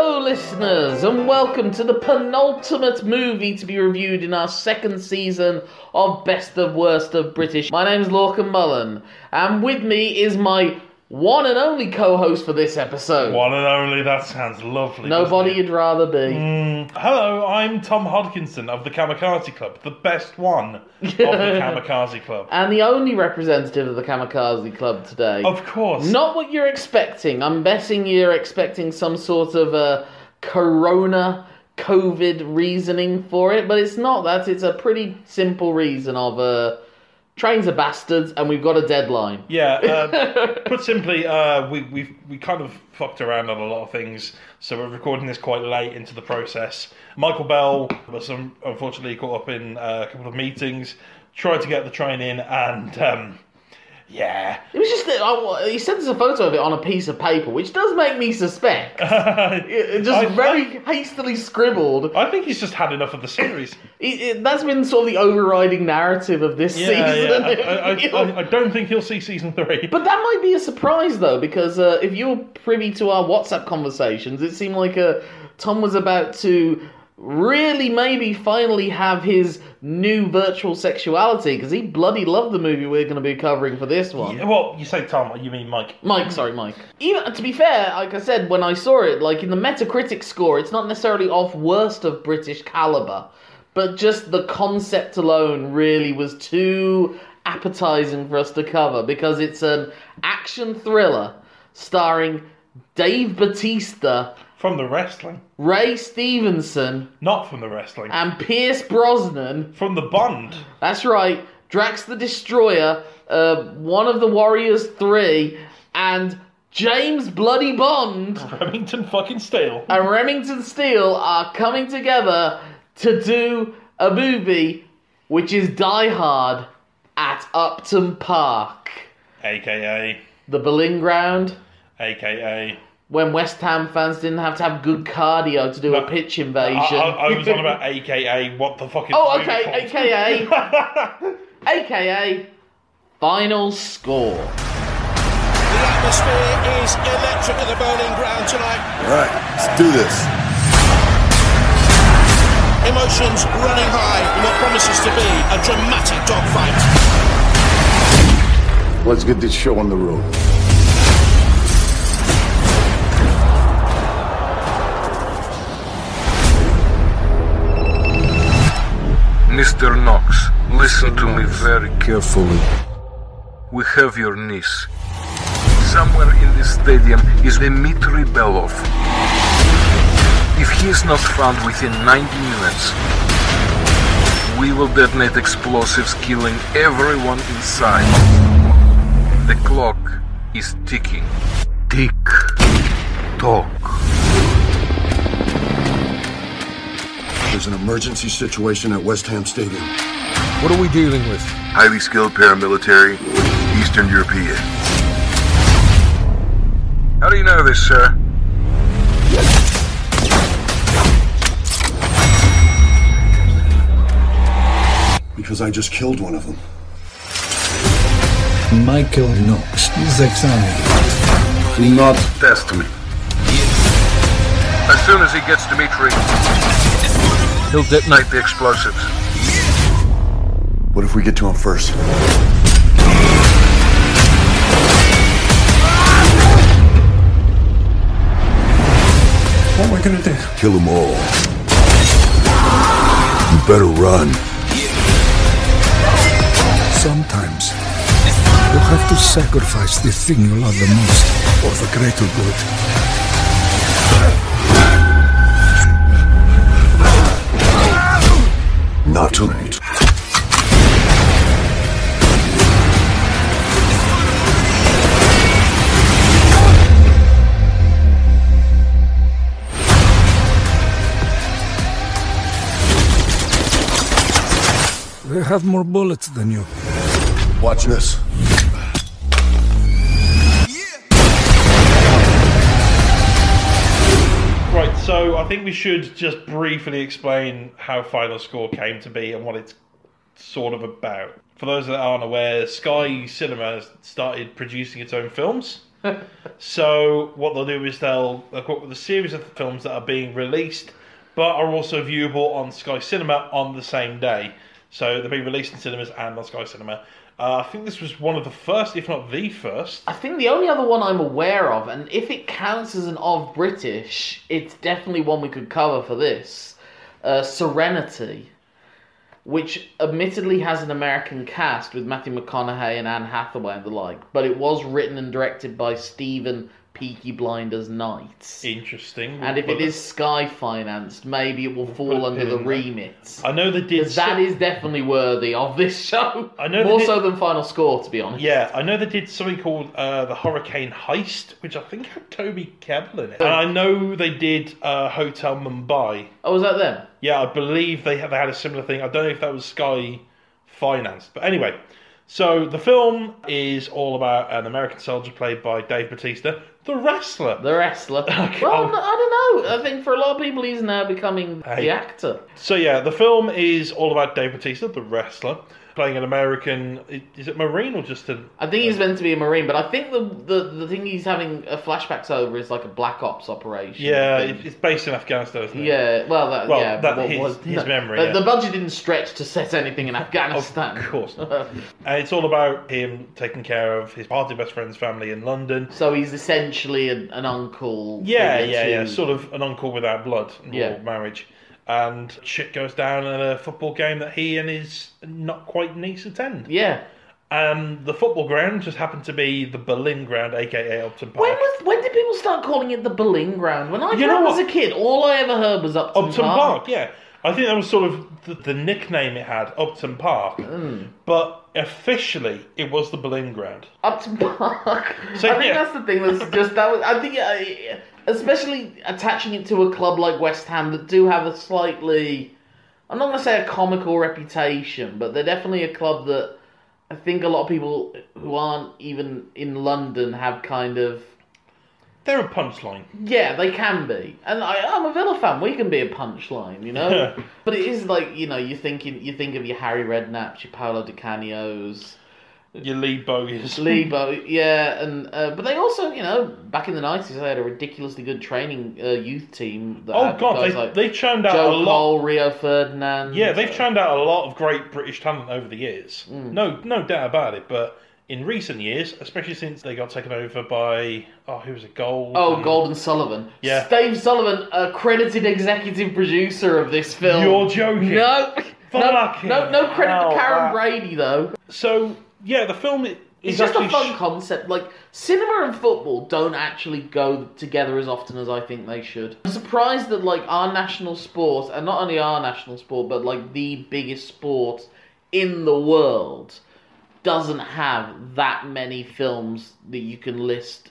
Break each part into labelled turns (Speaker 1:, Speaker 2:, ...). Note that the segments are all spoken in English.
Speaker 1: listeners, and welcome to the penultimate movie to be reviewed in our second season of Best of Worst of British. My name's Lorcan Mullen, and with me is my one and only co host for this episode.
Speaker 2: One and only, that sounds lovely.
Speaker 1: Nobody
Speaker 2: doesn't it?
Speaker 1: you'd rather be.
Speaker 2: Mm, hello, I'm Tom Hodkinson of the Kamikaze Club, the best one of the Kamikaze Club.
Speaker 1: And the only representative of the Kamikaze Club today.
Speaker 2: Of course.
Speaker 1: Not what you're expecting. I'm betting you're expecting some sort of a corona COVID reasoning for it, but it's not that. It's a pretty simple reason of uh, trains are bastards and we've got a deadline.
Speaker 2: Yeah, uh, put simply, uh, we, we've we kind of fucked around on a lot of things, so we're recording this quite late into the process. Michael Bell was um, unfortunately caught up in uh, a couple of meetings, tried to get the train in, and um, yeah.
Speaker 1: It was just that I, he sent us a photo of it on a piece of paper, which does make me suspect. It, it just
Speaker 2: I-
Speaker 1: very hastily scribbled.
Speaker 2: I think he's just had enough of the series.
Speaker 1: It- it- that's been sort of the overriding narrative of this
Speaker 2: Yeah,
Speaker 1: season.
Speaker 2: yeah. I, I, I, I don't think he'll see season three.
Speaker 1: But that might be a surprise though, because uh, if you were privy to our WhatsApp conversations, it seemed like uh, Tom was about to really maybe finally have his new virtual sexuality because he bloody loved the movie we're going to be covering for this one.
Speaker 2: well, you say Tom, you mean Mike?
Speaker 1: Mike, sorry, Mike. Even to be fair, like I said, when I saw it, like in the Metacritic score, it's not necessarily off worst of British caliber, but just the concept alone really was too appetizing for us to cover because it's an action thriller starring Dave Batista,
Speaker 2: From the wrestling,
Speaker 1: Ray Stevenson,
Speaker 2: not from the wrestling,
Speaker 1: and Pierce Brosnan.
Speaker 2: from the Bond.
Speaker 1: That's right. Drax the Destroyer, uh, one of the Warriors Three, and James Bloody Bond
Speaker 2: Remington fucking Steel.
Speaker 1: and Remington Steele are coming together to do a movie which is Die Hard at Upton Park,
Speaker 2: AKA,
Speaker 1: the Berlin Ground,
Speaker 2: AKA.
Speaker 1: when West Ham fans didn't have to have good cardio to do a
Speaker 2: No,
Speaker 1: pitch
Speaker 2: I,
Speaker 1: invasion.
Speaker 2: I- I was on about AKA, what the fuck is
Speaker 1: Oh,
Speaker 2: the movie
Speaker 1: okay,
Speaker 2: called?
Speaker 1: AKA. AKA Final Score.
Speaker 3: The atmosphere is electric at the Bowling Ground tonight.
Speaker 4: All right, let's do this.
Speaker 3: Emotions running high in what promises to be a dramatic dogfight.
Speaker 4: Let's get this show on the road.
Speaker 5: Mr. Knox, listen to me very carefully. We have your niece. Somewhere in this stadium is Dmitry Belov. If he is not found within 90 minutes, we will detonate explosives, killing everyone inside. The clock is ticking. Tick tock.
Speaker 4: There's an emergency situation at West Ham Stadium.
Speaker 5: What are we dealing with?
Speaker 6: highly skilled paramilitary, Eastern European.
Speaker 5: How do you know this, sir?
Speaker 4: Because I just killed one of them.
Speaker 7: Michael Knox is examined.
Speaker 4: Not
Speaker 5: Test me. As soon as he gets Dimitri, he'll detonate the explosives.
Speaker 4: What if we get to him first?
Speaker 7: What we're gonna do?
Speaker 4: Kill them all. You better run.
Speaker 7: Sometimes you have to sacrifice the thing you love the most for the greater good.
Speaker 4: Not tonight.
Speaker 7: They have more bullets than you.
Speaker 4: Watch this.
Speaker 2: Right, so I think we should just briefly explain how Final Score came to be and what it's sort of about. For those that aren't aware, Sky Cinema has started producing its own films. so what they'll do is they'll, they'll come up with a series of films that are being released, but are also viewable on Sky Cinema on the same day. So they're being released in cinemas and on Sky Cinema. Uh, I think this was one of the first, if not the first.
Speaker 1: I think the only other one I'm aware of, and if it counts as an of British, it's definitely one we could cover for this. Uh, Serenity, which admittedly has an American cast with Matthew McConaughey and Anne Hathaway and the like, but it was written and directed by Stephen Peaky Blinders Knight.
Speaker 2: Interesting.
Speaker 1: And if
Speaker 2: But
Speaker 1: it is Sky financed, maybe it will fall
Speaker 2: Put it
Speaker 1: under the
Speaker 2: in.
Speaker 1: remit.
Speaker 2: I know they did.
Speaker 1: Because that is definitely worthy of this show.
Speaker 2: I know
Speaker 1: more
Speaker 2: that it-
Speaker 1: so than Final Score, to be honest.
Speaker 2: Yeah, I know they did something called uh, the Hurricane Heist, which I think had Toby Kebbell in it. And I know they did uh, Hotel Mumbai.
Speaker 1: Oh, was that them?
Speaker 2: Yeah, I believe they had, they had a similar thing. I don't know if that was Sky financed, but anyway. So the film is all about an American soldier played by Dave Batista, the wrestler.
Speaker 1: The wrestler.
Speaker 2: Okay.
Speaker 1: Well, no, I don't know. I think for a lot of people, he's now becoming
Speaker 2: Hey.
Speaker 1: the actor.
Speaker 2: So yeah, the film is all about Dave Batista, the wrestler, playing an American. Is it Marine or just an?
Speaker 1: I think he's meant to be a marine, but I think the the, the thing he's having uh, flashbacks over is like a black ops operation.
Speaker 2: Yeah,
Speaker 1: I think.
Speaker 2: it- it's based in Afghanistan, isn't it?
Speaker 1: yeah. Well, that,
Speaker 2: Well,
Speaker 1: yeah.
Speaker 2: that-
Speaker 1: what
Speaker 2: his-
Speaker 1: was
Speaker 2: his memory,
Speaker 1: The,
Speaker 2: yeah.
Speaker 1: the budget didn't stretch to set anything in
Speaker 2: Of
Speaker 1: Afghanistan.
Speaker 2: course. not. and it's all about him taking care of his party best friend's family in London.
Speaker 1: So he's essentially an, an uncle.
Speaker 2: Yeah,
Speaker 1: figure
Speaker 2: yeah,
Speaker 1: to-
Speaker 2: yeah. Sort of an uncle without blood or
Speaker 1: Yeah.
Speaker 2: marriage. And shit goes down at a football game that he and his not quite niece attend.
Speaker 1: Yeah.
Speaker 2: And the football ground just happened to be the Berlin ground, aka Upton Park.
Speaker 1: When was when did people start calling it the Berlin Ground? When I
Speaker 2: You
Speaker 1: when
Speaker 2: know
Speaker 1: I was
Speaker 2: what?
Speaker 1: a kid, all I ever heard was Upton,
Speaker 2: Upton Park. yeah. I think that was sort of the, the nickname it had, Upton Park.
Speaker 1: Hmm.
Speaker 2: But officially, it was the Berlin ground.
Speaker 1: Upton Park.
Speaker 2: So,
Speaker 1: I think
Speaker 2: yeah.
Speaker 1: that's the thing. That's just that. Was, I think, uh, especially attaching it to a club like West Ham that do have a slightly, I'm not going to say a comical reputation, but they're definitely a club that I think a lot of people who aren't even in London have kind of.
Speaker 2: They're a punchline.
Speaker 1: Yeah, they can be, and I, I'm a Villa fan. We can be a punchline, you know. but it is like you know, you thinking you think of your Harry Redknapps, your Paolo Di Canio's,
Speaker 2: Your Lee Bowyers.
Speaker 1: Lebo, yeah, and uh, but they also, you know, back in the nineties, they had a ridiculously good training uh, youth team. That
Speaker 2: Oh
Speaker 1: had
Speaker 2: god,
Speaker 1: guys
Speaker 2: they
Speaker 1: like
Speaker 2: they churned out
Speaker 1: Joe
Speaker 2: a lot.
Speaker 1: Cole, Rio Ferdinand.
Speaker 2: Yeah, they've churned out a lot of great British talent over the years.
Speaker 1: Mm.
Speaker 2: No, no doubt about it. But in recent years, especially since they got taken over by oh, who was it? Gold.
Speaker 1: Oh,
Speaker 2: and-
Speaker 1: Golden Sullivan.
Speaker 2: Yeah.
Speaker 1: Dave Sullivan, a credited executive producer of this film.
Speaker 2: You're joking.
Speaker 1: No, no,
Speaker 2: Fucking
Speaker 1: no, no credit
Speaker 2: hell,
Speaker 1: to Karen
Speaker 2: that-
Speaker 1: Brady though.
Speaker 2: So yeah, the film is
Speaker 1: It's just a
Speaker 2: actually
Speaker 1: fun
Speaker 2: sh-
Speaker 1: concept. Like cinema and football don't actually go together as often as I think they should. I'm surprised that like our national sport, and not only our national sport, but like the biggest sport in the world, doesn't have that many films that you can list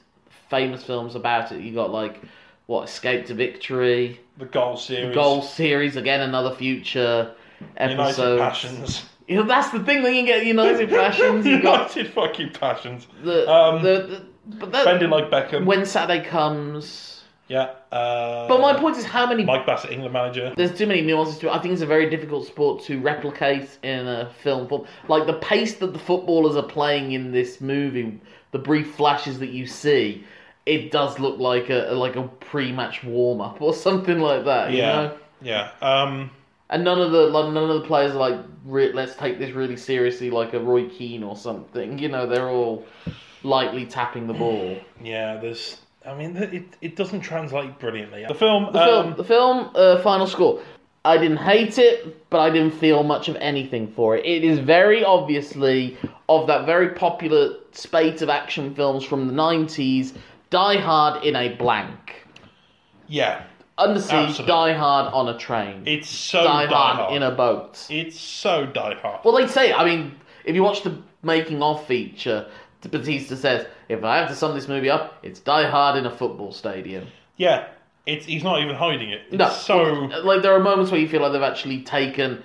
Speaker 1: famous films about it. You got like what Escape to Victory,
Speaker 2: the Goal series,
Speaker 1: Goal Series, again another future
Speaker 2: United
Speaker 1: episode.
Speaker 2: Passions,
Speaker 1: You know, that's the thing that you get United Passions. You got
Speaker 2: United fucking Passions,
Speaker 1: the,
Speaker 2: um,
Speaker 1: the, the but that,
Speaker 2: Bending Like Beckham,
Speaker 1: when Saturday comes.
Speaker 2: yeah. Uh,
Speaker 1: But my point is how many.
Speaker 2: Mike Bassett, England manager.
Speaker 1: There's too many nuances to it. I think it's a very difficult sport to replicate in a film form. Like the pace that the footballers are playing in this movie, the brief flashes that you see, it does look like a like a pre-match warm-up or something like that. You
Speaker 2: yeah,
Speaker 1: know?
Speaker 2: yeah. Um,
Speaker 1: And none of the like, none of the players are like re- let's take this really seriously, like a Roy Keane or something. You know, they're all lightly tapping the ball.
Speaker 2: yeah. There's. I mean, it, it doesn't translate brilliantly. The film.
Speaker 1: The
Speaker 2: um,
Speaker 1: film, the film uh, final score. I didn't hate it, but I didn't feel much of anything for it. It is very obviously of that very popular spate of action films from the 90s Die Hard in a blank.
Speaker 2: Yeah,
Speaker 1: Under siege,
Speaker 2: Absolutely.
Speaker 1: Die Hard on a train.
Speaker 2: it's so
Speaker 1: die,
Speaker 2: die,
Speaker 1: hard,
Speaker 2: hard.
Speaker 1: in a boat.
Speaker 2: It's so die hard.
Speaker 1: Well, they say, I mean, if you watch the making of feature, Batista says, if I have to sum this movie up, it's Die Hard in a football stadium.
Speaker 2: yeah, it's he's not even hiding it. It's
Speaker 1: No,
Speaker 2: so
Speaker 1: well, like there are moments where you feel like they've actually taken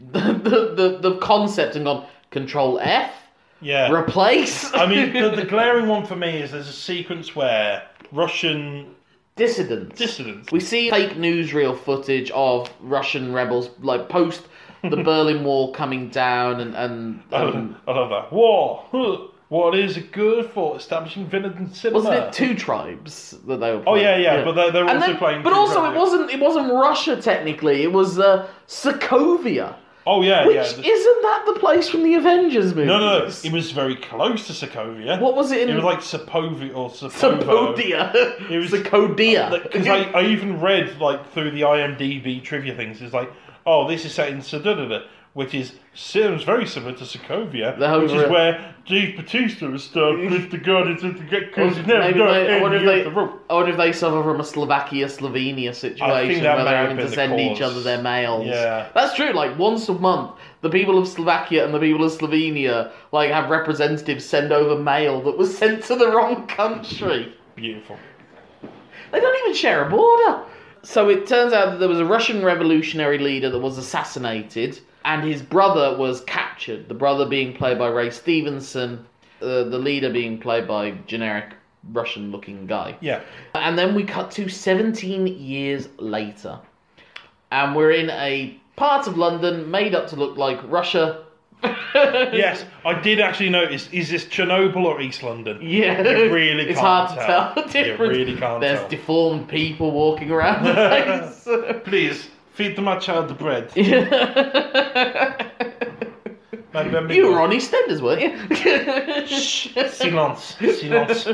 Speaker 1: the the, the, the concept and gone Control F,
Speaker 2: yeah.
Speaker 1: replace.
Speaker 2: I mean, the, the glaring one for me is there's a sequence where Russian
Speaker 1: dissidents.
Speaker 2: dissidents.
Speaker 1: we see fake newsreel footage of Russian rebels, like post the Berlin Wall coming down and and, um,
Speaker 2: I,
Speaker 1: and
Speaker 2: I love that. War. Huh. What is it good for? Establishing Vinland cinema.
Speaker 1: wasn't it two tribes that they were? Playing?
Speaker 2: Uh. Oh, yeah, yeah, but they- they were
Speaker 1: And
Speaker 2: also playing
Speaker 1: But
Speaker 2: two
Speaker 1: also, it
Speaker 2: tribes.
Speaker 1: wasn't it wasn't Russia technically. It was uh, Sokovia,
Speaker 2: Oh yeah,
Speaker 1: which
Speaker 2: yeah.
Speaker 1: isn't that the place from the Avengers movie?
Speaker 2: no, no, no, it was very close to Sokovia.
Speaker 1: What was it in-
Speaker 2: It was like Sopovia or Sopovo.
Speaker 1: Sopodia. It
Speaker 2: was-
Speaker 1: was Sokodia.
Speaker 2: Because I, I even read like through the IMDb trivia things. It's like, oh, this is set in Sedudada, which is sounds very similar to Sokovia,
Speaker 1: The whole
Speaker 2: which is
Speaker 1: group.
Speaker 2: where Dave Batista was starred with the Guardians of the
Speaker 1: Maybe
Speaker 2: Galaxy. Never done
Speaker 1: they- I wonder if
Speaker 2: any
Speaker 1: they,
Speaker 2: of the rope.
Speaker 1: I wonder if they suffer from a Slovakia Slovenia situation
Speaker 2: I think that
Speaker 1: where
Speaker 2: may
Speaker 1: they're
Speaker 2: have
Speaker 1: having
Speaker 2: been
Speaker 1: to
Speaker 2: the
Speaker 1: send each
Speaker 2: cause.
Speaker 1: other their mails.
Speaker 2: Yeah.
Speaker 1: That's true. Like once a month, the people of Slovakia and the people of Slovenia like have representatives send over mail that was sent to the wrong country.
Speaker 2: Beautiful.
Speaker 1: They don't even share a border. So it turns out that there was a Russian revolutionary leader that was assassinated, and his brother was captured. The brother being played by Ray Stevenson, uh, the leader being played by generic Russian-looking guy.
Speaker 2: Yeah.
Speaker 1: And then we cut to 17 years later. And we're in a part of London made up to look like Russia.
Speaker 2: Yes, I did actually notice. Is this Chernobyl or East London?
Speaker 1: Yeah.
Speaker 2: You really
Speaker 1: It's hard
Speaker 2: can't
Speaker 1: to tell. the
Speaker 2: You
Speaker 1: difference.
Speaker 2: really can't
Speaker 1: There's
Speaker 2: tell.
Speaker 1: deformed people walking around the place.
Speaker 2: Please feed my child the bread.
Speaker 1: You were on EastEnders, weren't you?
Speaker 2: Silence, silence.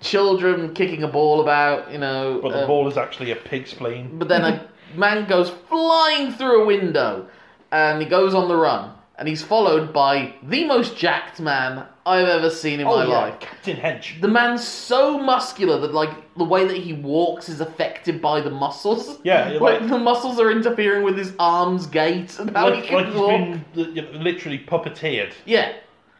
Speaker 1: Children kicking a ball about, you know.
Speaker 2: But the
Speaker 1: uh,
Speaker 2: ball is actually a pig's plane.
Speaker 1: but then a man goes flying through a window and he goes on the run. And he's followed by the most jacked man I've ever seen in my
Speaker 2: Oh, yeah,
Speaker 1: life.
Speaker 2: Captain Hench.
Speaker 1: Oh, The man's so muscular that, like, the way that he walks is affected by the muscles.
Speaker 2: Yeah,
Speaker 1: Like,
Speaker 2: you're like-
Speaker 1: the muscles are interfering with his arms' gait and how he
Speaker 2: Like,
Speaker 1: can
Speaker 2: like he's
Speaker 1: walk.
Speaker 2: been you know, literally puppeteered
Speaker 1: Yeah.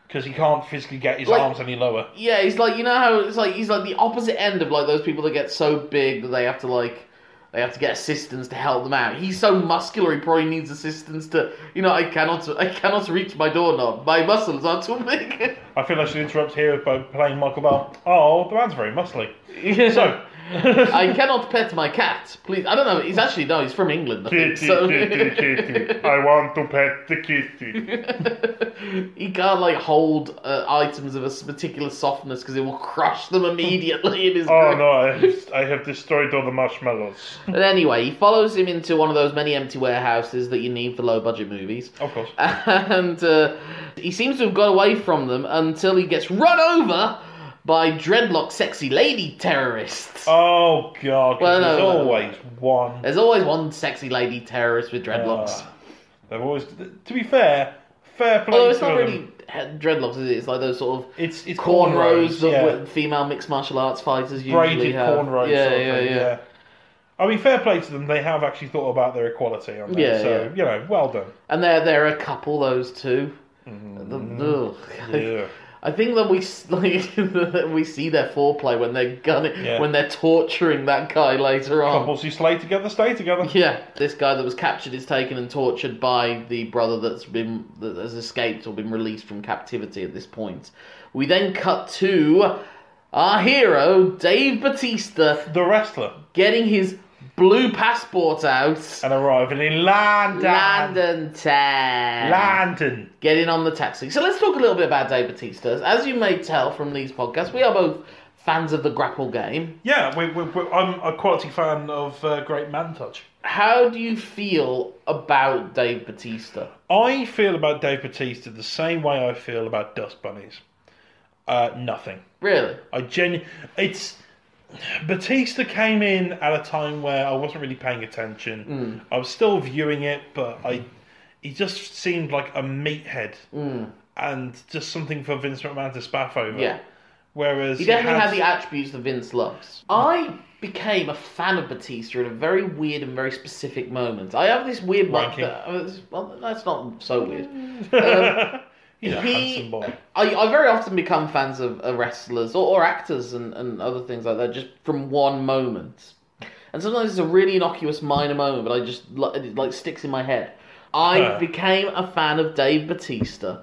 Speaker 2: because he can't physically get his
Speaker 1: Like-
Speaker 2: arms any lower.
Speaker 1: Yeah, he's like you know how it's like he's like the opposite end of like those people that get so big that they have to like they have to get assistance to help them out. He's so muscular, he probably needs assistance to you know I cannot I cannot reach my doorknob. My muscles are too big.
Speaker 2: I feel I should interrupt here by playing Michael Bell. Oh, the man's very muscly. So,
Speaker 1: I cannot pet my cat. Please, I don't know. He's actually no, he's from England. I think, so
Speaker 2: I want to pet the kitty.
Speaker 1: he can't like hold uh, items of a s- particular softness because it will crush them immediately in his.
Speaker 2: Oh
Speaker 1: grip.
Speaker 2: no, I have, I have destroyed all the marshmallows.
Speaker 1: But anyway, he follows him into one of those many empty warehouses that you need for low budget movies.
Speaker 2: Of course.
Speaker 1: and uh, he seems to have got away from them until he gets run over by dreadlock sexy lady terrorists.
Speaker 2: Oh god, 'cause
Speaker 1: Well, no,
Speaker 2: there's
Speaker 1: no, no.
Speaker 2: always one.
Speaker 1: There's always one sexy lady terrorist with dreadlocks.
Speaker 2: Uh, they've always. To be fair, fair play
Speaker 1: Although it's
Speaker 2: to
Speaker 1: not
Speaker 2: them.
Speaker 1: really he- dreadlocks, is it? It's like those sort of
Speaker 2: It's it's
Speaker 1: cornrows, that
Speaker 2: yeah.
Speaker 1: w- female mixed martial arts fighters usually
Speaker 2: braided
Speaker 1: have.
Speaker 2: cornrows.
Speaker 1: yeah,
Speaker 2: sort of
Speaker 1: yeah,
Speaker 2: thing,
Speaker 1: yeah,
Speaker 2: I mean, fair play to them. They have actually thought about their equality on that.
Speaker 1: Yeah,
Speaker 2: so you know, well done.
Speaker 1: And they're they're a couple, those two. The- ugh.
Speaker 2: Mm-hmm. Yeah.
Speaker 1: I think that we s- like that we see their foreplay when they're gunning,
Speaker 2: Yeah.
Speaker 1: when they're torturing that guy later on.
Speaker 2: Couples who slay together stay together.
Speaker 1: Oh. Yeah, this guy that was captured is taken and tortured by the brother that's been that has escaped or been released from captivity at this point. We then cut to our hero Dave Batista
Speaker 2: The wrestler
Speaker 1: getting his blue passport out.
Speaker 2: and arriving in London.
Speaker 1: London town.
Speaker 2: London.
Speaker 1: Getting on the taxi. So let's talk a little bit about Dave Batista. As you may tell from these podcasts, we are both fans of the grapple game.
Speaker 2: Yeah, we, we, we, I'm a quality fan of uh, Great Man Touch.
Speaker 1: How do you feel about Dave Batista?
Speaker 2: I feel about Dave Batista the same way I feel about Dust Bunnies. Uh, nothing.
Speaker 1: Really?
Speaker 2: I genu- it's Batista came in at a time where I wasn't really paying attention.
Speaker 1: Mm.
Speaker 2: I was still viewing it, but I he just seemed like a meathead and just something for Vince McMahon to spaff over.
Speaker 1: Mm. Yeah.
Speaker 2: Whereas
Speaker 1: He definitely
Speaker 2: has-
Speaker 1: had the attributes that Vince loves. I became a fan of Batista at a very weird and very specific moment. I have this weird moment.
Speaker 2: Wanking.
Speaker 1: that- uh, it's- Well, that's not so weird.
Speaker 2: he's a handsome
Speaker 1: He,
Speaker 2: boy.
Speaker 1: I, I very often become fans of, of wrestlers or, or actors and, and other things like that just from one moment. And sometimes it's a really innocuous minor moment, but I just li- it like sticks in my head. I
Speaker 2: Huh.
Speaker 1: became a fan of Dave Batista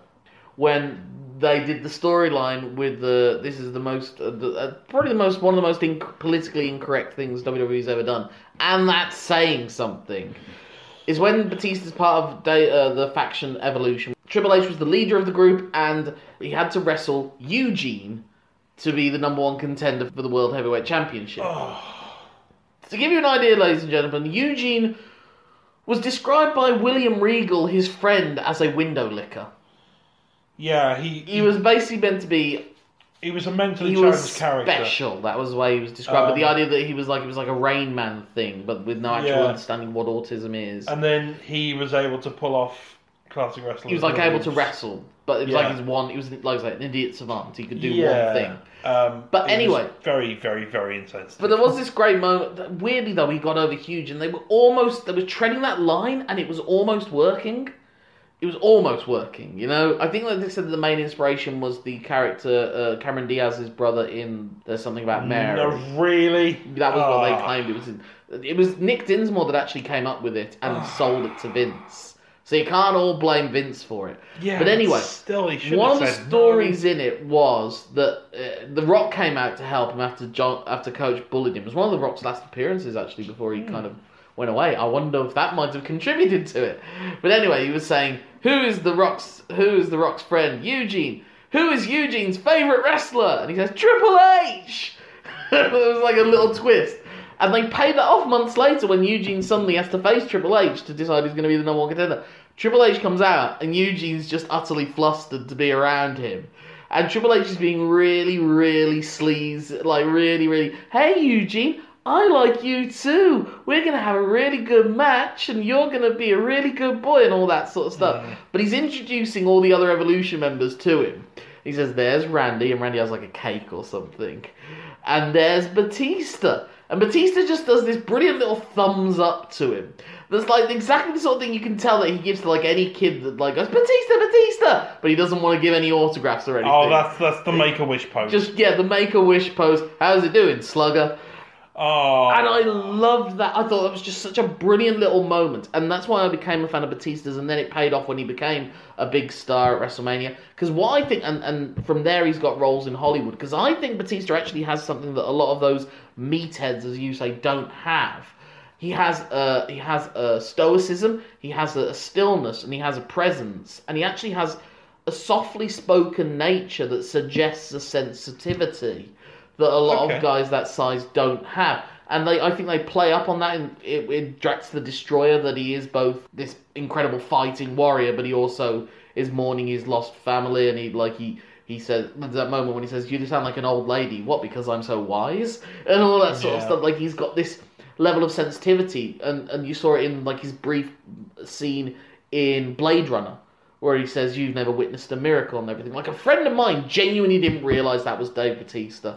Speaker 1: when they did the storyline with the this is the most uh, the, uh, probably the most one of the most inc- politically incorrect things WWE's ever done, and that's saying something. is when Batista's part of da- uh, the faction Evolution. Triple H was the leader of the group, and he had to wrestle Eugene to be the number one contender for the World Heavyweight Championship.
Speaker 2: Oh.
Speaker 1: To give you an idea, ladies and gentlemen, Eugene was described by William Regal, his friend, as a window licker.
Speaker 2: Yeah, he
Speaker 1: He was basically meant to be
Speaker 2: he was a mentally
Speaker 1: he
Speaker 2: challenged
Speaker 1: was
Speaker 2: character.
Speaker 1: special. That was the way he was described. but the
Speaker 2: Um,
Speaker 1: idea that he was like it was like a Rain Man thing, but with no actual
Speaker 2: Yeah.
Speaker 1: understanding what autism is.
Speaker 2: And then he was able to pull off classic wrestling.
Speaker 1: he was like able to wrestle, but it was like
Speaker 2: Yeah.
Speaker 1: his one. He was like, like an idiot savant. He could do
Speaker 2: yeah.
Speaker 1: one thing.
Speaker 2: Um,
Speaker 1: But
Speaker 2: it was
Speaker 1: anyway.
Speaker 2: very, very, very intense.
Speaker 1: But there was this great moment. that- Weirdly though, he got over huge, and they were almost they were treading that line, and it was almost working. It was almost working, you know. I think like they said that the main inspiration was the character uh, Cameron Diaz's brother in "There's Something About Mary."
Speaker 2: no, really,
Speaker 1: That was what they
Speaker 2: Ah.
Speaker 1: claimed it was. In, it was Nick Dinsmore that actually came up with it
Speaker 2: Ah.
Speaker 1: and sold it to Vince. So you can't all blame Vince for it.
Speaker 2: Yeah,
Speaker 1: but anyway,
Speaker 2: still, he should
Speaker 1: one of
Speaker 2: have
Speaker 1: the
Speaker 2: said no.
Speaker 1: stories in it was that uh, The Rock came out to help him after John, after Coach bullied him. It was one of The Rock's last appearances actually before
Speaker 2: Hmm.
Speaker 1: he kind of went away. I wonder if that might have contributed to it. But anyway, he was saying, "Who is The Rock's? Who is The Rock's friend? Eugene. Who is Eugene's favorite wrestler?" And he says, "Triple H." it was like a little twist. And they pay that off months later when Eugene suddenly has to face Triple H to decide he's going to be the number one contender. Triple H comes out and Eugene's just utterly flustered to be around him. And Triple H is being really, really sleaze, like really, really, hey Eugene, I like you too. We're going to have a really good match and you're going to be a really good boy and all that sort of stuff. But he's introducing all the other Evolution members to him. He says, There's Randy, and Randy has like a cake or something. And there's Batista. And Batista just does this brilliant little thumbs up to him. That's like exactly the sort of thing you can tell that he gives to like any kid that like goes, Batista, Batista! But he doesn't want to give any autographs or anything.
Speaker 2: Oh, that's that's the Make a Wish pose.
Speaker 1: just yeah, the make a wish pose. How's it doing, slugger?
Speaker 2: oh,
Speaker 1: And I loved that. I thought that was just such a brilliant little moment. And that's why I became a fan of Batista's. And then it paid off when he became a big star at WrestleMania. Because what I think, and, and from there he's got roles in Hollywood. Because I think Batista actually has something that a lot of those meatheads, as you say, don't have. He has a, he has a stoicism, he has a stillness, and he has a presence. And he actually has a softly spoken nature that suggests a sensitivity that a lot
Speaker 2: Okay.
Speaker 1: of guys that size don't have. And they, I think they play up on that in, in, in Drax the Destroyer that he is both this incredible fighting warrior, but he also is mourning his lost family, and he like he he says there's that moment when he says, "You sound like an old lady." What? Because I'm so wise and all that sort of
Speaker 2: Yeah.
Speaker 1: stuff. Like he's got this level of sensitivity, and and you saw it in like his brief scene in Blade Runner where he says you've never witnessed a miracle and everything. Like a friend of mine genuinely didn't realize that was Dave Batista.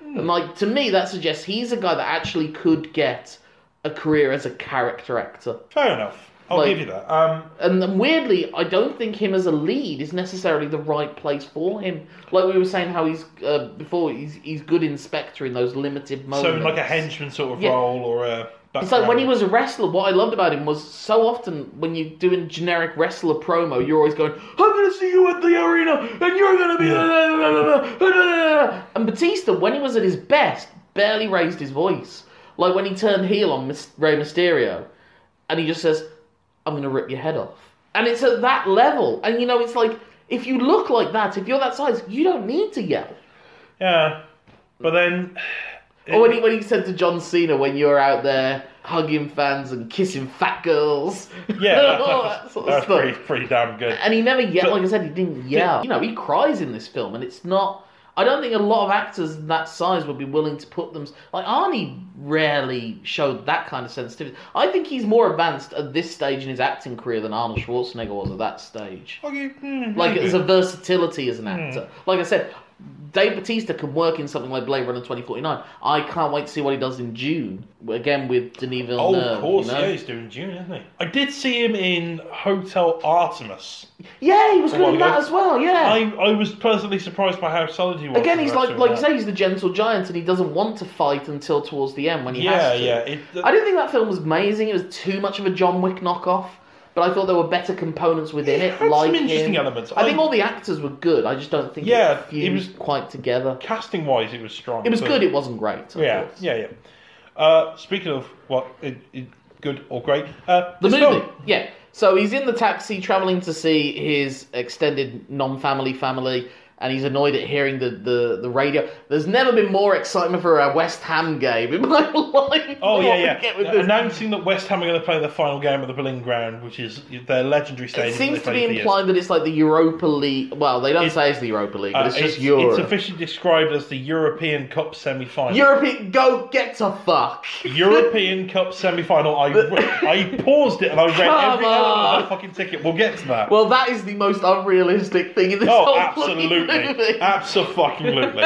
Speaker 1: And like to me, that suggests he's a guy that actually could get a career as a character actor.
Speaker 2: fair enough. I'll
Speaker 1: Like-
Speaker 2: give you that. Um,
Speaker 1: And then weirdly, I don't think him as a lead is necessarily the right place for him. Like we were saying, how he's uh, before he's he's good inspector in those limited
Speaker 2: so
Speaker 1: moments.
Speaker 2: like a henchman sort of
Speaker 1: oh, Yeah.
Speaker 2: role or a.
Speaker 1: It's like when he was a wrestler, what I loved about him was so often when you do a generic wrestler promo, you're always going, I'm going to see you at the arena and you're going to be.
Speaker 2: Yeah.
Speaker 1: la, la, la, la, la, la, la, la." And Batista, when he was at his best, barely raised his voice. Like when he turned heel on Mis- Rey Mysterio and he just says, I'm going to rip your head off. And it's at that level. And you know, it's like, if you look like that, if you're that size, you don't need to yell.
Speaker 2: Yeah, but then
Speaker 1: Or when he, when he said to John Cena, when you're out there hugging fans and kissing fat girls.
Speaker 2: yeah, that,
Speaker 1: all
Speaker 2: was-
Speaker 1: that sort
Speaker 2: that
Speaker 1: of
Speaker 2: was
Speaker 1: stuff.
Speaker 2: pretty pretty damn good.
Speaker 1: And he never yelled,
Speaker 2: But-
Speaker 1: like I said, he didn't yell. You know, he cries in this film, and it's not. I don't think a lot of actors that size would be willing to put them. Like, Arnie rarely showed that kind of sensitivity. I think he's more advanced at this stage in his acting career than Arnold Schwarzenegger was at that stage
Speaker 2: Okay, hmm,
Speaker 1: like
Speaker 2: maybe. Hmm.
Speaker 1: it's a versatility as an actor. Like I said, Dave Batista can work in something like Blade Runner twenty forty nine. I can't wait to see what he does in June again with Denis
Speaker 2: Oh,
Speaker 1: Villeneuve.
Speaker 2: of course,
Speaker 1: you know?
Speaker 2: yeah, he's doing June, isn't he? I did see him in Hotel Artemis.
Speaker 1: Yeah, he was good
Speaker 2: Well,
Speaker 1: in that
Speaker 2: yeah.
Speaker 1: as well. Yeah.
Speaker 2: I, I was pleasantly surprised by how solid he was.
Speaker 1: Again,
Speaker 2: in
Speaker 1: he's like
Speaker 2: wrestling
Speaker 1: like you
Speaker 2: that.
Speaker 1: say, he's the gentle giant, and he doesn't want to fight until towards the end when he
Speaker 2: yeah,
Speaker 1: has to.
Speaker 2: yeah. It,
Speaker 1: I didn't think that film was amazing. It was too much of a John Wick knockoff, but I thought there were better components within it.
Speaker 2: had some
Speaker 1: like
Speaker 2: interesting
Speaker 1: him.
Speaker 2: elements.
Speaker 1: I think
Speaker 2: I-
Speaker 1: all the actors were good. I just don't think
Speaker 2: Yeah,
Speaker 1: it
Speaker 2: it
Speaker 1: fused
Speaker 2: was-
Speaker 1: quite together.
Speaker 2: casting wise, it was strong.
Speaker 1: It was
Speaker 2: but-
Speaker 1: good. It wasn't great. Of
Speaker 2: Yeah,
Speaker 1: course.
Speaker 2: yeah, yeah. Uh, speaking of what, it, it, good or great. Uh,
Speaker 1: The
Speaker 2: this
Speaker 1: movie.
Speaker 2: film.
Speaker 1: Yeah. So he's in the taxi traveling to see his extended non family family, and he's annoyed at hearing the, the, the radio. There's never been more excitement for a West Ham game in my life.
Speaker 2: Oh
Speaker 1: What
Speaker 2: yeah,
Speaker 1: we
Speaker 2: yeah.
Speaker 1: get with
Speaker 2: Uh,
Speaker 1: this.
Speaker 2: Announcing that West Ham are going to play the final game at the Berlin Ground, which is their legendary stadium.
Speaker 1: It
Speaker 2: that
Speaker 1: seems to
Speaker 2: they play
Speaker 1: be
Speaker 2: for years.
Speaker 1: implied that it's like the Europa League. Well, they don't
Speaker 2: It-
Speaker 1: say it's the Europa League,
Speaker 2: Uh,
Speaker 1: but it's, just Europe.
Speaker 2: It's officially described as the European Cup semi-final.
Speaker 1: European, go get to fuck.
Speaker 2: European Cup semi-final. I I paused it and I read
Speaker 1: Come
Speaker 2: every element of
Speaker 1: on.
Speaker 2: that fucking ticket. We'll get to that.
Speaker 1: Well, that is the most unrealistic thing in this
Speaker 2: oh,
Speaker 1: whole fucking
Speaker 2: absolutely,
Speaker 1: movie.
Speaker 2: absolutely.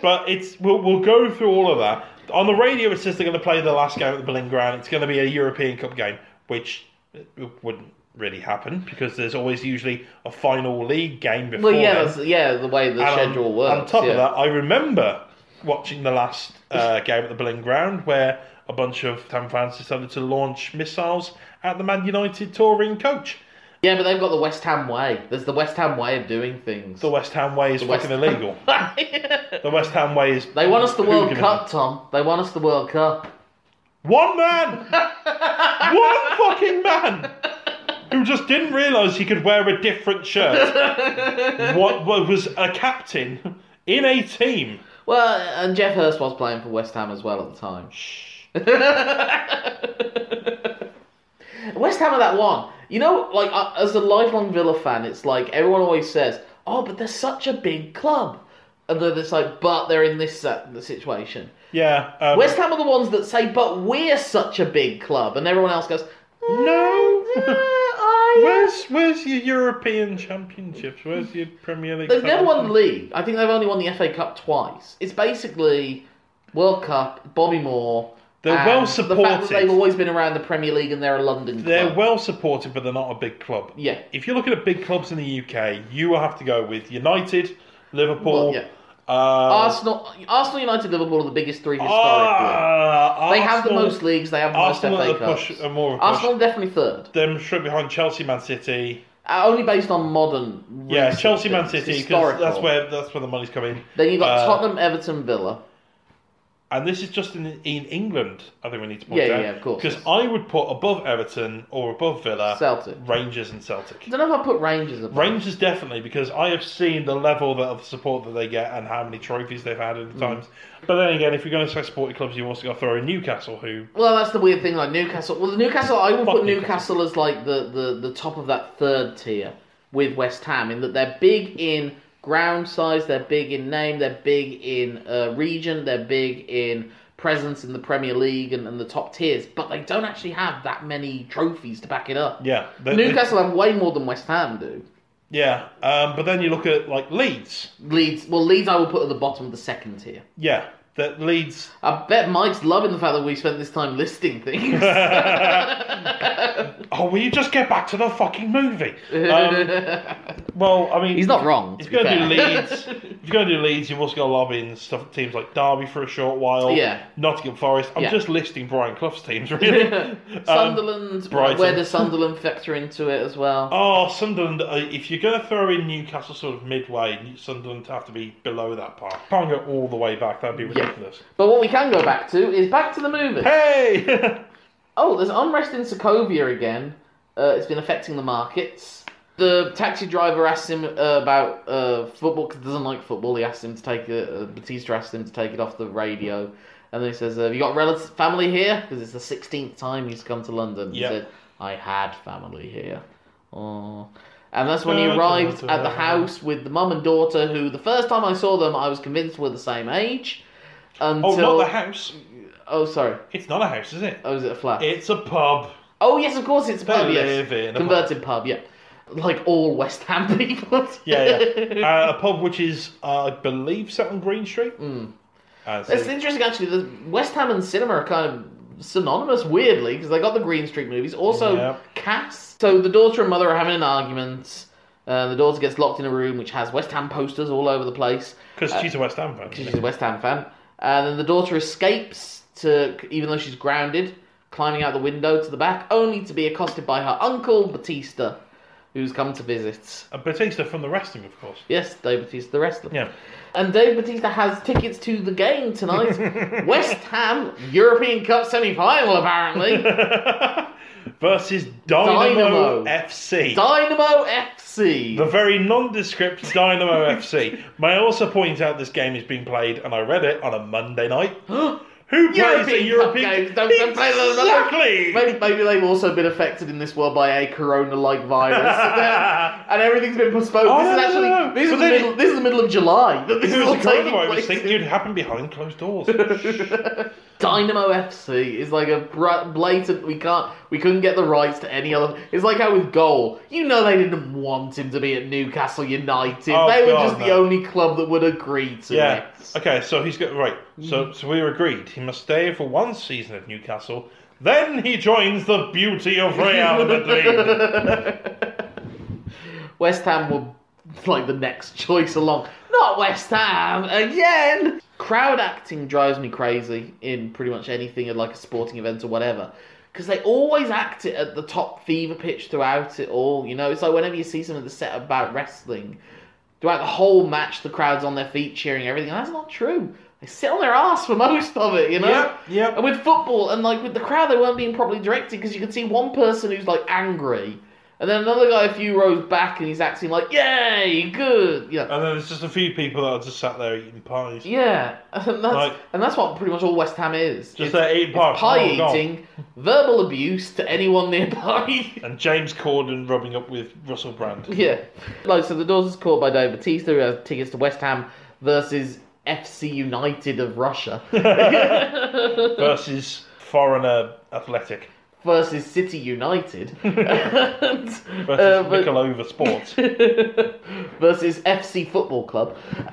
Speaker 2: but it's we'll, we'll go through all of that. On the radio, it says they're going to play the last game at the Berlin Ground. It's going to be a European Cup game, which it wouldn't really happen because there's always usually a final league game before.
Speaker 1: well, yeah,
Speaker 2: then.
Speaker 1: that's, yeah, the way the
Speaker 2: And on-
Speaker 1: schedule works.
Speaker 2: On top
Speaker 1: yeah.
Speaker 2: of that, I remember watching the last uh, game at the Berlin Ground where a bunch of Tam fans decided to launch missiles at the Man United touring coach.
Speaker 1: Yeah, but they've got the West Ham way. There's the West Ham way of doing things.
Speaker 2: The West Ham way is
Speaker 1: West-
Speaker 2: fucking illegal. the West Ham way is.
Speaker 1: they want us the World
Speaker 2: hooliganism.
Speaker 1: Cup, Tom. They want us the World Cup.
Speaker 2: One man! One fucking man! Who just didn't realise he could wear a different shirt. what what was a captain in a team.
Speaker 1: Well, and Jeff Hurst was playing for West Ham as well at the time. West Ham are that one. You know, like I- as a lifelong Villa fan, it's like everyone always says, "Oh, but they're such a big club," and then it's like, "But they're in this uh, the situation."
Speaker 2: Yeah. um,
Speaker 1: West Ham are the ones that say, "But we're such a big club," and everyone else goes, "Uh,
Speaker 2: no!
Speaker 1: I-
Speaker 2: Where's where's your European Championships? Where's your Premier League?
Speaker 1: They've never won the
Speaker 2: titles?
Speaker 1: league. I think they've only won the FA Cup twice. It's basically World Cup, Bobby Moore.
Speaker 2: They're
Speaker 1: and
Speaker 2: well
Speaker 1: The fact that
Speaker 2: supported.
Speaker 1: they've always been around the Premier League and they're a London
Speaker 2: They're
Speaker 1: club.
Speaker 2: well supported, but they're not a big club.
Speaker 1: Yeah.
Speaker 2: If you're looking at big clubs in the UK, you will have to go with United, Liverpool.
Speaker 1: Well, yeah.
Speaker 2: uh,
Speaker 1: Arsenal, Arsenal, United, Liverpool are the biggest three historically.
Speaker 2: ah,
Speaker 1: they have the
Speaker 2: Arsenal-
Speaker 1: most leagues. They have the
Speaker 2: Arsenal are
Speaker 1: most
Speaker 2: the
Speaker 1: FA Cups.
Speaker 2: push- are more of a push.
Speaker 1: Arsenal definitely third,
Speaker 2: Them straight behind Chelsea, Man City.
Speaker 1: Uh, only based on modern.
Speaker 2: Yeah,
Speaker 1: recent
Speaker 2: Chelsea, Man
Speaker 1: things,
Speaker 2: City, because
Speaker 1: historical.
Speaker 2: that's where that's where the money's coming.
Speaker 1: Then you've got
Speaker 2: Uh,
Speaker 1: Tottenham, Everton, Villa.
Speaker 2: And this is just in, in England, I think we need to point
Speaker 1: Yeah,
Speaker 2: out.
Speaker 1: yeah, of course.
Speaker 2: Because I would put above Everton or above Villa,
Speaker 1: Celtic.
Speaker 2: Rangers and Celtic.
Speaker 1: I don't know if I put Rangers above.
Speaker 2: Rangers definitely, because I have seen the level that, of support that they get and how many trophies they've had at the
Speaker 1: Mm.
Speaker 2: times. But then again, if you're going to say supporting clubs, you also got to throw in Newcastle, who
Speaker 1: Well, that's the weird thing. Like Newcastle. Well, Newcastle. I would
Speaker 2: Fuck
Speaker 1: put
Speaker 2: Newcastle.
Speaker 1: Newcastle as like the, the the top of that third tier with West Ham in that they're big in ground size, they're big in name, they're big in uh, region, they're big in presence in the Premier League and, and the top tiers, but they don't actually have that many trophies to back it up.
Speaker 2: yeah, they- they-
Speaker 1: Newcastle have way more than West Ham do.
Speaker 2: yeah. Um, but then you look at like Leeds,
Speaker 1: Leeds. Well, Leeds I will put at the bottom of the second tier.
Speaker 2: yeah, that Leeds
Speaker 1: I bet Mike's loving the fact that we spent this time listing things.
Speaker 2: Oh, will you just get back to the fucking movie? Um, well, I mean,
Speaker 1: He's not wrong,
Speaker 2: He's
Speaker 1: to be
Speaker 2: going to do
Speaker 1: fair.
Speaker 2: Leeds. He's going to do Leeds. You've also got lobbying stuff. Teams like Derby for a short while.
Speaker 1: Yeah.
Speaker 2: Nottingham Forest. I'm
Speaker 1: Yeah.
Speaker 2: just listing Brian Clough's teams, really. Um,
Speaker 1: Sunderland,
Speaker 2: Brighton.
Speaker 1: where does Sunderland factor into it as well?
Speaker 2: Oh, Sunderland. uh, If you're going to throw in Newcastle sort of midway, Sunderland have to be below that part. Can't go all the way back. That'd be
Speaker 1: Yeah.
Speaker 2: ridiculous.
Speaker 1: But what we can go back to is back to the movie.
Speaker 2: Hey!
Speaker 1: Oh, there's unrest in Sokovia again. Uh, it's been affecting the markets. The taxi driver asks him uh, about uh, football because he doesn't like football. He asks him to take it. Uh, Batista asks him to take it off the radio, and then he says, uh, "Have you got relatives, family here?" Because it's the 16th time he's come to London. He
Speaker 2: Yep.
Speaker 1: said, "I had family here." Oh. And that's when he arrived at the house with the mum and daughter, who the first time I saw them, I was convinced were the same age. Until
Speaker 2: oh, not the house.
Speaker 1: oh, sorry,
Speaker 2: It's not a house, is it?
Speaker 1: oh, is it a flat?
Speaker 2: It's a pub.
Speaker 1: Oh yes, of course it's a
Speaker 2: They
Speaker 1: pub. Yes.
Speaker 2: live in a
Speaker 1: Converted pub. yeah. Like all West Ham people.
Speaker 2: Yeah, yeah. uh, a pub which is, uh, I believe, set on Green Street.
Speaker 1: Hmm.
Speaker 2: Uh, so-
Speaker 1: it's interesting actually. The West Ham and cinema are kind of synonymous, weirdly, because they got the Green Street movies. Also,
Speaker 2: Yeah.
Speaker 1: Cass. So the daughter and mother are having an argument. Uh, the daughter gets locked in a room which has West Ham posters all over the place.
Speaker 2: Because she's a West Ham fan.
Speaker 1: Uh, She's a West Ham fan. And then the daughter escapes to, even though she's grounded, climbing out the window to the back, only to be accosted by her uncle Batista, who's come to visit.
Speaker 2: Uh, Batista from the wrestling, of course.
Speaker 1: Yes, Dave Batista, the wrestler.
Speaker 2: Yeah.
Speaker 1: And Dave Batista has tickets to the game tonight. West Ham European Cup semi final, apparently.
Speaker 2: Versus Dynamo,
Speaker 1: Dynamo.
Speaker 2: FC.
Speaker 1: Dynamo FC.
Speaker 2: the very nondescript Dynamo FC. May I also point out this game is being played, and I read it on a Monday night. Who plays a
Speaker 1: European Cup
Speaker 2: European?
Speaker 1: games don't, don't play those
Speaker 2: exactly.
Speaker 1: Maybe, maybe they've also been affected in this world by a corona-like virus, and everything's been postponed.
Speaker 2: Oh,
Speaker 1: this is
Speaker 2: no, no,
Speaker 1: actually
Speaker 2: no, no.
Speaker 1: this,
Speaker 2: So
Speaker 1: is the
Speaker 2: they-
Speaker 1: middle, this is the middle of July. that This is
Speaker 2: If it
Speaker 1: all
Speaker 2: was
Speaker 1: taking
Speaker 2: coronavirus
Speaker 1: place.
Speaker 2: thing, you'd happen behind closed doors.
Speaker 1: Dynamo FC is like a br- blatant. We can't. We couldn't get the rights to any other. It's like how with goal. You know they didn't want him to be at Newcastle United.
Speaker 2: Oh,
Speaker 1: they were
Speaker 2: God,
Speaker 1: just the
Speaker 2: no.
Speaker 1: only club that would agree to
Speaker 2: yeah.
Speaker 1: it.
Speaker 2: Okay, so he's got right.
Speaker 1: Mm-hmm.
Speaker 2: So so we were agreed. He must stay for one season at Newcastle. Then he joins the beauty of Real Madrid.
Speaker 1: West Ham were like the next choice along. Not West Ham again. Crowd acting drives me crazy in pretty much anything at like a sporting event or whatever. Because they always act it at the top fever pitch throughout it all. You know, it's like whenever you see something that's set about wrestling, throughout the whole match, the crowd's on their feet cheering everything. And that's not true. They sit on their ass for most of it, you know.
Speaker 2: Yep, yep.
Speaker 1: And with football and like with the crowd, they weren't being properly directed because you could see one person who's like angry, and then another guy a few rows back, and he's acting like, "Yay, good," you know.
Speaker 2: and then there's just a few people that are just sat there eating pies.
Speaker 1: Yeah, and that's
Speaker 2: Like-
Speaker 1: and that's what pretty much all West Ham is.
Speaker 2: Just
Speaker 1: It's-
Speaker 2: there eating pies.
Speaker 1: pie
Speaker 2: Oh, God.
Speaker 1: eating, verbal abuse to anyone nearby.
Speaker 2: And James Corden rubbing up with Russell Brand.
Speaker 1: yeah, like so, the doors is caught by Dave Batista, who has tickets to West Ham versus FC United of Russia
Speaker 2: versus foreigner athletic
Speaker 1: versus City United uh,
Speaker 2: versus
Speaker 1: but-
Speaker 2: Mikolova Sports.
Speaker 1: versus FC Football Club.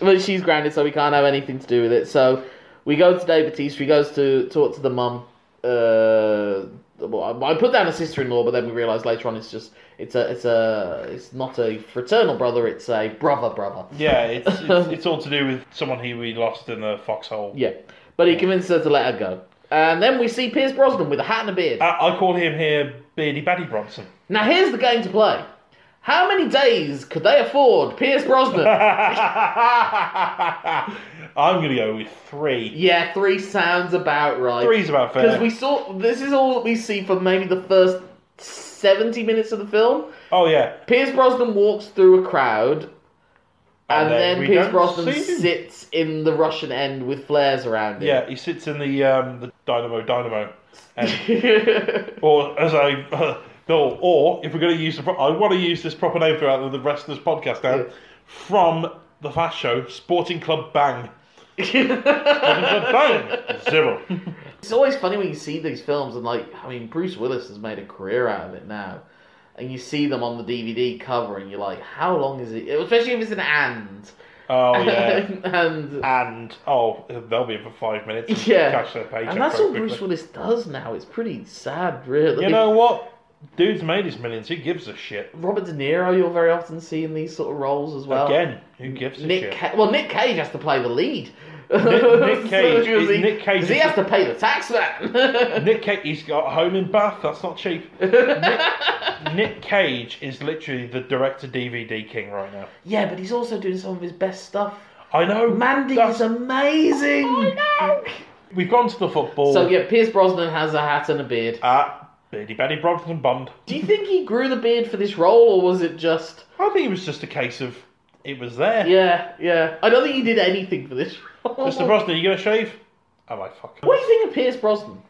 Speaker 1: but she's grounded, so we can't have anything to do with it. So we go to Dave Batista. He goes to talk to the mum. Uh, well, I I put down a sister-in-law, but then we realise later on it's just it's a it's a it's not a fraternal brother. It's a brother brother.
Speaker 2: yeah, it's, it's it's all to do with someone who we lost in a foxhole.
Speaker 1: Um, Yeah, but he convinces her to let her go. And then we see Piers Brosnan with a hat and a beard.
Speaker 2: I, I call him here Beardy Baddy Bronson.
Speaker 1: Now here's the game to play. How many days could they afford Piers Brosnan?
Speaker 2: I'm gonna go with three.
Speaker 1: yeah, three sounds about right.
Speaker 2: Three's about
Speaker 1: Because
Speaker 2: fair.
Speaker 1: we saw this is all that we see for maybe the first seventy minutes of the film.
Speaker 2: oh yeah,
Speaker 1: Pierce Brosnan walks through a crowd, and, then,
Speaker 2: Oh, we
Speaker 1: Pierce
Speaker 2: don't
Speaker 1: Brosnan
Speaker 2: see him.
Speaker 1: sits in the Russian end with flares around him.
Speaker 2: Yeah, he sits in the um, the Dynamo Dynamo, and, or as I no, or if we're gonna use the pro- I want to use this proper name throughout the rest of this podcast now
Speaker 1: Yeah.
Speaker 2: from the fast show Sporting Club Bang. Sporting Club Bang zero.
Speaker 1: It's always funny when you see these films, and like, I mean, Bruce Willis has made a career out of it now, and you see them on the DVD cover, and you're like, how long is it? Especially if it's an and.
Speaker 2: Oh yeah.
Speaker 1: and
Speaker 2: And oh, they'll be in for five minutes. And
Speaker 1: yeah,
Speaker 2: cash their paycheck.
Speaker 1: and that's
Speaker 2: very
Speaker 1: all Bruce
Speaker 2: quickly.
Speaker 1: Willis does now. It's pretty sad, really.
Speaker 2: You know what? Dude's made his millions. Who gives a shit?
Speaker 1: Robert De Niro, you'll very often see in these sort of roles as well.
Speaker 2: Again, who gives a
Speaker 1: Nick
Speaker 2: shit?
Speaker 1: Ca- well, Nick Cage has to play the lead.
Speaker 2: Nick
Speaker 1: So
Speaker 2: Cage-
Speaker 1: you see-
Speaker 2: Nick Cage
Speaker 1: 'cause he
Speaker 2: is-
Speaker 1: has to pay the tax man.
Speaker 2: Nick Cage, he's got a home in Bath. That's not cheap. Nick, Nick Cage is literally the director DVD king right now.
Speaker 1: yeah, but he's also doing some of his best stuff.
Speaker 2: I know.
Speaker 1: Mandy
Speaker 2: that's-
Speaker 1: is amazing.
Speaker 2: We've gone to the football.
Speaker 1: So yeah, Pierce Brosnan has a hat and a beard.
Speaker 2: At Biddy Betty Bronson Bond.
Speaker 1: Do you think he grew the beard for this role, or was it just?
Speaker 2: I think it was just a case of it was there.
Speaker 1: Yeah, yeah. I don't think he did anything for this role.
Speaker 2: Mr. Brosnan, are you gonna shave? I'm like fuck.
Speaker 1: What do you think of Pierce Brosnan?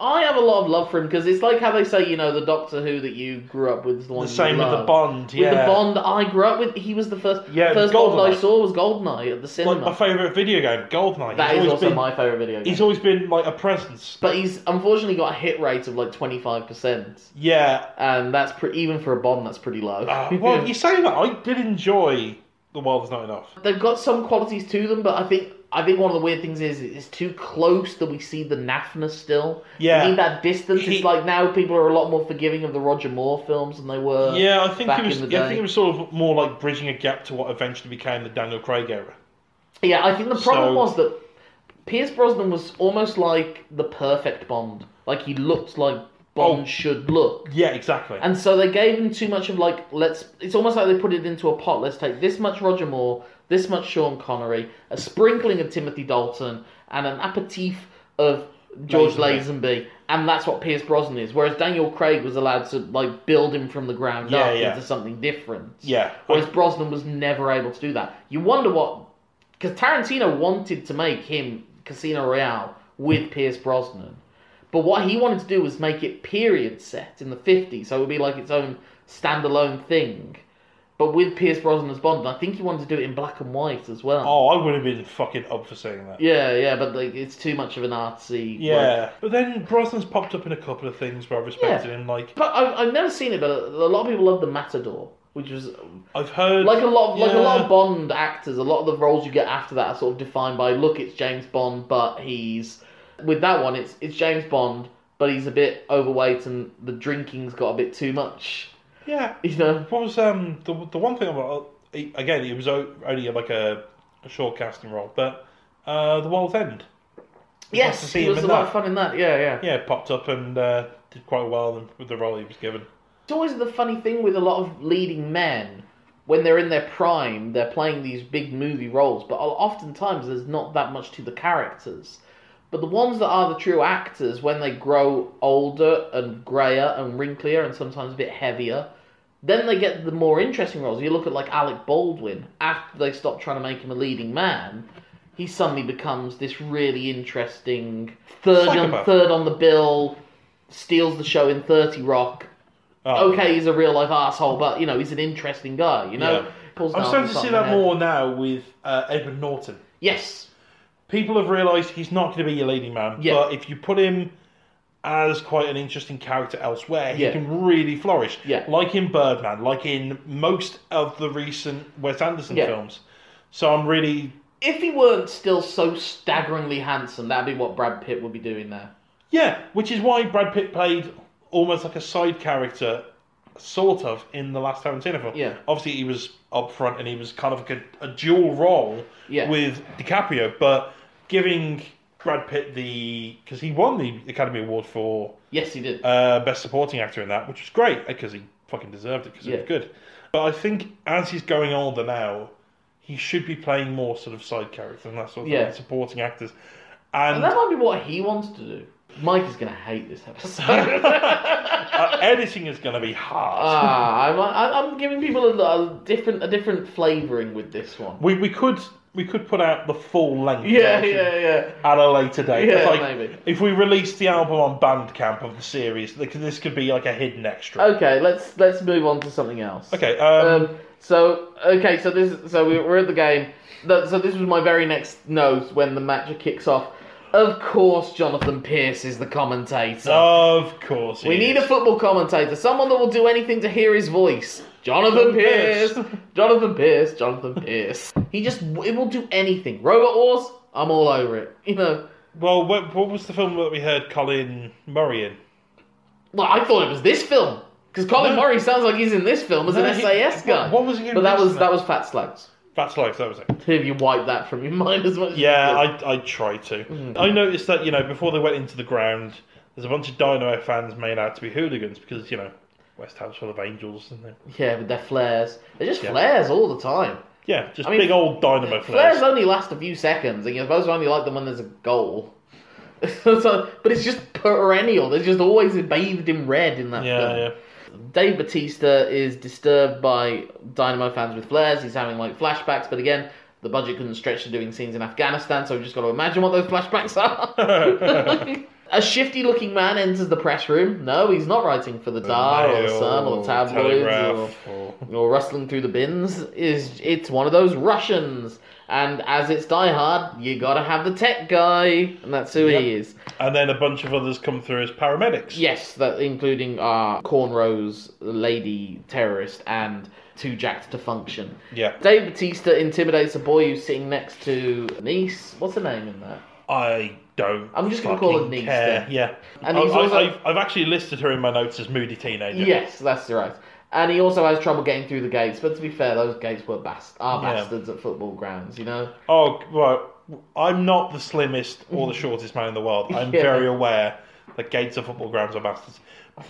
Speaker 1: I have a lot of love for him because it's like how they say, you know, the Doctor Who that you grew up with is the one
Speaker 2: The
Speaker 1: you
Speaker 2: same with the
Speaker 1: love.
Speaker 2: Bond.
Speaker 1: With
Speaker 2: Yeah.
Speaker 1: the Bond I grew up with, he was the first.
Speaker 2: Yeah,
Speaker 1: first Bond I
Speaker 2: Goldeneye.
Speaker 1: saw was Goldeneye at the cinema.
Speaker 2: Like my favourite video game, Goldeneye.
Speaker 1: that
Speaker 2: He's
Speaker 1: is
Speaker 2: always
Speaker 1: also
Speaker 2: been-
Speaker 1: my favorite video. Game.
Speaker 2: He's always been like a presence.
Speaker 1: but he's unfortunately got a hit rate of like twenty five percent,
Speaker 2: Yeah.
Speaker 1: and that's pre- even for a Bond, that's pretty low.
Speaker 2: Uh, well, you say that. I did enjoy The World Is Not Enough.
Speaker 1: They've got some qualities to them, but I think I think one of the weird things is it's too close that we see the naffness still.
Speaker 2: Yeah.
Speaker 1: we need that distance.
Speaker 2: He-
Speaker 1: It's like now people are a lot more forgiving of the Roger Moore films than they were.
Speaker 2: Yeah, I think
Speaker 1: back
Speaker 2: it was.
Speaker 1: in the
Speaker 2: I
Speaker 1: day.
Speaker 2: think it was sort of more like bridging a gap to what eventually became the Daniel Craig era.
Speaker 1: Yeah, I think the problem
Speaker 2: So-
Speaker 1: was that Pierce Brosnan was almost like the perfect Bond. Like he looked like Bond
Speaker 2: Oh.
Speaker 1: should look.
Speaker 2: Yeah, exactly.
Speaker 1: And so they gave him too much of like let's. It's almost like they put it into a pot. Let's take this much Roger Moore, this much Sean Connery, a sprinkling of Timothy Dalton, and an aperitif of George
Speaker 2: Lazenby.
Speaker 1: Lazenby, and that's what Pierce Brosnan is. Whereas Daniel Craig was allowed to like build him from the ground
Speaker 2: Yeah,
Speaker 1: up
Speaker 2: yeah.
Speaker 1: into something different.
Speaker 2: yeah,
Speaker 1: Whereas Brosnan was never able to do that. You wonder what. Because Tarantino wanted to make him Casino Royale with Pierce Brosnan. But what he wanted to do was make it period set in the 50s, so it would be like its own standalone thing. But with Pierce Brosnan as Bond, and I think he wanted to do it in black and white as well.
Speaker 2: oh, I would have been fucking up for saying that.
Speaker 1: Yeah, yeah, but like, it's too much of an artsy. like-
Speaker 2: Yeah, but then Brosnan's popped up in a couple of things where I respected
Speaker 1: Yeah.
Speaker 2: him. Like
Speaker 1: but I've, I've never seen it, but a lot of people love The Matador, which was
Speaker 2: I've heard,
Speaker 1: like a lot of, like a lot
Speaker 2: Yeah.
Speaker 1: of Bond actors, a lot of the roles you get after that are sort of defined by look, it's James Bond, but he's with that one, it's it's James Bond, but he's a bit overweight and the drinking's got a bit too much,
Speaker 2: Yeah,
Speaker 1: you know.
Speaker 2: What was um the the one thing about he- again? It was o- only like a, a short casting role, but uh, the World's End. nice to
Speaker 1: Yes,
Speaker 2: see
Speaker 1: he
Speaker 2: him
Speaker 1: was
Speaker 2: in
Speaker 1: a lot
Speaker 2: that.
Speaker 1: of fun in that. Yeah, yeah.
Speaker 2: Yeah, popped up and uh, did quite well with the role he was given.
Speaker 1: It's always the funny thing with a lot of leading men when they're in their prime, they're playing these big movie roles, but oftentimes there's not that much to the characters. But the ones that are the true actors, when they grow older and grayer and wrinklier and sometimes a bit heavier, then they get the more interesting roles. You look at like Alec Baldwin, after they stop trying to make him a leading man, he suddenly becomes this really interesting third on,
Speaker 2: Psychopath.
Speaker 1: third on the bill, steals the show in 30 Rock,
Speaker 2: Oh,
Speaker 1: okay, he's a real life asshole, but you know he's an interesting guy. You know,
Speaker 2: Yeah.
Speaker 1: Pulls
Speaker 2: I'm
Speaker 1: down
Speaker 2: starting to
Speaker 1: on
Speaker 2: see
Speaker 1: the
Speaker 2: that
Speaker 1: head.
Speaker 2: more now with uh, Edward Norton.
Speaker 1: Yes,
Speaker 2: People have realised he's not going to be your leading man,
Speaker 1: Yeah.
Speaker 2: but if you put him as quite an interesting character elsewhere, he
Speaker 1: Yeah.
Speaker 2: can really flourish.
Speaker 1: Yeah.
Speaker 2: Like in Birdman, like in most of the recent Wes Anderson
Speaker 1: Yeah.
Speaker 2: films. So I'm really
Speaker 1: if he weren't still so staggeringly handsome, that'd be what Brad Pitt would be doing there.
Speaker 2: Yeah, which is why Brad Pitt played almost like a side character, sort of, in the last Tarantino film.
Speaker 1: Yeah.
Speaker 2: Obviously, he was up front and he was kind of like a, a dual role
Speaker 1: Yeah.
Speaker 2: with DiCaprio, but giving Brad Pitt the. Because he won the Academy Award for
Speaker 1: Yes, he did.
Speaker 2: uh, Best Supporting Actor in that, which was great because he fucking deserved it because it
Speaker 1: Yeah.
Speaker 2: was good. But I think as he's going older now, he should be playing more sort of side characters and that sort of
Speaker 1: Yeah.
Speaker 2: thing, supporting actors.
Speaker 1: and
Speaker 2: And
Speaker 1: that might be what he wants to do. Mike is gonna hate this episode.
Speaker 2: uh, editing is going to be hard.
Speaker 1: ah, I'm, I- I'm giving people a, a different a different flavoring with this one.
Speaker 2: We we could we could put out the full length.
Speaker 1: Yeah,
Speaker 2: version
Speaker 1: yeah, yeah.
Speaker 2: At a later date.
Speaker 1: Yeah,
Speaker 2: It's like,
Speaker 1: maybe.
Speaker 2: If we release the album on Bandcamp of the series, like, this could be like a hidden extra.
Speaker 1: Okay, let's let's move on to something else.
Speaker 2: Okay, um,
Speaker 1: Oh, Um, so okay, so this is- so we- we're at the game. That, so this was my very next note when the match kicks off. Of course, Jonathan Pierce is the commentator.
Speaker 2: Oh, of course.
Speaker 1: we
Speaker 2: it
Speaker 1: need
Speaker 2: is.
Speaker 1: a football commentator, someone that will do anything to hear his voice. Jonathan Pierce,
Speaker 2: Pierce.
Speaker 1: Jonathan Pierce, Jonathan Pierce. He just it will do anything. Robot Wars, I'm all over it. You know,
Speaker 2: Well, what, what was the film that we heard Colin Murray in?
Speaker 1: well, I thought it was this film because Colin
Speaker 2: No.
Speaker 1: Murray sounds like he's in this film as
Speaker 2: No,
Speaker 1: an
Speaker 2: he-
Speaker 1: SAS
Speaker 2: what-
Speaker 1: guy.
Speaker 2: what was he in
Speaker 1: But that
Speaker 2: this
Speaker 1: was
Speaker 2: then?
Speaker 1: that was Fat Slags.
Speaker 2: That's like that was it.
Speaker 1: Have you wiped that from your mind as much? as you
Speaker 2: Yeah,
Speaker 1: could?
Speaker 2: I I try to.
Speaker 1: Mm-hmm.
Speaker 2: I noticed that you know before they went into the ground, there's a bunch of Dynamo fans made out to be hooligans because you know West Ham's full of angels and they,
Speaker 1: Yeah, with their flares. They're just
Speaker 2: Yeah.
Speaker 1: flares all the time.
Speaker 2: yeah, just
Speaker 1: I mean,
Speaker 2: big old Dynamo
Speaker 1: Flares.
Speaker 2: flares.
Speaker 1: only last a few seconds, and you're supposed to only like them when there's a goal. so, but it's just perennial. They're just always bathed in red in that
Speaker 2: Yeah,
Speaker 1: film.
Speaker 2: yeah.
Speaker 1: Dave Batista is disturbed by Dynamo fans with flares. He's having like flashbacks, but again, the budget couldn't stretch to doing scenes in Afghanistan, so we've just got to imagine what those flashbacks are. A shifty looking man enters the press room. No, he's not writing for the Dar or the
Speaker 2: Mail,
Speaker 1: Sun or the tabloids
Speaker 2: oh, Telegraph,
Speaker 1: or,
Speaker 2: or-
Speaker 1: or rustling through the bins. Is It's one of those Russians. And as it's Die Hard, you gotta have the tech guy. And that's who he is.
Speaker 2: And then a bunch of others come through as paramedics.
Speaker 1: Yes, that including our cornrows lady terrorist and too jacked to function.
Speaker 2: Yeah.
Speaker 1: Dave Batista intimidates a boy who's sitting next to niece. What's her name in that?
Speaker 2: I don't.
Speaker 1: I'm just gonna call
Speaker 2: fucking
Speaker 1: it niece
Speaker 2: Care.
Speaker 1: then.
Speaker 2: Yeah.
Speaker 1: And
Speaker 2: I,
Speaker 1: he's
Speaker 2: I-
Speaker 1: also-
Speaker 2: I've, I've actually listed her in my notes as moody teenager.
Speaker 1: Yes, that's right. And he also has trouble getting through the gates. But to be fair, those gates were bast- are
Speaker 2: Yeah.
Speaker 1: bastards at football grounds. You know.
Speaker 2: Oh well, I'm not the slimmest or the shortest man in the world. I'm
Speaker 1: Yeah.
Speaker 2: very aware that gates of football grounds are bastards.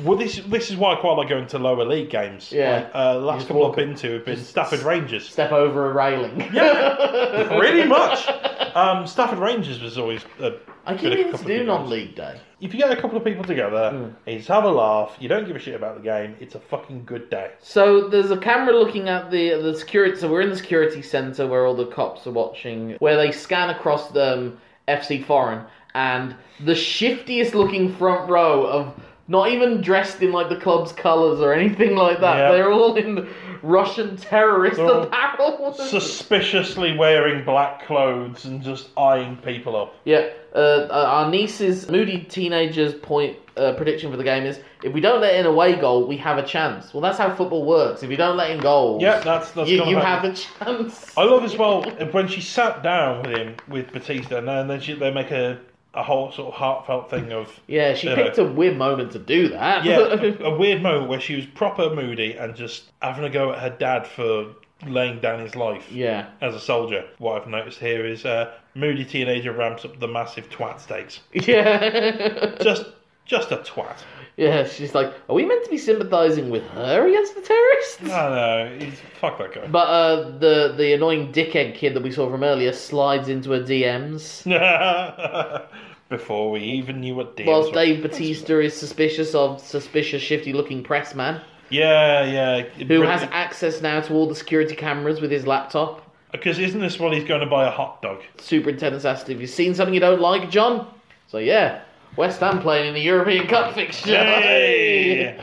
Speaker 2: Well, this this is why I quite like going to lower league games.
Speaker 1: Yeah.
Speaker 2: Like, uh, last
Speaker 1: Just
Speaker 2: couple I've
Speaker 1: walk-
Speaker 2: been to have been Stafford Rangers.
Speaker 1: Step over a railing.
Speaker 2: Yeah, pretty much. Um, Stafford Rangers was always. A
Speaker 1: I keep
Speaker 2: good
Speaker 1: meaning
Speaker 2: couple
Speaker 1: to
Speaker 2: of
Speaker 1: do
Speaker 2: good ones.
Speaker 1: non-league day.
Speaker 2: If you get a couple of people
Speaker 1: Hmm.
Speaker 2: together, you just have a laugh. You don't give a shit about the game. It's a fucking good day.
Speaker 1: So there's a camera looking at the the security. So we're in the security center where all the cops are watching, where they scan across the um, FC Foreign, and the shiftiest looking front row of not even dressed in like the club's colors or anything like that.
Speaker 2: Yeah.
Speaker 1: They're all in Russian terrorist
Speaker 2: They're all
Speaker 1: apparel.
Speaker 2: Suspiciously wearing black clothes and just eyeing people up.
Speaker 1: Yeah, uh, our niece's moody teenager's point uh, prediction for the game is: if we don't let in a away goal, we have a chance. Well, that's how football works. If you don't let in goals,
Speaker 2: Yeah, that's that's.
Speaker 1: you,
Speaker 2: gonna
Speaker 1: you have
Speaker 2: happen.
Speaker 1: a chance.
Speaker 2: I love as well when she sat down with him with Batista, and then- then she, they make a, a whole sort of heartfelt thing of
Speaker 1: Yeah, she
Speaker 2: you
Speaker 1: picked
Speaker 2: know,
Speaker 1: a weird moment to do that.
Speaker 2: yeah a, a weird moment where she was proper moody and just having a go at her dad for laying down his life
Speaker 1: yeah.
Speaker 2: as a soldier. What I've noticed here is uh, moody teenager ramps up the massive twat stakes.
Speaker 1: Yeah.
Speaker 2: Just just a twat.
Speaker 1: yeah, she's like, are we meant to be sympathizing with her against the terrorists?
Speaker 2: I know. He's, fuck that guy.
Speaker 1: But uh, the the annoying dickhead kid that we saw from earlier slides into her DMs.
Speaker 2: Before we even knew what deals
Speaker 1: Whilst
Speaker 2: were.
Speaker 1: Dave Batista is suspicious of suspicious, shifty-looking press man
Speaker 2: Yeah, yeah.
Speaker 1: who has access now to all the security cameras with his laptop.
Speaker 2: Because isn't this what he's going to buy a hot dog?
Speaker 1: Superintendent's asked, "Have you seen something you don't like, John?" So yeah, West Ham playing in the European Cup fixture.
Speaker 2: Hey!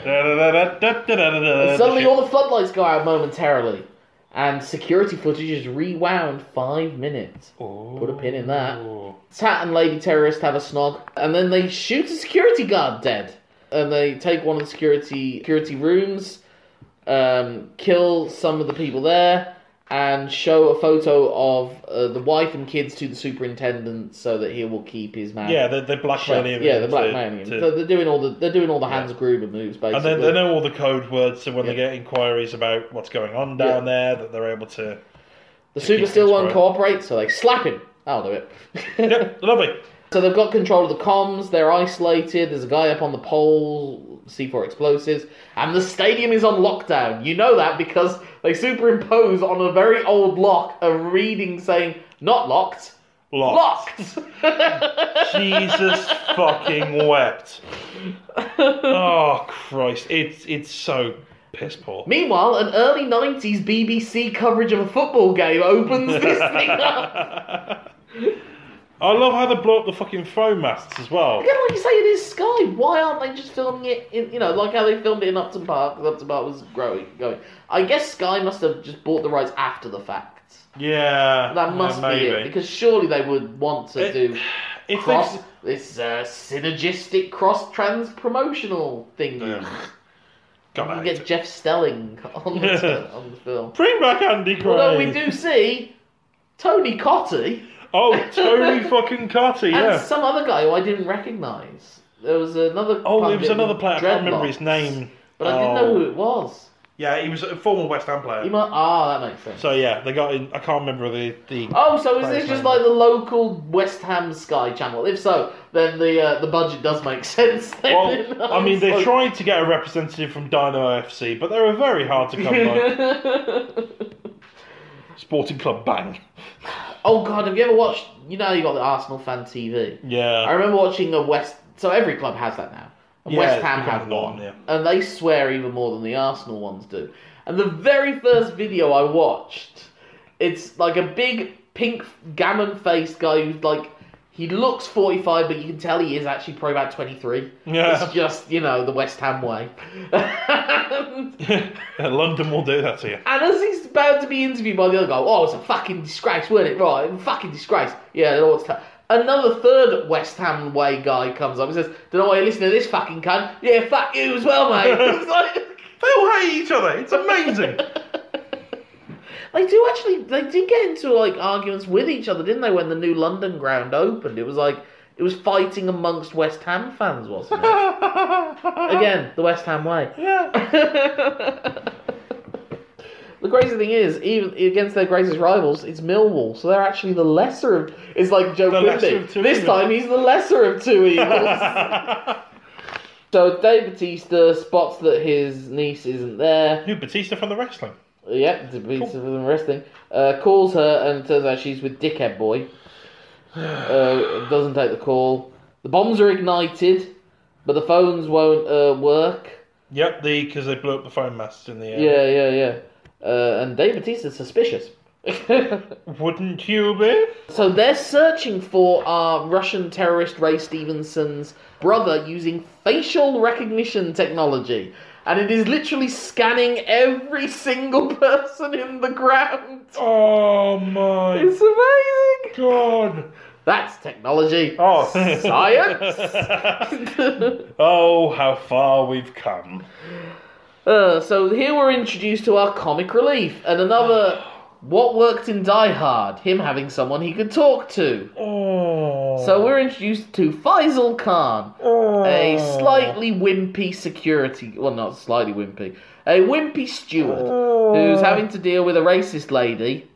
Speaker 2: Da-da-da-da-da-da-da-da.
Speaker 1: And suddenly all the floodlights go out momentarily. And security footage is rewound five minutes. Put a pin in that. Tat and Lady Terrorist have a snog. And then they shoot a security guard dead. And they take one of the security security rooms, um, kill some of the people there, and show a photo of uh, the wife and kids to the superintendent so that he will keep his mouth.
Speaker 2: Yeah, they're, they're blackmailing.
Speaker 1: yeah, the
Speaker 2: him
Speaker 1: black
Speaker 2: to-
Speaker 1: man.
Speaker 2: to-
Speaker 1: So they're doing all the they're doing all the Hans Gruber moves basically.
Speaker 2: and then they know all the code words, so when they
Speaker 1: Yeah.
Speaker 2: get inquiries about what's going on down there, that they're able to.
Speaker 1: The super
Speaker 2: keep
Speaker 1: still
Speaker 2: things
Speaker 1: won't
Speaker 2: quiet.
Speaker 1: cooperate, so they slap him. That'll do it.
Speaker 2: Yep, lovely.
Speaker 1: So they've got control of the comms, they're isolated, there's a guy up on the pole, C4 explosives, and the stadium is on lockdown. You know that because they superimpose on a very old lock a reading saying, not locked,
Speaker 2: Locked.
Speaker 1: locked!
Speaker 2: Jesus fucking wept. Oh Christ! It's it's so piss poor.
Speaker 1: Meanwhile, an early 90s BBC coverage of a football game opens this thing up.
Speaker 2: I love how they blow up the fucking phone masts as well.
Speaker 1: Again, like you say, it is Sky. Why aren't they just filming it in, you know, like how they filmed it in Upton Park? 'cause Upton Park was growing, going. I guess Sky must have just bought the rights after the fact.
Speaker 2: Yeah,
Speaker 1: That must
Speaker 2: yeah,
Speaker 1: be
Speaker 2: Uh, maybe.
Speaker 1: it, because surely they would want to
Speaker 2: It-
Speaker 1: do
Speaker 2: if
Speaker 1: cross
Speaker 2: they-
Speaker 1: this uh, synergistic cross trans promotional thing.
Speaker 2: God, I
Speaker 1: You
Speaker 2: hate
Speaker 1: get
Speaker 2: it.
Speaker 1: Jeff Stelling on the, on the film.
Speaker 2: Bring back Andy Gray.
Speaker 1: Although we do see Tony Cotty
Speaker 2: Oh, Tony fucking Cotty,
Speaker 1: and
Speaker 2: yeah.
Speaker 1: some other guy who I didn't recognise. There was another.
Speaker 2: Oh, there
Speaker 1: pundit
Speaker 2: was another
Speaker 1: with
Speaker 2: player. I can't remember his
Speaker 1: dreadlocks.
Speaker 2: name.
Speaker 1: But I didn't
Speaker 2: Oh.
Speaker 1: know who it was.
Speaker 2: Yeah, he was a former West Ham player.
Speaker 1: You might, ah, that makes sense.
Speaker 2: So yeah, they got in. I can't remember the the.
Speaker 1: oh, so is
Speaker 2: Players
Speaker 1: this just
Speaker 2: name.
Speaker 1: like the local West Ham Sky channel? If so, then the uh, the budget does make sense. then.
Speaker 2: Well, I mean, they
Speaker 1: Like-
Speaker 2: tried to get a representative from Dynamo FC, but they were very hard to come by. Sporting Club Bang.
Speaker 1: oh God, have you ever watched? You know, you got the Arsenal fan TV. I
Speaker 2: Yeah.
Speaker 1: remember watching a West. So every club has that now. And
Speaker 2: Yeah,
Speaker 1: West
Speaker 2: it's
Speaker 1: Ham
Speaker 2: become
Speaker 1: have
Speaker 2: the norm,
Speaker 1: one,
Speaker 2: yeah.
Speaker 1: and they swear even more than the Arsenal ones do. And the very first video I watched, it's like a big pink gammon-faced guy who's like. He looks 45, but you can tell he is actually probably about 23.
Speaker 2: Yeah.
Speaker 1: It's just, you know, the West Ham way.
Speaker 2: London will do that to you.
Speaker 1: And as he's about to be interviewed by the other guy, oh, it's a fucking disgrace, wasn't it? Right, fucking disgrace. Yeah, I don't know what to tell. Another third West Ham way guy comes up and says, don't know why you listen to this fucking cunt. Yeah, fuck you as well, mate. It's like-
Speaker 2: They all hate each other. It's amazing.
Speaker 1: they do actually, they did get into like arguments with each other, didn't they, when the new London ground opened? It was like, it was fighting amongst West Ham fans, wasn't it? Again, the West Ham way.
Speaker 2: yeah.
Speaker 1: The crazy thing is, even against their greatest rivals, it's Millwall, so they're actually the lesser of. It's like Joe
Speaker 2: The lesser
Speaker 1: Quimby.
Speaker 2: of two
Speaker 1: This
Speaker 2: evils.
Speaker 1: time he's the lesser of two evils. So Dave Batista spots that his niece isn't there.
Speaker 2: Who Batista from the wrestling?
Speaker 1: Yep, Batista from wrestling. Uh, calls her and it turns out she's with Dickhead Boy. Uh, doesn't take the call. The bombs are ignited, but the phones won't uh, work.
Speaker 2: Yep, the because they blew up the phone masts in the air.
Speaker 1: Yeah, yeah, yeah. Uh, and Dave Batista's suspicious.
Speaker 2: Wouldn't you be?
Speaker 1: so they're searching for our Russian terrorist Ray Stevenson's brother using facial recognition technology. And it is literally scanning every single person in the ground.
Speaker 2: Oh my
Speaker 1: It's amazing!
Speaker 2: god!
Speaker 1: That's technology.
Speaker 2: Oh.
Speaker 1: Science!
Speaker 2: Oh, how far we've come.
Speaker 1: Uh, so here we're introduced to our comic relief and another what worked in Die Hard, him having someone he could talk to.
Speaker 2: Oh.
Speaker 1: So we're introduced to Faisal Khan, a slightly wimpy security, well not slightly wimpy, a wimpy steward who's having to deal with a racist lady.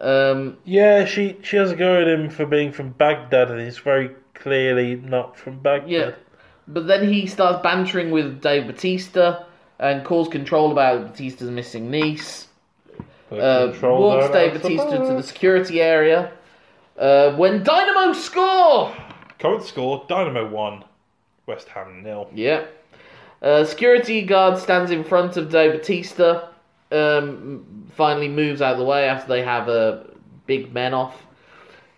Speaker 1: Um,
Speaker 2: Yeah, she she has a go at him for being from Baghdad, and he's very clearly not from Baghdad.
Speaker 1: yeah, but then he starts bantering with Dave Batista and calls control about Batista's missing niece. uh,
Speaker 2: Control
Speaker 1: walks
Speaker 2: that
Speaker 1: Dave
Speaker 2: out.
Speaker 1: Batista to the security area. Uh, when Dynamo score!
Speaker 2: Current score: Dynamo one, West Ham nil.
Speaker 1: Yeah. Uh, security guard stands in front of Dave Batista. Um, finally moves out of the way after they have a big men off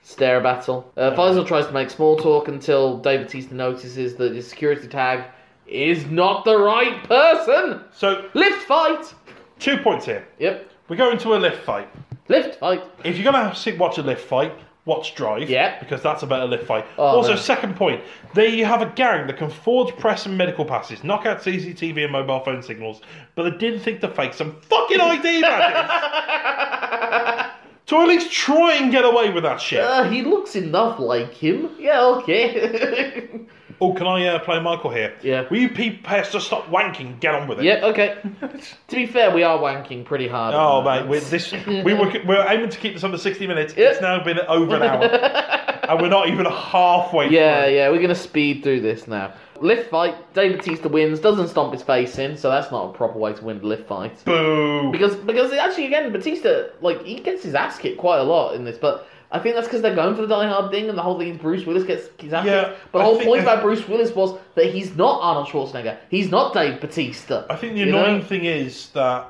Speaker 1: stare battle. Uh, Faisal tries to make small talk until Dave Batista notices that his security tag is not the right person.
Speaker 2: So
Speaker 1: Lift fight.
Speaker 2: two points here.
Speaker 1: Yep.
Speaker 2: We go into a lift fight.
Speaker 1: Lift fight.
Speaker 2: If you're gonna have to watch a lift fight, watch Drive.
Speaker 1: Yeah.
Speaker 2: because that's a better lift fight.
Speaker 1: Oh,
Speaker 2: also,
Speaker 1: man.
Speaker 2: second point: they have a gang that can forge press and medical passes, knock out CCTV and mobile phone signals, but they didn't think to fake some fucking ID badges. To at least try and get away with that shit.
Speaker 1: Uh, he looks enough like him. Yeah, okay.
Speaker 2: Oh, can I uh, play Michael here?
Speaker 1: Yeah.
Speaker 2: Will you people just stop wanking? Get on with it.
Speaker 1: yeah, okay. to be fair, we are wanking pretty hard. at
Speaker 2: Oh
Speaker 1: the moment.
Speaker 2: mate, we're, this we were we were aiming to keep this under sixty minutes.
Speaker 1: Yeah.
Speaker 2: It's now been over an hour, and we're not even halfway.
Speaker 1: Yeah,
Speaker 2: through.
Speaker 1: yeah, we're gonna speed through this now. Lift fight. Dave Batista wins. Doesn't stomp his face in, so that's not a proper way to win the lift fight.
Speaker 2: Boo.
Speaker 1: Because because actually again, Batista like he gets his ass kicked quite a lot in this, but. I think that's because they're going for the Die Hard thing, and the whole thing is Bruce Willis gets his ass
Speaker 2: Yeah,
Speaker 1: kicked. But the
Speaker 2: I
Speaker 1: whole
Speaker 2: think
Speaker 1: point
Speaker 2: that-
Speaker 1: about Bruce Willis was that he's not Arnold Schwarzenegger. He's not Dave Batista.
Speaker 2: I think the
Speaker 1: you know?
Speaker 2: annoying thing is that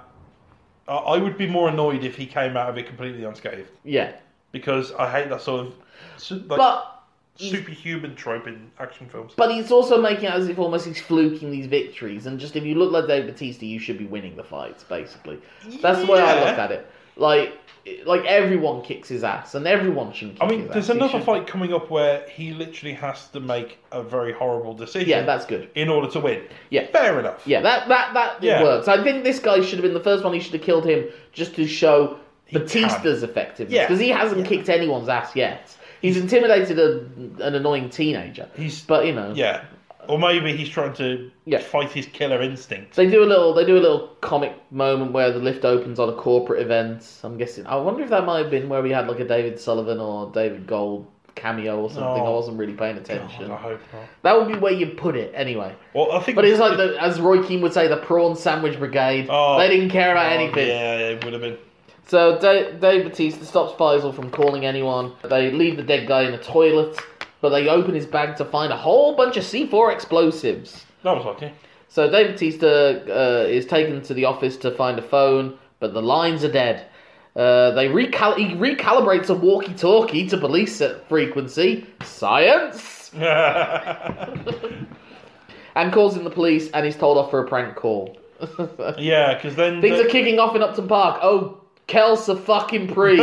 Speaker 2: I I would be more annoyed if he came out of it completely unscathed
Speaker 1: Yeah,
Speaker 2: because I hate that sort of su- like,
Speaker 1: but
Speaker 2: superhuman trope in action films.
Speaker 1: But he's also making it as if almost he's fluking these victories, and just if you look like Dave Batista, you should be winning the fights. Basically, that's the way I
Speaker 2: Yeah.
Speaker 1: look at it. Like, like everyone kicks his ass, and everyone should. Kick
Speaker 2: I mean,
Speaker 1: his
Speaker 2: there's
Speaker 1: ass. He
Speaker 2: another
Speaker 1: should-
Speaker 2: fight coming up where he literally has to make a very horrible decision.
Speaker 1: Yeah, that's good.
Speaker 2: in order to win.
Speaker 1: Yeah.
Speaker 2: fair enough.
Speaker 1: Yeah, that that that
Speaker 2: Yeah.
Speaker 1: works. I think this guy should have been the first one. He should have killed him just to show Batista's effectiveness
Speaker 2: Yeah.
Speaker 1: because he hasn't kicked anyone's ass yet. He's intimidated a, an annoying teenager.
Speaker 2: He's-
Speaker 1: but you know,
Speaker 2: Yeah. Or maybe he's trying to
Speaker 1: Yeah.
Speaker 2: fight his killer instinct.
Speaker 1: They do a little. They do a little comic moment where the lift opens on a corporate event. I'm guessing. I wonder if that might have been where we had like a David Sullivan or David Gold cameo or something.
Speaker 2: Oh.
Speaker 1: I wasn't really paying attention.
Speaker 2: I hope not.
Speaker 1: that would be where you put it anyway.
Speaker 2: Well, I think.
Speaker 1: But it's like the, as Roy Keane would say, the prawn sandwich brigade.
Speaker 2: Oh.
Speaker 1: they didn't care about
Speaker 2: Oh,
Speaker 1: anything.
Speaker 2: Yeah, it would have been.
Speaker 1: So Dave, Dave Batista stops Faisal from calling anyone. They leave the dead guy in a toilet, but they open his bag to find a whole bunch of C4 explosives.
Speaker 2: That was lucky.
Speaker 1: So Dave Batista uh, is taken to the office to find a phone, but the lines are dead. Uh, they recal- he recalibrates a walkie-talkie to police at frequency science and calls in the police and is told off for a prank call.
Speaker 2: yeah, because then.
Speaker 1: Things
Speaker 2: the-
Speaker 1: are kicking off in Upton Park. Oh, Kels a fucking priest.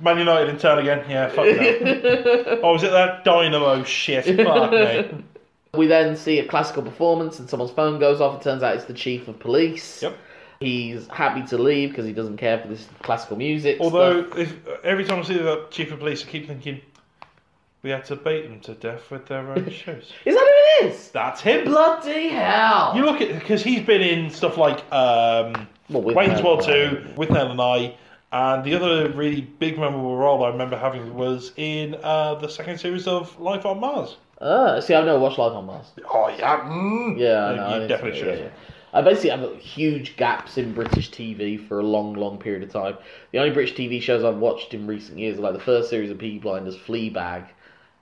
Speaker 2: Man United in town again. Yeah, fuck that. oh, was it that dynamo shit? Fuck me.
Speaker 1: we then see a classical performance and someone's phone goes off. It turns out it's the chief of police.
Speaker 2: Yep.
Speaker 1: He's happy to leave because he doesn't care for this classical music.
Speaker 2: Although,
Speaker 1: stuff.
Speaker 2: if, every time I see the chief of police, I keep thinking, we had to bait them to death with their own shoes.
Speaker 1: is that who it is?
Speaker 2: That's him.
Speaker 1: Bloody hell!
Speaker 2: You look at because he's been in stuff like um,
Speaker 1: Well, with
Speaker 2: Wayne's
Speaker 1: Nell
Speaker 2: World
Speaker 1: and
Speaker 2: Two with Nell and I, and the other really big memorable role I remember having was in uh, the second series of Life on Mars.
Speaker 1: Uh, see, I've never watched Life on Mars.
Speaker 2: Oh yeah, mm.
Speaker 1: Yeah, I
Speaker 2: You
Speaker 1: know, I need to-
Speaker 2: definitely
Speaker 1: yeah,
Speaker 2: should.
Speaker 1: yeah. I basically have huge gaps in British TV for a long, long period of time. The only British TV shows I've watched in recent years are like the first series of Peaky Blinders, Fleabag,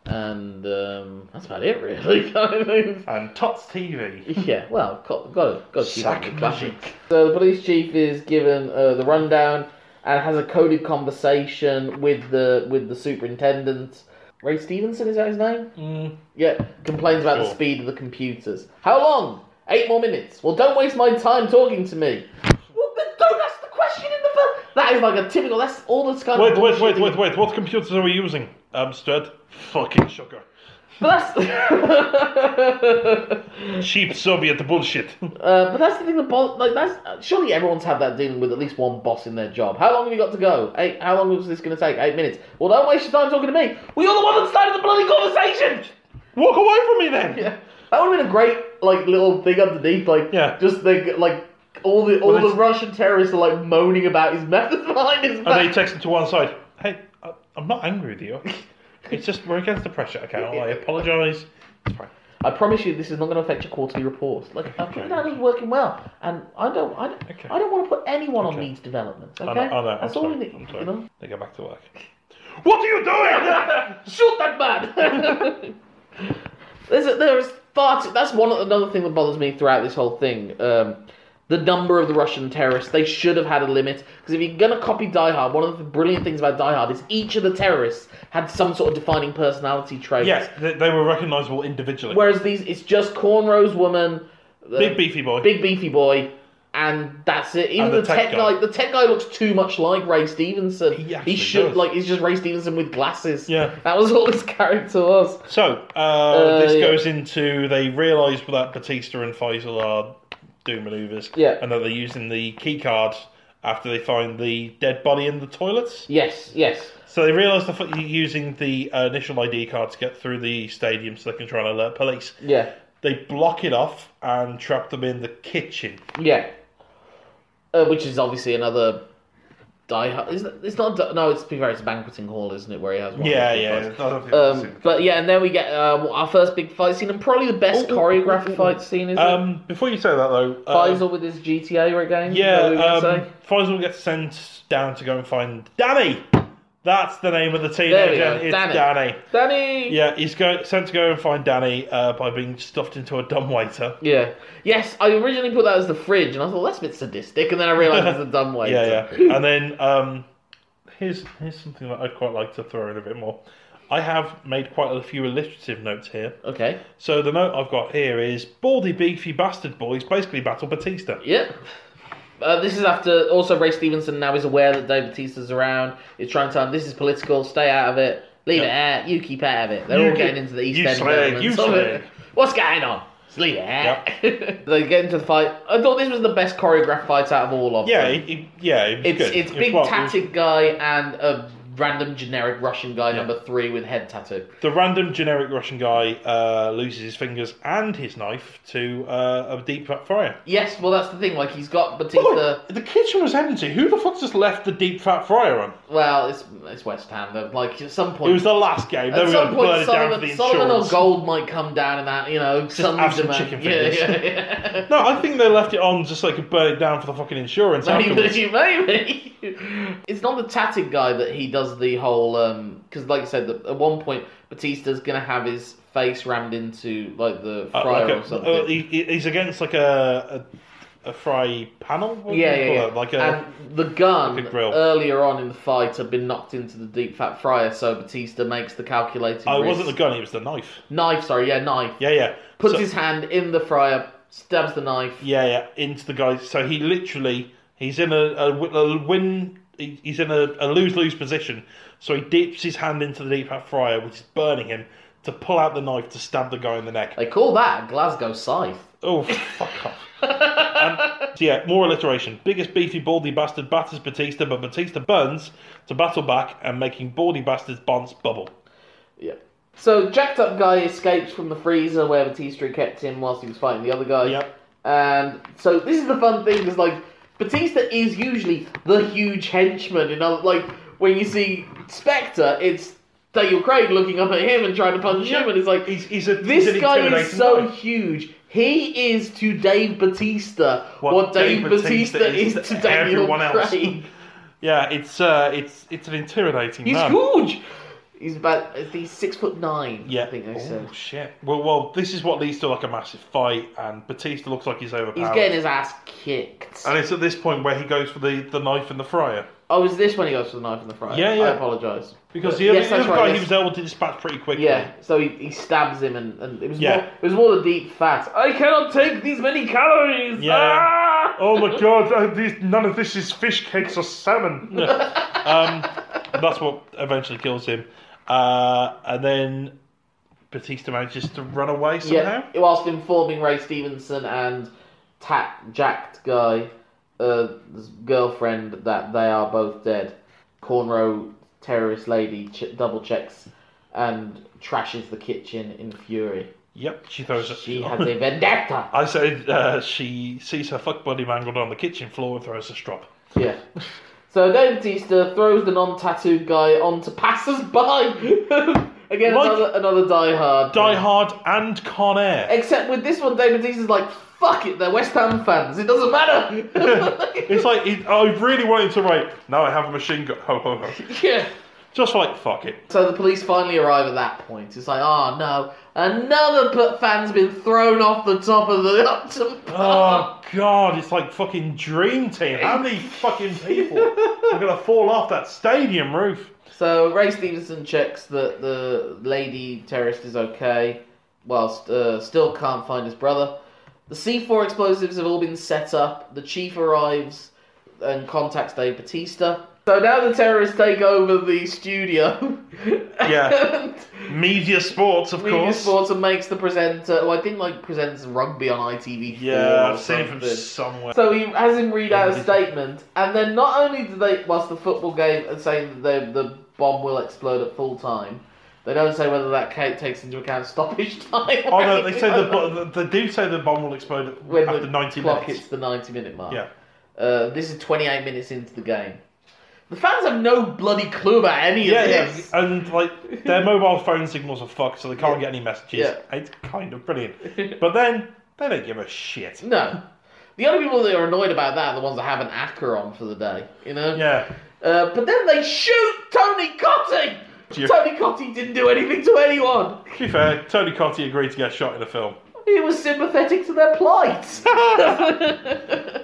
Speaker 1: and um, that's about it, really. Kind of.
Speaker 2: And Tots TV.
Speaker 1: Yeah, well, got got got to keep up
Speaker 2: Sack
Speaker 1: the classic.
Speaker 2: magic.
Speaker 1: So the police chief is given uh, the rundown and has a coded conversation with the with the superintendent. Ray Stevenson is that his name?
Speaker 2: Mm.
Speaker 1: Yeah, complains about the
Speaker 2: Sure.
Speaker 1: speed of the computers. How long? Eight more minutes. Well, don't waste my time talking to me. Well, then don't ask the question in the first. That is like a typical. That's all this kind
Speaker 2: Wait,
Speaker 1: of.
Speaker 2: wait,
Speaker 1: bullshit
Speaker 2: wait,
Speaker 1: that
Speaker 2: wait,
Speaker 1: you-
Speaker 2: wait. What computers are we using? Amstrad. Fucking sugar.
Speaker 1: But that's.
Speaker 2: Cheap Soviet bullshit.
Speaker 1: Uh, but that's the thing. The boss, like that's uh, surely everyone's had that dealing with at least one boss in their job. How long have you got to go? Eight. How long is this going to take? Eight minutes. Well, don't waste your time talking to me. Well, you're the one that started the bloody conversation.
Speaker 2: Walk away from me then.
Speaker 1: Yeah, that would have been a great like little thing underneath. Like,
Speaker 2: Yeah.
Speaker 1: just like like all the all
Speaker 2: Well,
Speaker 1: the
Speaker 2: it's-
Speaker 1: Russian terrorists are like moaning about his methods behind his
Speaker 2: And
Speaker 1: back.
Speaker 2: they text him to one side. Hey, I- I'm not angry with you. It's just we're against the pressure. Okay, I apologise. It's fine.
Speaker 1: I promise you, this is not going to affect your quarterly reports. Like, I think that is working well, and I don't, I don't,
Speaker 2: Okay.
Speaker 1: I don't want to put anyone on
Speaker 2: Okay.
Speaker 1: these developments. Okay,
Speaker 2: I know, I know. I'm
Speaker 1: that's all
Speaker 2: sorry.
Speaker 1: we need.
Speaker 2: I'm
Speaker 1: You
Speaker 2: sorry.
Speaker 1: know?
Speaker 2: They go back to work. What are you doing?
Speaker 1: Shoot that man! there's a, there's far too, that's one another thing that bothers me throughout this whole thing. Um, the number of the Russian terrorists they should have had a limit because if you're gonna copy Die Hard, one of the brilliant things about Die Hard is each of the terrorists had some sort of defining personality trait.
Speaker 2: yes, they, they were recognisable individually.
Speaker 1: Whereas these, it's just cornrows woman, uh,
Speaker 2: Big beefy boy.
Speaker 1: big beefy boy, and that's it. Even
Speaker 2: And
Speaker 1: the,
Speaker 2: the
Speaker 1: tech,
Speaker 2: tech
Speaker 1: guy.
Speaker 2: guy.
Speaker 1: the tech guy looks too much like Ray Stevenson.
Speaker 2: He
Speaker 1: he
Speaker 2: actually
Speaker 1: should
Speaker 2: does.
Speaker 1: like it's just Ray Stevenson with glasses.
Speaker 2: Yeah.
Speaker 1: that was all his character was.
Speaker 2: So uh, this
Speaker 1: yeah.
Speaker 2: goes into they realise that Batista and Faisal are doing manoeuvres,
Speaker 1: Yeah.
Speaker 2: and that they're using the key card after they find the dead body in the toilets.
Speaker 1: Yes, yes,
Speaker 2: So they realise they're fu- using the uh, initial ID card to get through the stadium, so they can try and alert police.
Speaker 1: yeah,
Speaker 2: They block it off and trap them in the kitchen.
Speaker 1: yeah. Uh, which is obviously another Die Hard. Is that, it's not Di- no. It's to be fair. It's a banqueting hall, isn't it? Where he has one.
Speaker 2: Yeah,
Speaker 1: of the
Speaker 2: yeah.
Speaker 1: fights. Um, but yeah, and then we get uh, our first big fight scene, and probably the best
Speaker 2: Ooh, ooh,
Speaker 1: choreographed
Speaker 2: ooh, ooh.
Speaker 1: fight scene is it?
Speaker 2: um, before you say that though, uh,
Speaker 1: Faisal with his GTA game.
Speaker 2: Yeah,
Speaker 1: is that what we were gonna
Speaker 2: um, Faisal gets sent down to go and find Danny. That's the name of the
Speaker 1: There we
Speaker 2: teenager.
Speaker 1: go,
Speaker 2: It's
Speaker 1: Danny.
Speaker 2: Danny.
Speaker 1: say? Danny.
Speaker 2: Yeah, he's go- sent to go and find Danny uh, by being stuffed into a dumbwaiter.
Speaker 1: Yeah. Yes, I originally put that as the fridge, and I thought that's a bit sadistic, and then I realised it's a dumb way.
Speaker 2: Yeah, yeah. and then um, here's here's something that I'd quite like to throw in a bit more. I have made quite a few illustrative notes here.
Speaker 1: Okay.
Speaker 2: So the note I've got here is Baldy Beefy Bastard Boys basically battle Batista.
Speaker 1: Yep. Uh, this is after also Ray Stevenson now is aware that Dave Batista's around. Is trying to tell him this is political. Stay out of it. Leave it out. You keep out of it. They're
Speaker 2: You
Speaker 1: all
Speaker 2: keep-
Speaker 1: getting into the East
Speaker 2: you
Speaker 1: End.
Speaker 2: slag,
Speaker 1: elements
Speaker 2: you
Speaker 1: of it.
Speaker 2: slag.
Speaker 1: What's going on? Just leave it out. they get into the fight. I thought this was the best choreographed fight out of all of
Speaker 2: Yeah,
Speaker 1: them.
Speaker 2: it, it- yeah, it was
Speaker 1: it's
Speaker 2: good.
Speaker 1: it's
Speaker 2: It was
Speaker 1: big
Speaker 2: well- it was-
Speaker 1: tatted guy and a random generic Russian guy number three with head tattoo.
Speaker 2: The random generic Russian guy uh, loses his fingers and his knife to uh, a deep fat fryer.
Speaker 1: Yes, well that's the thing. Like he's got Batista.
Speaker 2: the kitchen was empty. Who the fuck just left the deep fat fryer on?
Speaker 1: Well, it's it's West Ham. They're, Like at some
Speaker 2: It
Speaker 1: point,
Speaker 2: was the last game. They
Speaker 1: At
Speaker 2: were
Speaker 1: some
Speaker 2: going to burn
Speaker 1: point,
Speaker 2: it down for
Speaker 1: Solomon,
Speaker 2: the
Speaker 1: Solomon or
Speaker 2: insurance.
Speaker 1: Gold might come down in that, you know, some
Speaker 2: have some
Speaker 1: demand.
Speaker 2: chicken
Speaker 1: yeah,
Speaker 2: fingers.
Speaker 1: yeah, yeah.
Speaker 2: No, I think they left it on just so they could burn it down for the fucking insurance. afterwards.
Speaker 1: maybe, maybe. It's not the tatted guy that he does the whole, um, because like I said, the, at one point, Batista's gonna have his face rammed into, like, the
Speaker 2: Uh,
Speaker 1: fryer
Speaker 2: like a-
Speaker 1: or something.
Speaker 2: uh, he- he- he's against like a a, a fry panel. What do
Speaker 1: yeah,
Speaker 2: you
Speaker 1: yeah, yeah.
Speaker 2: call it? Like a
Speaker 1: and the gun
Speaker 2: like a grill.
Speaker 1: earlier on in the fight had been knocked into the deep fat fryer, so Batista makes the calculating.
Speaker 2: oh, it
Speaker 1: risk.
Speaker 2: wasn't the gun. It was the knife.
Speaker 1: knife. Sorry, yeah, knife.
Speaker 2: Yeah, yeah.
Speaker 1: Puts
Speaker 2: So-
Speaker 1: his hand in the fryer, stabs the knife.
Speaker 2: Yeah, yeah, into the guy. So he literally he's in a, a, wi- a win. he- He's in a, a lose lose position. So he dips his hand into the deep fat fryer, which is burning him, to pull out the knife to stab the guy in the neck.
Speaker 1: They call that a Glasgow scythe.
Speaker 2: Oh, fuck off. Um, so yeah, more alliteration. Biggest beefy baldy bastard batters Batista, but Batista burns to battle back and making baldy bastard's bonce bubble.
Speaker 1: Yeah. So jacked up guy escapes from the freezer where Batista had kept him whilst he was fighting the other guy.
Speaker 2: Yep.
Speaker 1: And so this is the fun thing because like Batista is usually the huge henchman. You know, like when you see Spectre, it's Daniel Craig looking up at him and trying to punch him, and it's like
Speaker 2: He's, he's a
Speaker 1: this
Speaker 2: he's an
Speaker 1: guy is
Speaker 2: intimidating
Speaker 1: so
Speaker 2: guy.
Speaker 1: huge. He is to Dave Batista what, Dave, Batista, is, to Daniel
Speaker 2: everyone else.
Speaker 1: Craig.
Speaker 2: Yeah, it's uh, it's it's an intimidating
Speaker 1: He's
Speaker 2: man.
Speaker 1: huge. He's about he's six foot nine.
Speaker 2: Yeah.
Speaker 1: I think they
Speaker 2: oh
Speaker 1: said.
Speaker 2: shit. Well, well, this is what leads to like a massive fight, and Batista looks like he's overpowered.
Speaker 1: He's getting his ass kicked.
Speaker 2: and it's at this point where he goes for the, the knife and the fryer
Speaker 1: Oh, is this when he goes for the knife and the fry?
Speaker 2: Yeah,
Speaker 1: I
Speaker 2: yeah.
Speaker 1: apologise.
Speaker 2: because
Speaker 1: But-
Speaker 2: the
Speaker 1: yes,
Speaker 2: other,
Speaker 1: that's
Speaker 2: the other
Speaker 1: right,
Speaker 2: guy he
Speaker 1: yes.
Speaker 2: was able to dispatch pretty quickly.
Speaker 1: Yeah, so he, he stabs him, and, and it was
Speaker 2: Yeah.
Speaker 1: more it was more the deep fat. I cannot take these many calories.
Speaker 2: Yeah.
Speaker 1: Ah!
Speaker 2: Oh my god! uh, these- None of this is fish cakes or salmon. um, that's what eventually kills him, uh, and then Batista manages to run away somehow.
Speaker 1: Yeah, whilst informing Ray Stevenson and tat jacked guy, uh, his girlfriend that they are both dead. Cornrow terrorist lady ch- double checks and trashes the kitchen in fury.
Speaker 2: Yep, she throws. a-
Speaker 1: She has a vendetta.
Speaker 2: I said uh, she sees her fuck body mangled on the kitchen floor and throws a strop.
Speaker 1: Yeah. So Dave Batista throws the non-tattooed guy onto passers-by. Again,
Speaker 2: Like-
Speaker 1: another another Die Hard.
Speaker 2: Die
Speaker 1: thing.
Speaker 2: Hard and Con Air.
Speaker 1: Except with this one, Dave Batista's like, "Fuck it, they're West Ham fans. It doesn't matter."
Speaker 2: It's like it, I really wanted to write. Now I have a machine gun. Ho ho ho.
Speaker 1: yeah.
Speaker 2: oh. Just like fuck it.
Speaker 1: So the police finally arrive at that point. It's like, oh no, another p- fan's been thrown off the top of the Upton Park.
Speaker 2: Oh god, it's like fucking Dream Team. How many fucking people are gonna fall off that stadium roof?
Speaker 1: So Ray Stevenson checks that the lady terrorist is okay, whilst uh, still can't find his brother. The C4 explosives have all been set up. The chief arrives and contacts Dave Batista. So now the terrorists take over the studio.
Speaker 2: Yeah.
Speaker 1: And
Speaker 2: Media Sports, of
Speaker 1: Media
Speaker 2: course.
Speaker 1: Sports and makes the presenter. Well, I think like presents rugby on ITV.
Speaker 2: Yeah, I've seen it from somewhere.
Speaker 1: So he has him read out a
Speaker 2: Yeah.
Speaker 1: statement, and then not only do they, whilst the football game is saying that the, the bomb will explode at full time, they don't say whether that cake takes into account stoppage time.
Speaker 2: Oh
Speaker 1: or
Speaker 2: no, they
Speaker 1: anything
Speaker 2: say
Speaker 1: like
Speaker 2: the bo- they do say the bomb will explode at-
Speaker 1: that. when
Speaker 2: after
Speaker 1: the
Speaker 2: ninety
Speaker 1: clock
Speaker 2: minutes.
Speaker 1: hits the ninety minute mark.
Speaker 2: Yeah.
Speaker 1: Uh, this is twenty eight minutes into the game. The fans have no bloody clue about any
Speaker 2: Yeah,
Speaker 1: of
Speaker 2: yeah,
Speaker 1: this.
Speaker 2: and like their mobile phone signals are fucked, so they can't get any messages.
Speaker 1: Yeah.
Speaker 2: It's kind of brilliant, but then they don't give a shit.
Speaker 1: No. The only people that are annoyed about that are the ones that have an acca on for the day, you know?
Speaker 2: Yeah,
Speaker 1: Uh, but then they shoot Tony Cotty!
Speaker 2: Yeah.
Speaker 1: Tony Cotty didn't do anything to anyone!
Speaker 2: to be fair, Tony Cotty agreed to get shot in the film.
Speaker 1: He was sympathetic to their plight!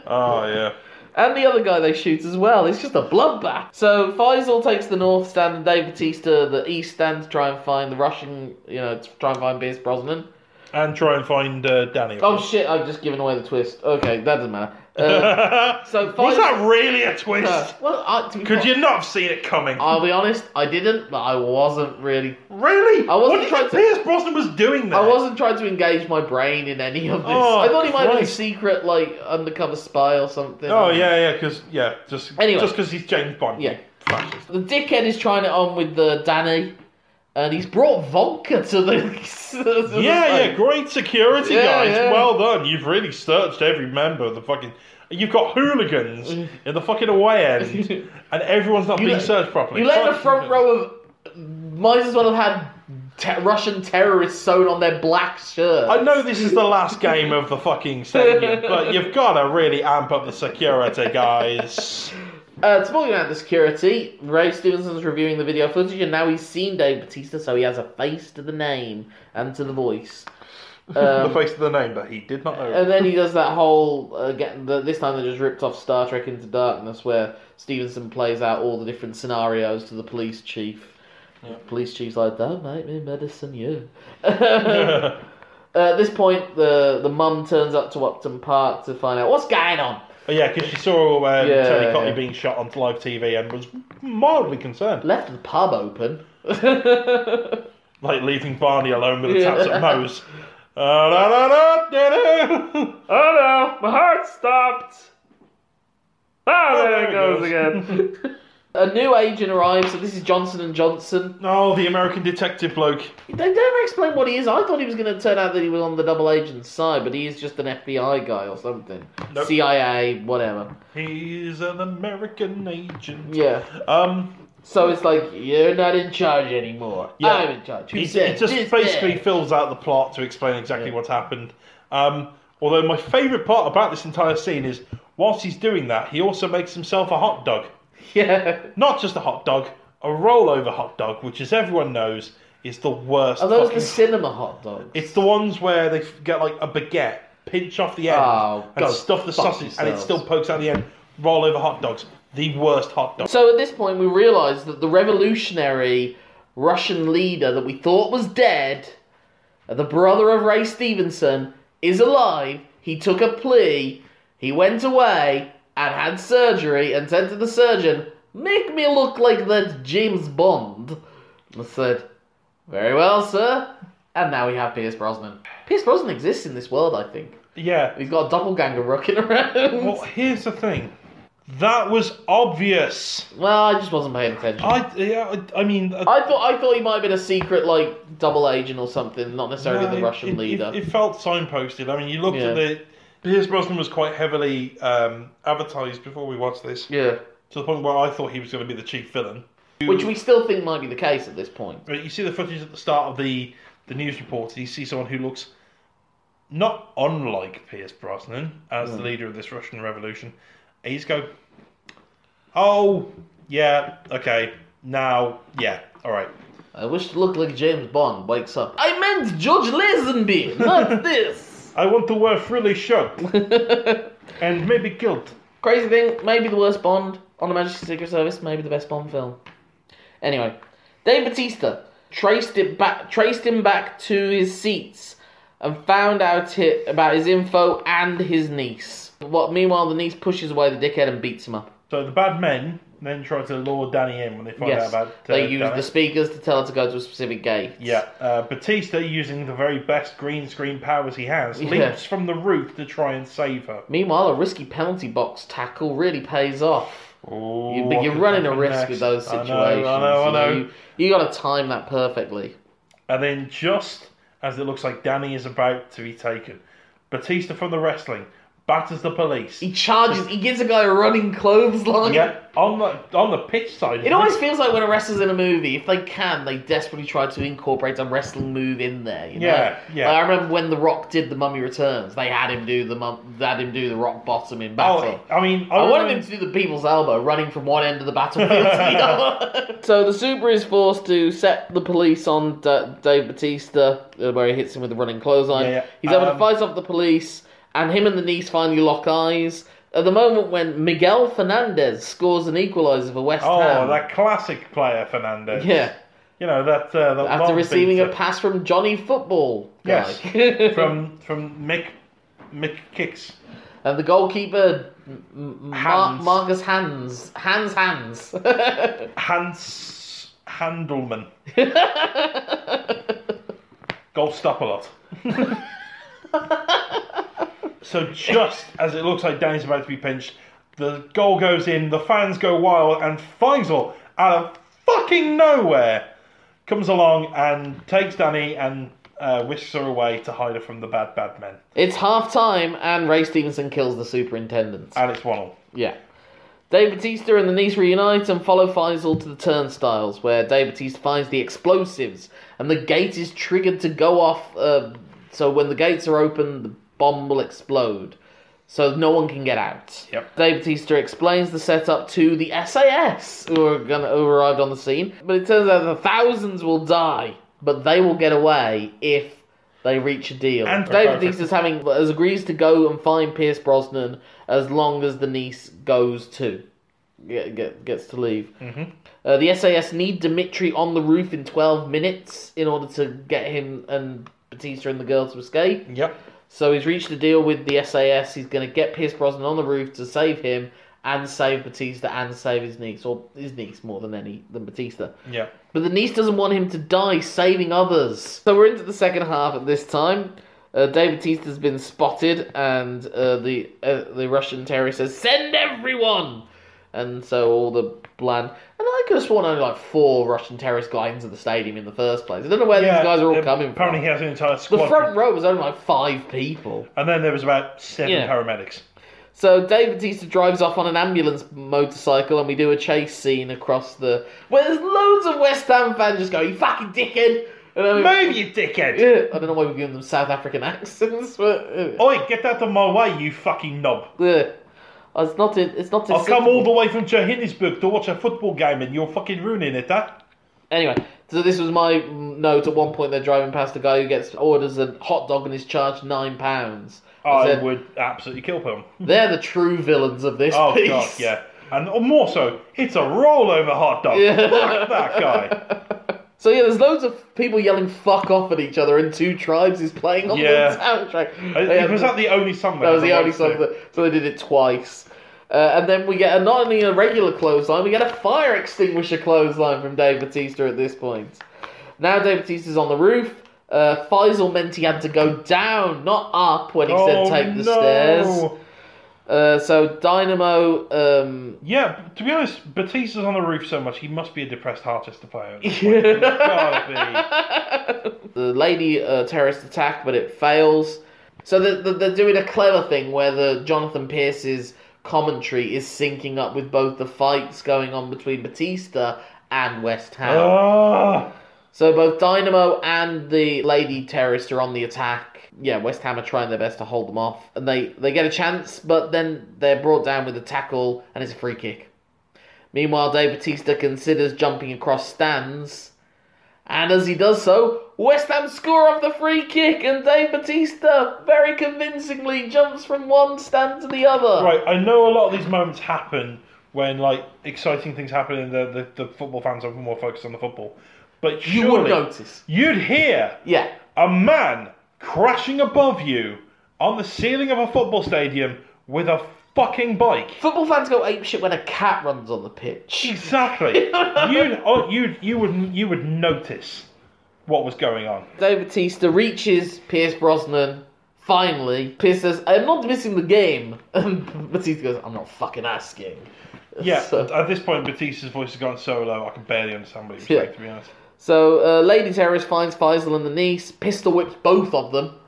Speaker 2: Oh yeah,
Speaker 1: and the other guy they shoot as well. It's just a bloodbath. So Faisal takes the north stand and Dave Batista the east stand to try and find the Russian, you know, to try and find Pierce Brosnan.
Speaker 2: and try and find uh, Danny.
Speaker 1: Oh shit, I've just given away the twist. Okay, that doesn't matter. Uh, so
Speaker 2: was that
Speaker 1: Faisal.
Speaker 2: really a twist?
Speaker 1: well, I, to be
Speaker 2: Could
Speaker 1: fair-
Speaker 2: you not have seen it coming?
Speaker 1: I'll be honest, I didn't, but I wasn't really.
Speaker 2: really?
Speaker 1: I wasn't
Speaker 2: what do you
Speaker 1: trying
Speaker 2: think
Speaker 1: to-
Speaker 2: Pierce Brosnan was doing there?
Speaker 1: I wasn't trying to engage my brain in any of this.
Speaker 2: Oh,
Speaker 1: I thought he might have been a
Speaker 2: Christ.
Speaker 1: secret, like, undercover spy or something.
Speaker 2: Oh yeah, yeah, because yeah, just
Speaker 1: Anyway.
Speaker 2: just because he's James Bond.
Speaker 1: Yeah.
Speaker 2: Fascist.
Speaker 1: The dickhead is trying it on with the Danny, and he's brought Vonka to the. to the
Speaker 2: Yeah, yeah,
Speaker 1: thing.
Speaker 2: great security
Speaker 1: Yeah,
Speaker 2: guys.
Speaker 1: yeah.
Speaker 2: Well done. You've really searched every member of the fucking. You've got hooligans in the fucking away end, and everyone's not being
Speaker 1: let-
Speaker 2: searched properly.
Speaker 1: You let the
Speaker 2: Fucking
Speaker 1: front
Speaker 2: hooligans.
Speaker 1: row of. Might as well have had te- Russian terrorists sewn on their black shirt.
Speaker 2: I know this is the last game of the fucking stadium, but you've got to really amp up the security, guys.
Speaker 1: Uh, talking about the security, Ray Stevenson's reviewing the video footage, and now he's seen Dave Batista, so he has a face to the name and to the voice.
Speaker 2: the face of the name that he did not know.
Speaker 1: Um, And then he does that whole uh, get, the, this time they just ripped off Star Trek Into Darkness, where Stevenson plays out all the different scenarios to the police chief. Police chief's like, "Don't make me medicine you." At this point, the the mum turns up to Upton Park to find out what's going on.
Speaker 2: But yeah, because she saw um,
Speaker 1: Yeah,
Speaker 2: Tony Cotty
Speaker 1: yeah.
Speaker 2: being shot on live TV and was mildly concerned,
Speaker 1: Left the pub open. Oh,
Speaker 2: like leaving Barney alone with the
Speaker 1: Yeah.
Speaker 2: taps at Moe's. Uh, da, da, da, da, da.
Speaker 1: Oh no, my heart stopped. Ah,
Speaker 2: Oh, there it there
Speaker 1: again. a new agent arrives, so this is Johnson and Johnson.
Speaker 2: Oh, the American detective bloke.
Speaker 1: They never explain what he is. I thought he was going to turn out that he was on the double agent side, but he is just an FBI guy or something,
Speaker 2: Nope.
Speaker 1: CIA, whatever.
Speaker 2: He's an American agent.
Speaker 1: Yeah.
Speaker 2: Um,
Speaker 1: So it's like you're not in charge anymore.
Speaker 2: Yeah.
Speaker 1: I'm in charge. Who
Speaker 2: It,
Speaker 1: said
Speaker 2: it just
Speaker 1: this,
Speaker 2: basically
Speaker 1: that?
Speaker 2: fills out the plot to explain exactly what's happened. Um, although my favourite part about this entire scene is, whilst he's doing that, he also makes himself a hot dog.
Speaker 1: yeah.
Speaker 2: Not just a hot dog, a rollover hot dog, which, as everyone knows, is the worst.
Speaker 1: Are those
Speaker 2: fucking-
Speaker 1: the cinema hot dogs?
Speaker 2: It's the ones where they get like a baguette, pinch off the end,
Speaker 1: Oh,
Speaker 2: and
Speaker 1: go
Speaker 2: stuff the
Speaker 1: fuck
Speaker 2: sausage, and it
Speaker 1: yourselves.
Speaker 2: still pokes out the end. Roll over hot dogs. The worst hot dog.
Speaker 1: So at this point, we realise that the revolutionary Russian leader that we thought was dead, the brother of Ray Stevenson, is alive. He took a plea, he went away and had surgery, and said to the surgeon, "Make me look like that James Bond." I said, "Very well, sir." And now we have Pierce Brosnan. Pierce Brosnan exists in this world, I think.
Speaker 2: Yeah.
Speaker 1: He's got a doppelganger rocking around.
Speaker 2: Well, here's the thing. That was obvious.
Speaker 1: Well, I just wasn't paying attention.
Speaker 2: I yeah. I I mean. uh,
Speaker 1: I thought I thought he might have been a secret like double agent or something, not necessarily
Speaker 2: no,
Speaker 1: the
Speaker 2: it-
Speaker 1: Russian
Speaker 2: it, it-
Speaker 1: leader.
Speaker 2: It, felt signposted. I mean, you looked at
Speaker 1: Yeah.
Speaker 2: the. Pierce Brosnan was quite heavily um, advertised before we watched this,
Speaker 1: yeah,
Speaker 2: to the point where I thought he was going to be the chief villain.
Speaker 1: which we still think might be the case at this point.
Speaker 2: But you see the footage at the start of the the news report, and you see someone who looks not unlike Pierce Brosnan as the leader of this Russian Revolution. And you just go, oh yeah, okay, now yeah, all right.
Speaker 1: I wish to look like James Bond wakes up. I meant George Lazenby, not this.
Speaker 2: I want to wear frilly shirt and maybe kilt.
Speaker 1: Crazy thing, maybe the worst Bond on the Majesty Secret Service, maybe the best Bond film. Anyway, Dave Batista traced it back, traced him back to his seats, and found out it, about his info and his niece. What? Meanwhile, the niece pushes away the dickhead and beats him up.
Speaker 2: So the bad men then try to lure Danny in when they find out
Speaker 1: Yes,
Speaker 2: about. uh,
Speaker 1: they use
Speaker 2: Danny.
Speaker 1: the speakers to tell her to go to a specific gate.
Speaker 2: Yeah, uh, Batista, using the very best green screen powers he has,
Speaker 1: Yeah.
Speaker 2: leaps from the roof to try and save her.
Speaker 1: Meanwhile, a risky penalty box tackle really pays off. You-
Speaker 2: Ooh,
Speaker 1: but
Speaker 2: what
Speaker 1: you're
Speaker 2: could
Speaker 1: running a
Speaker 2: happen
Speaker 1: risk
Speaker 2: next?
Speaker 1: with those
Speaker 2: I know,
Speaker 1: situations.
Speaker 2: I know, I know.
Speaker 1: You, you got to time that perfectly.
Speaker 2: And then just as it looks like Danny is about to be taken, Batista from the wrestling batters the police.
Speaker 1: He charges. He gives a guy a running clothesline.
Speaker 2: Yeah, on the on the pitch side.
Speaker 1: It always feels like when a wrestler's in a movie, if they can, they desperately try to incorporate a wrestling move in there. You know?
Speaker 2: Yeah, yeah.
Speaker 1: Like, I remember when The Rock did The Mummy Returns, they had him do the mum, they had him do the Rock Bottom in battle.
Speaker 2: Oh, I mean, I,
Speaker 1: I wanted him
Speaker 2: remember-
Speaker 1: to do the people's elbow, running from one end of the battlefield to the other. So the super is forced to set the police on D- Dave Batista, uh, where he hits him with a running clothesline.
Speaker 2: Yeah, yeah.
Speaker 1: He's able
Speaker 2: Um,
Speaker 1: to fight off the police, and him and the niece finally lock eyes. At the moment when Miguel Fernandez scores an equaliser for West
Speaker 2: Oh,
Speaker 1: Ham.
Speaker 2: that classic player Fernandez.
Speaker 1: yeah,
Speaker 2: you know that uh, that
Speaker 1: after
Speaker 2: long
Speaker 1: receiving
Speaker 2: beater
Speaker 1: a pass from Johnny Football. Guy.
Speaker 2: Yes. from from Mick Mick kicks.
Speaker 1: and the goalkeeper, M- M- Mar-
Speaker 2: Hans.
Speaker 1: Marcus Hans. Hans Hans.
Speaker 2: Hans Handelman. Golf stop a lot. so just as it looks like Danny's about to be pinched, the goal goes in, the fans go wild, and Faisal, out of fucking nowhere, comes along and takes Danny and uh, whisks her away to hide her from the bad, bad men.
Speaker 1: It's half time, and Ray Stevenson kills the superintendent.
Speaker 2: And it's 1 all.
Speaker 1: Yeah. Dave Batista and the niece reunite and follow Faisal to the turnstiles, where Dave Batista finds the explosives, and the gate is triggered to go off. Uh, so when the gates are open, the bomb will explode, so no one can get out.
Speaker 2: Yep.
Speaker 1: Dave Batista explains the setup to the SAS, who are gonna who arrived on the scene, but it turns out the thousands will die, but they will get away if they reach a deal.
Speaker 2: And-
Speaker 1: Dave Batista's having has agrees to go and find Pierce Brosnan as long as the niece goes too. Get, get, gets to leave. Mm-hmm. Uh, the SAS need Dimitri on the roof in 12 minutes in order to get him and Batista and the girl to escape.
Speaker 2: Yep.
Speaker 1: So he's reached a deal with the SAS. He's going to get Pierce Brosnan on the roof to save him and save Batista and save his niece, or his niece more than any than Batista.
Speaker 2: Yep.
Speaker 1: But the niece doesn't want him to die saving others. So we're into the second half at this time. Uh, Dave Batista's been spotted, and uh, the uh, the Russian terrorist says, "Send everyone." And so all the bland. And I could have sworn only like four Russian terrorists got into the stadium in the first place. I don't know where these guys are all coming
Speaker 2: Apparently
Speaker 1: from.
Speaker 2: he has an entire squad.
Speaker 1: The front row was only like five people.
Speaker 2: And then there was about seven
Speaker 1: Yeah.
Speaker 2: paramedics.
Speaker 1: So Dave Batista drives off on an ambulance motorcycle, and we do a chase scene across the where there's loads of West Ham fans just go, "You fucking dickhead!" And I, mean,
Speaker 2: Move, you dickhead!
Speaker 1: yeah, I don't know why we're giving them South African accents, but uh,
Speaker 2: Oi, get out of my way, you fucking knob!
Speaker 1: yeah. Oh, it's not in, it's not.
Speaker 2: I've come
Speaker 1: acceptable.
Speaker 2: all the way from Johannesburg to watch a football game and you're fucking ruining it, huh?
Speaker 1: Anyway, so this was my note. At one point, they're driving past a guy who gets orders a hot dog and is charged nine pounds.
Speaker 2: I
Speaker 1: said,
Speaker 2: would absolutely kill him.
Speaker 1: They're the true villains of this
Speaker 2: Oh,
Speaker 1: piece.
Speaker 2: God, yeah. And oh, more so, it's a rollover hot dog. Fuck that guy.
Speaker 1: So yeah, there's loads of people yelling "fuck off" at each other, and Two Tribes is playing on
Speaker 2: Yeah.
Speaker 1: the soundtrack.
Speaker 2: Uh,
Speaker 1: They had-
Speaker 2: was that the only song?
Speaker 1: that was the
Speaker 2: ever
Speaker 1: only
Speaker 2: was
Speaker 1: song
Speaker 2: there?
Speaker 1: that. So they did it twice, uh, and then we get a, not only a regular clothesline, we get a fire extinguisher clothesline from Dave Batista at this point. Now Dave Batista's on the roof. Uh, Faisal meant he had to go down, not up, when he
Speaker 2: Oh,
Speaker 1: said take the
Speaker 2: no.
Speaker 1: stairs. Uh, so Dynamo um,
Speaker 2: Yeah, to be honest, Batista's on the roof so much, he must be a depressed artist to play. at this point. He's gotta be.
Speaker 1: the lady uh, terrorist attack, but it fails. So they're, they're- they're doing a clever thing where the Jonathan Pierce's commentary is syncing up with both the fights going on between Batista and West Ham.
Speaker 2: Ah.
Speaker 1: So both Dynamo and the lady terrorist are on the attack. Yeah, West Ham are trying their best to hold them off, and they they get a chance, but then they're brought down with a tackle, and it's a free kick. Meanwhile, Dave Batista considers jumping across stands, and as he does so, West Ham score off the free kick, and Dave Batista very convincingly jumps from one stand to the other.
Speaker 2: Right, I know a lot of these moments happen when like exciting things happen and the, the, the football fans are more focused on the football. But
Speaker 1: You
Speaker 2: surely,
Speaker 1: would notice.
Speaker 2: You'd hear
Speaker 1: Yeah.
Speaker 2: a man crashing above you on the ceiling of a football stadium with a fucking bike.
Speaker 1: Football fans go apeshit when a cat runs on the pitch.
Speaker 2: Exactly. you'd, oh, you'd, you would you would notice what was going on.
Speaker 1: Dave Batista reaches Pierce Brosnan. Finally, Pierce says, "I'm not missing the game." And Batista goes, "I'm not fucking asking."
Speaker 2: Yeah,
Speaker 1: So-
Speaker 2: at this point, Batista's voice has gone so low, I can barely understand what he was
Speaker 1: Yeah.
Speaker 2: saying, to be honest.
Speaker 1: So, uh, Lady Terrorist finds Faisal and the niece, pistol whips both of them.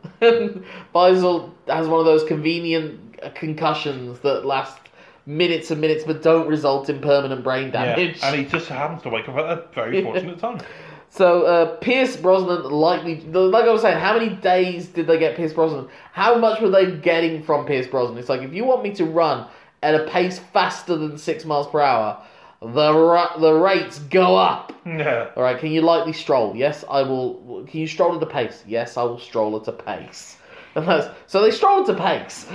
Speaker 1: Faisal has one of those convenient uh, concussions that last minutes and minutes but don't result in permanent brain
Speaker 2: Yeah,
Speaker 1: damage.
Speaker 2: and he just happens to wake up at a very fortunate time.
Speaker 1: So uh, Pierce Brosnan likely, like I was saying, how many days did they get Pierce Brosnan? How much were they getting from Pierce Brosnan? It's like if you want me to run at a pace faster than six miles per hour, the ra- the rates go up.
Speaker 2: Yeah.
Speaker 1: All right, can you lightly stroll? Yes, I will. Can you stroll at a pace? Yes, I will stroll at a pace. And that's, so they stroll at a pace.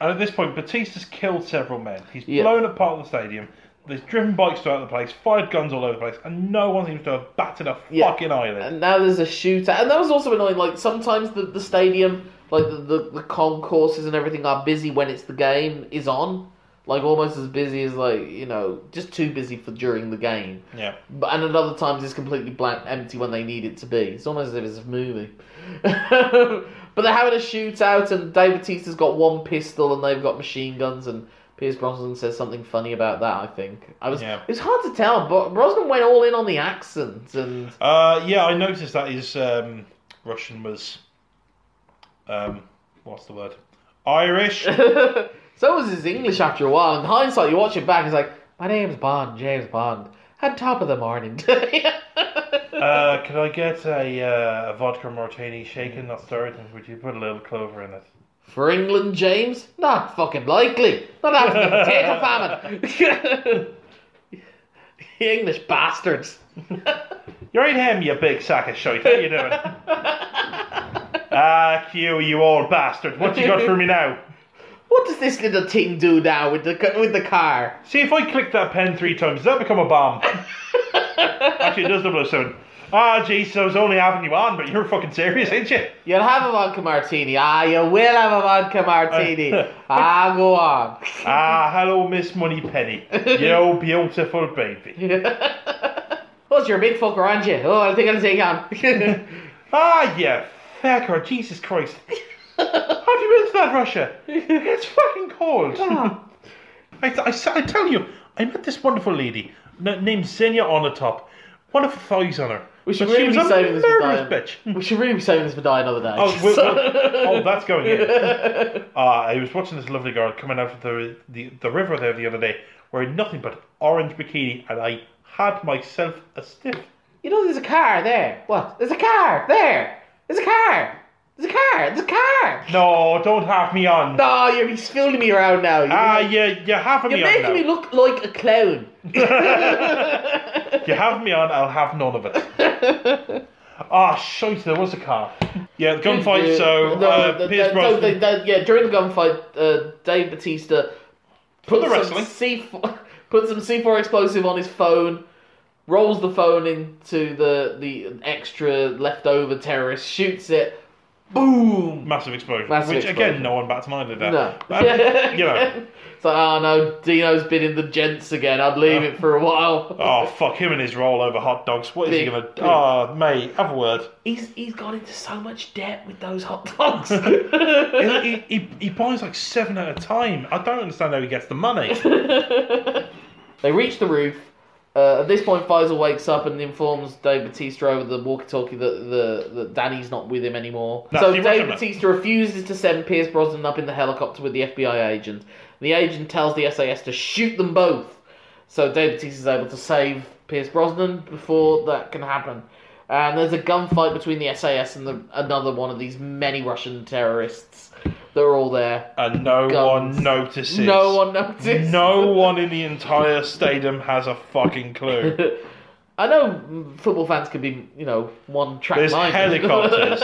Speaker 2: And at this point, Batista's killed several men. He's
Speaker 1: Yeah.
Speaker 2: blown up part of the stadium. There's driven bikes throughout the place, fired guns all over the place, and no one seems to have batted a
Speaker 1: Yeah.
Speaker 2: fucking eyelid.
Speaker 1: And now there's a shootout. And that was also annoying. Like, sometimes the, the stadium, like, the, the, the concourses and everything are busy when it's the game is on. Like, almost as busy as, like, you know, just too busy for during the game.
Speaker 2: yeah.
Speaker 1: But, and at other times it's completely blank, empty when they need it to be. It's almost as if it's a movie. but they're having a shootout, and Dave Batista's got one pistol, and they've got machine guns, and Pierce Brosnan says something funny about that. I think I was.
Speaker 2: Yeah.
Speaker 1: It was hard to tell, but Brosnan went all in on the accent, and
Speaker 2: Uh, yeah, I noticed that his um, Russian was. Um, what's the word? Irish?
Speaker 1: So was his English after a while. In hindsight, you watch it back, it's like, my name's Bond, James Bond. At top of the morning.
Speaker 2: Uh, could I get a, uh, a vodka martini
Speaker 1: Mm.
Speaker 2: shaken, not stirred, and would you put a little clover in it?
Speaker 1: For England, James? Not fucking likely. Not after the potato famine. you English bastards.
Speaker 2: You're in him, you big sack of shite. How you doing? ah, Q, you old bastard. What you got for me now?
Speaker 1: What does this little thing do now with the ca- with the car?
Speaker 2: See, if I click that pen three times, does that become a bomb? Actually, it does 007. Ah, jeez, so I was only having you on, but you're fucking serious, ain't you?
Speaker 1: You'll have a vodka martini. Ah, you will have a vodka martini. ah, go on.
Speaker 2: Ah, hello, Miss Money Penny. You beautiful baby.
Speaker 1: What's your big fucker, aren't you? Oh, I think I'll take on.
Speaker 2: Ah, you fecker, Jesus Christ. Have you been to that Russia? It's fucking cold. I, I, I tell you, I met this wonderful lady n- named Xenia Onatop. One of the thighs on her.
Speaker 1: We should
Speaker 2: But she
Speaker 1: really be
Speaker 2: was a
Speaker 1: saving this for
Speaker 2: murderous
Speaker 1: dying.
Speaker 2: bitch.
Speaker 1: We should really be saving this for dying another day.
Speaker 2: Oh, we- we- oh, that's going in. Uh, I was watching this lovely girl coming out of the, the the river there the other day wearing nothing but orange bikini, and I had myself a stiff.
Speaker 1: You know, there's a car there. What? There's a car there. There's a car. There's a car. There's a car.
Speaker 2: No, don't have me on.
Speaker 1: No, you're he's filming me around now. You're,
Speaker 2: Ah, you, you're having
Speaker 1: you're
Speaker 2: me on
Speaker 1: making
Speaker 2: now.
Speaker 1: me look like a clown.
Speaker 2: You have me on, I'll have none of it. Ah, shite, there was a car. Yeah, the gunfight, so
Speaker 1: No,
Speaker 2: uh,
Speaker 1: the-
Speaker 2: Pierce
Speaker 1: the-
Speaker 2: Brosnan.
Speaker 1: the- the- yeah, during the gunfight, uh, Dave Batista put
Speaker 2: the
Speaker 1: some
Speaker 2: wrestling.
Speaker 1: C4, put some C4 explosive on his phone, rolls the phone into the the extra leftover terrorist, shoots it, boom.
Speaker 2: Massive explosion.
Speaker 1: Massive
Speaker 2: which,
Speaker 1: explosion.
Speaker 2: again, no one bats an eye to that.
Speaker 1: No.
Speaker 2: But, um, you know,
Speaker 1: It's like, oh no, Dino's been in the gents again. I'd leave it for a while.
Speaker 2: oh, fuck him and his roll over hot dogs. What is
Speaker 1: Big-
Speaker 2: he going to... Oh, mate, have a word.
Speaker 1: He's he's gone into so much debt with those hot dogs.
Speaker 2: He, he, he, he buys like seven at a time. I don't understand how he gets the money.
Speaker 1: They reach the roof. Uh, at this point, Faisal wakes up and informs Dave Batista over the walkie-talkie that, the, that Danny's not with him anymore.
Speaker 2: No,
Speaker 1: so
Speaker 2: he
Speaker 1: Dave
Speaker 2: wasn't.
Speaker 1: Batista refuses to send Pierce Brosnan up in the helicopter with the FBI agent. The agent tells the SAS to shoot them both. So Dave Batista is able to save Pierce Brosnan before that can happen. And there's a gunfight between the SAS and the, another one of these many Russian terrorists. They're all there.
Speaker 2: And no
Speaker 1: Guns.
Speaker 2: one notices.
Speaker 1: No one noticed.
Speaker 2: No one in the entire stadium has a fucking clue.
Speaker 1: I know football fans can be, you know, one track
Speaker 2: There's
Speaker 1: minded.
Speaker 2: helicopters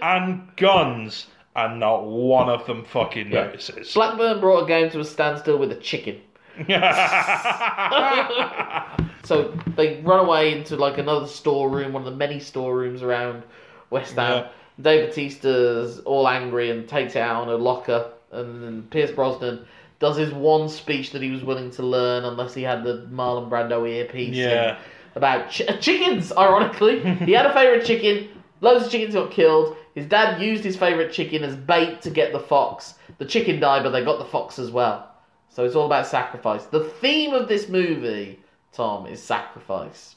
Speaker 2: and guns, and not one of them fucking notices.
Speaker 1: Blackburn brought a game to a standstill with a chicken. So they run away into like another storeroom, one of the many storerooms around West Ham. Dave Batista's all angry and takes it out on a locker, and then Pierce Brosnan does his one speech that he was willing to learn, unless he had the Marlon Brando earpiece. in,
Speaker 2: Yeah.
Speaker 1: about ch- chickens. Ironically, he had a favorite chicken. Loads of chickens got killed. His dad used his favorite chicken as bait to get the fox. The chicken died, but they got the fox as well. So it's all about sacrifice. The theme of this movie, Tom, is sacrifice.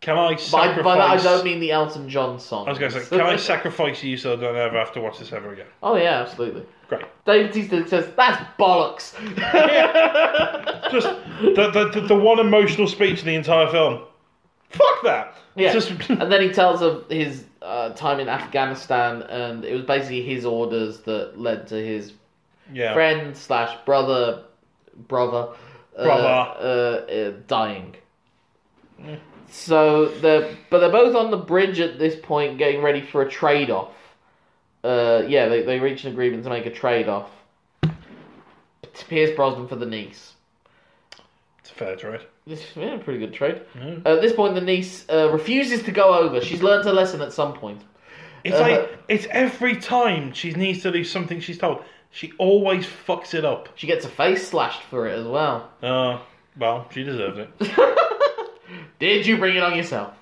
Speaker 2: Can I
Speaker 1: By,
Speaker 2: sacrifice?
Speaker 1: by that, I don't mean the Elton John song.
Speaker 2: I was going to say, can I sacrifice you so I don't ever have to watch this ever again?
Speaker 1: oh yeah, absolutely.
Speaker 2: Great.
Speaker 1: David Batista says, "That's bollocks."
Speaker 2: Just the, the, the, the one emotional speech in the entire film. Fuck that.
Speaker 1: Yeah.
Speaker 2: Just,
Speaker 1: and then he tells of his uh, time in Afghanistan, and it was basically his orders that led to his
Speaker 2: yeah.
Speaker 1: friend slash brother, brother, uh,
Speaker 2: Brother. Mm.
Speaker 1: uh, uh, dying. So they're but they're both on the bridge at this point, getting ready for a trade off. Uh, yeah, they they reach an agreement to make a trade off. Pierce Brosnan for the niece.
Speaker 2: It's a fair trade.
Speaker 1: This yeah, pretty good trade.
Speaker 2: Mm.
Speaker 1: at this point, the niece uh, refuses to go over. She's learned her lesson at some point.
Speaker 2: It's like, it's every time she needs to do something she's told, she always fucks it up.
Speaker 1: She gets her face slashed for it as well.
Speaker 2: Uh, well, she deserves it.
Speaker 1: Did you bring it on yourself?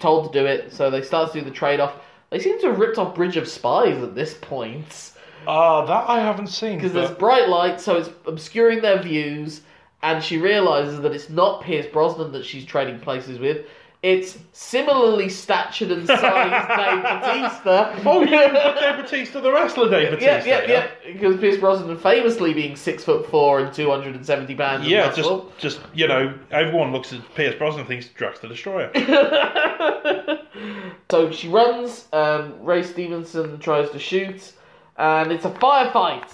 Speaker 1: Told to do it, so they start to do the trade off. They seem to have ripped off Bridge of Spies at this point.
Speaker 2: Ah, that I haven't seen.
Speaker 1: Because
Speaker 2: but-
Speaker 1: there's bright light, so it's obscuring their views, and she realizes that it's not Pierce Brosnan that she's trading places with. It's similarly statured and sized Dave Batista.
Speaker 2: Oh, you even put Dave Batista, the wrestler Dave Batista.
Speaker 1: Yeah, yeah, yeah. Because Pierce Brosnan, famously being six foot four and two hundred and seventy pounds, of
Speaker 2: Yeah, just,
Speaker 1: muscle.
Speaker 2: just you know, everyone looks at Pierce Brosnan and thinks Drax the Destroyer.
Speaker 1: So she runs, um, Ray Stevenson tries to shoot, and it's a firefight.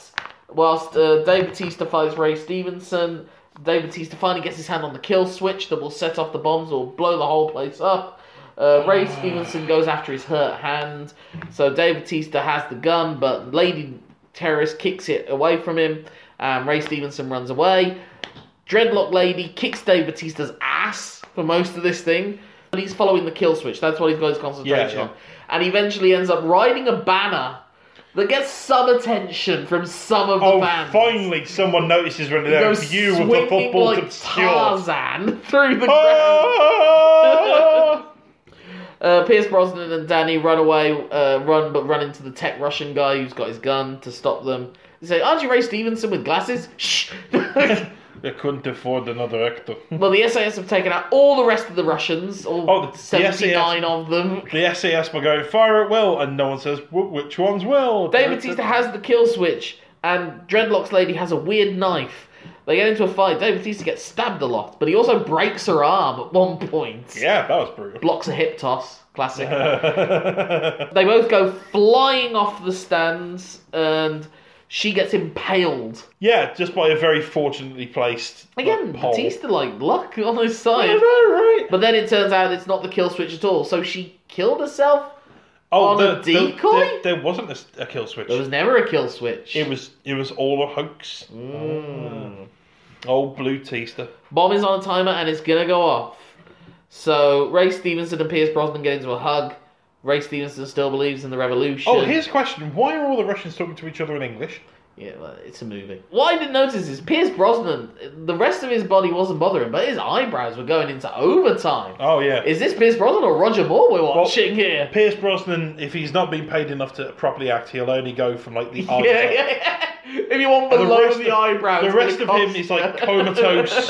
Speaker 1: Whilst uh, Dave Batista fights Ray Stevenson, Dave Batista finally gets his hand on the kill switch that will set off the bombs or blow the whole place up. Uh, Ray Stevenson goes after his hurt hand, so Dave Batista has the gun, but Lady Terrorist kicks it away from him, and Ray Stevenson runs away. Dreadlock Lady kicks Dave Batista's ass for most of this thing, but he's following the kill switch. That's what he's got his concentration
Speaker 2: Yeah, yeah.
Speaker 1: on. And he eventually ends up riding a banner that gets some attention from some of the
Speaker 2: oh,
Speaker 1: fans.
Speaker 2: finally, someone notices when
Speaker 1: He
Speaker 2: they're
Speaker 1: goes
Speaker 2: you with the
Speaker 1: swinging
Speaker 2: football Oh!
Speaker 1: like
Speaker 2: obscure.
Speaker 1: Tarzan through the ground.
Speaker 2: Ah!
Speaker 1: Uh, Pierce Brosnan and Danny run away, uh, run, but run into the tech Russian guy who's got his gun to stop them. They say, Aren't you Ray Stevenson with glasses? Shh!
Speaker 2: They couldn't afford another actor.
Speaker 1: Well, the SAS have taken out all the rest of the Russians, all
Speaker 2: Oh, the- the
Speaker 1: 79 of them.
Speaker 2: The SAS were going fire at will, and no one says "Wh- which one's will.
Speaker 1: David Batista has the kill switch, and Dreadlock's lady has a weird knife. They get into a fight. David Batista gets stabbed a lot, but he also breaks her arm at one point.
Speaker 2: Yeah, that was brutal.
Speaker 1: Blocks a hip toss. Classic. they both go flying off the stands, and she gets impaled.
Speaker 2: yeah, just by a very fortunately placed
Speaker 1: Again,
Speaker 2: pole.
Speaker 1: Batista, like, luck on his
Speaker 2: I
Speaker 1: side.
Speaker 2: know, right?
Speaker 1: But then it turns out it's not the kill switch at all, so she killed herself?
Speaker 2: Oh,
Speaker 1: On a
Speaker 2: there-
Speaker 1: decoy?
Speaker 2: There, there wasn't a s- a, kill switch.
Speaker 1: There was never a kill switch.
Speaker 2: It was it was all a hoax.
Speaker 1: Mm.
Speaker 2: Old blue teaster.
Speaker 1: Bomb is on a timer and it's gonna go off. So Ray Stevenson and Pierce Brosnan get into a hug. Ray Stevenson still believes in the revolution.
Speaker 2: Oh, here's a question: Why are all the Russians talking to each other in English?
Speaker 1: yeah, well, it's a movie. What I didn't notice is Pierce Brosnan. The rest of his body wasn't bothering, but his eyebrows were going into overtime.
Speaker 2: Oh yeah.
Speaker 1: Is this Pierce Brosnan or Roger Moore we're watching here?
Speaker 2: Pierce Brosnan, if he's not being paid enough to properly act, he'll only go from like the
Speaker 1: Yeah,
Speaker 2: eyes up.
Speaker 1: yeah, yeah. If you want below the,
Speaker 2: rest of-
Speaker 1: eyebrows,
Speaker 2: The
Speaker 1: it's gonna
Speaker 2: rest of him
Speaker 1: cost-
Speaker 2: is like comatose,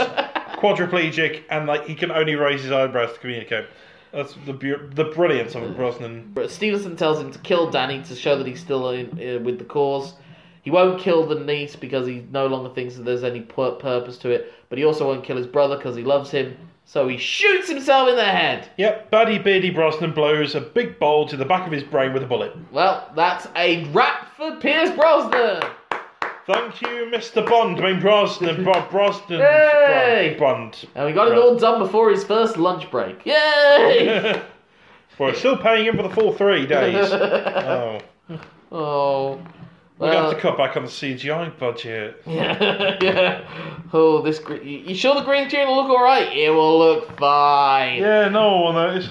Speaker 2: quadriplegic, and like he can only raise his eyebrows to communicate. That's the bu- the brilliance of Brosnan.
Speaker 1: Stevenson tells him to kill Danny to show that he's still in, uh, with the cause. He won't kill the niece because he no longer thinks that there's any pur- purpose to it, but he also won't kill his brother because he loves him. So he shoots himself in the head.
Speaker 2: Yep, baddie beardy Brosnan blows a big bowl to the back of his brain with a bullet.
Speaker 1: Well, that's a wrap for Pierce Brosnan.
Speaker 2: Thank you, Mr. Bond. I mean Brosnan, Bro- Brosnan,
Speaker 1: Hey!
Speaker 2: Bro- Bond.
Speaker 1: And we got it all done before his first lunch break. Yay!
Speaker 2: We're still paying him for the full three days. oh,
Speaker 1: Oh.
Speaker 2: we're gonna have
Speaker 1: Well,
Speaker 2: to cut back on the CGI budget.
Speaker 1: yeah. Oh, this. Gre- you you sure the green screen will look alright? It will look fine.
Speaker 2: Yeah, no one will notice.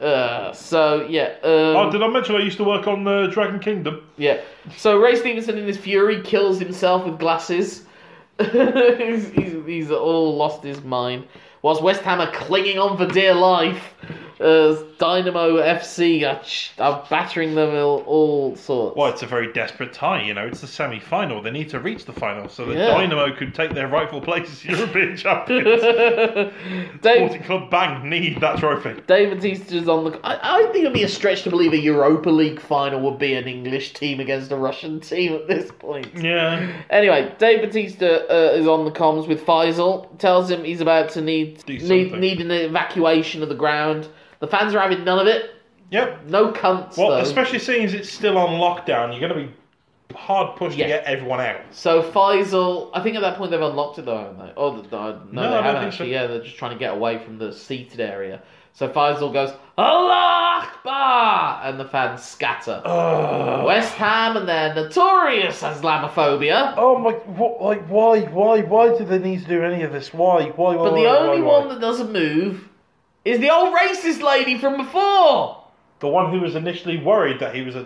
Speaker 1: Uh, so, yeah. Um,
Speaker 2: Oh, did I mention I used to work on the Dragon Kingdom?
Speaker 1: Yeah. So Ray Stevenson, in his fury, kills himself with glasses. he's, he's, he's all lost his mind. Whilst West Ham are clinging on for dear life, as Dynamo FC are, ch- are battering them all, all sorts.
Speaker 2: Well, it's a very desperate tie, you know. It's the semi final. They need to reach the final so that
Speaker 1: Yeah.
Speaker 2: Dynamo could take their rightful place as European champions. Sporting
Speaker 1: Dave,
Speaker 2: Club Bang need that trophy.
Speaker 1: Dave Batista's on the. I, I think it'd be a stretch to believe a Europa League final would be an English team against a Russian team at this point.
Speaker 2: Yeah.
Speaker 1: Anyway, Dave Batista uh, is on the comms with Faisal. Tells him he's about to need
Speaker 2: Do
Speaker 1: need,
Speaker 2: something.
Speaker 1: need an evacuation of the ground. The fans are having none of it.
Speaker 2: Yep.
Speaker 1: No cunts
Speaker 2: Well,
Speaker 1: though.
Speaker 2: especially seeing as it's still on lockdown, you're going to be hard pushed
Speaker 1: Yeah.
Speaker 2: to get everyone out.
Speaker 1: so Faisal, I think at that point they've unlocked it though, haven't they? Oh, the, no,
Speaker 2: No,
Speaker 1: they
Speaker 2: I don't
Speaker 1: haven't
Speaker 2: think so.
Speaker 1: actually. Yeah, they're just trying to get away from the seated area. So Faisal goes Allah Akbar, and the fans scatter.
Speaker 2: Oh.
Speaker 1: West Ham and their notorious Islamophobia.
Speaker 2: Oh my! What, like, why, why, why do they need to do any of this? Why, why, why?
Speaker 1: But the only one that doesn't move is the old racist lady from before.
Speaker 2: the one who was initially worried that he was a.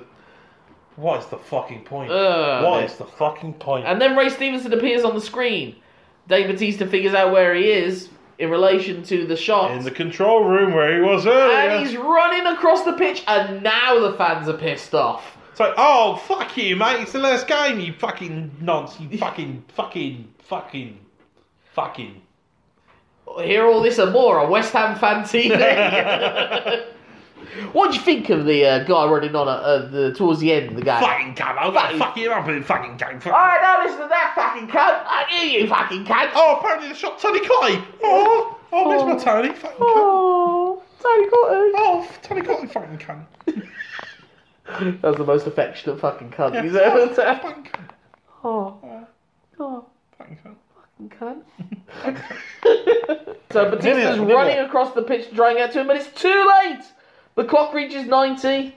Speaker 2: What is the fucking point?
Speaker 1: Ugh.
Speaker 2: what is the fucking point?
Speaker 1: And then Ray Stevenson appears on the screen. Dave Batista figures out where he is in relation to the shot.
Speaker 2: In the control room where he was earlier.
Speaker 1: and he's running across the pitch, and now the fans are pissed off.
Speaker 2: It's like, oh, fuck you, mate. It's the last game, you fucking nonce. You fucking, fucking, fucking, fucking.
Speaker 1: Hear all this and more on West Ham Fan TV. what do you think of the uh, guy running on at, uh, the, towards the end of the game?
Speaker 2: Fucking cunt. I'm gonna fuck you up in fucking game. Fuck.
Speaker 1: Alright, now listen to that fucking cunt. I knew you fucking cunt.
Speaker 2: oh, apparently the shot Tony Cotty. Oh, oh, there's my Tony. Fucking cunt.
Speaker 1: Oh, Tony Cotton.
Speaker 2: Oh, Tony Cotty, fucking cunt.
Speaker 1: That was the most affectionate fucking cunt he's ever said.
Speaker 2: Fucking cunt.
Speaker 1: Oh. Oh,
Speaker 2: Fucking cunt.
Speaker 1: fucking cunt. so Batista's
Speaker 2: Minute,
Speaker 1: running
Speaker 2: minute.
Speaker 1: across the pitch trying to get to him, but it's too late! The clock reaches 90.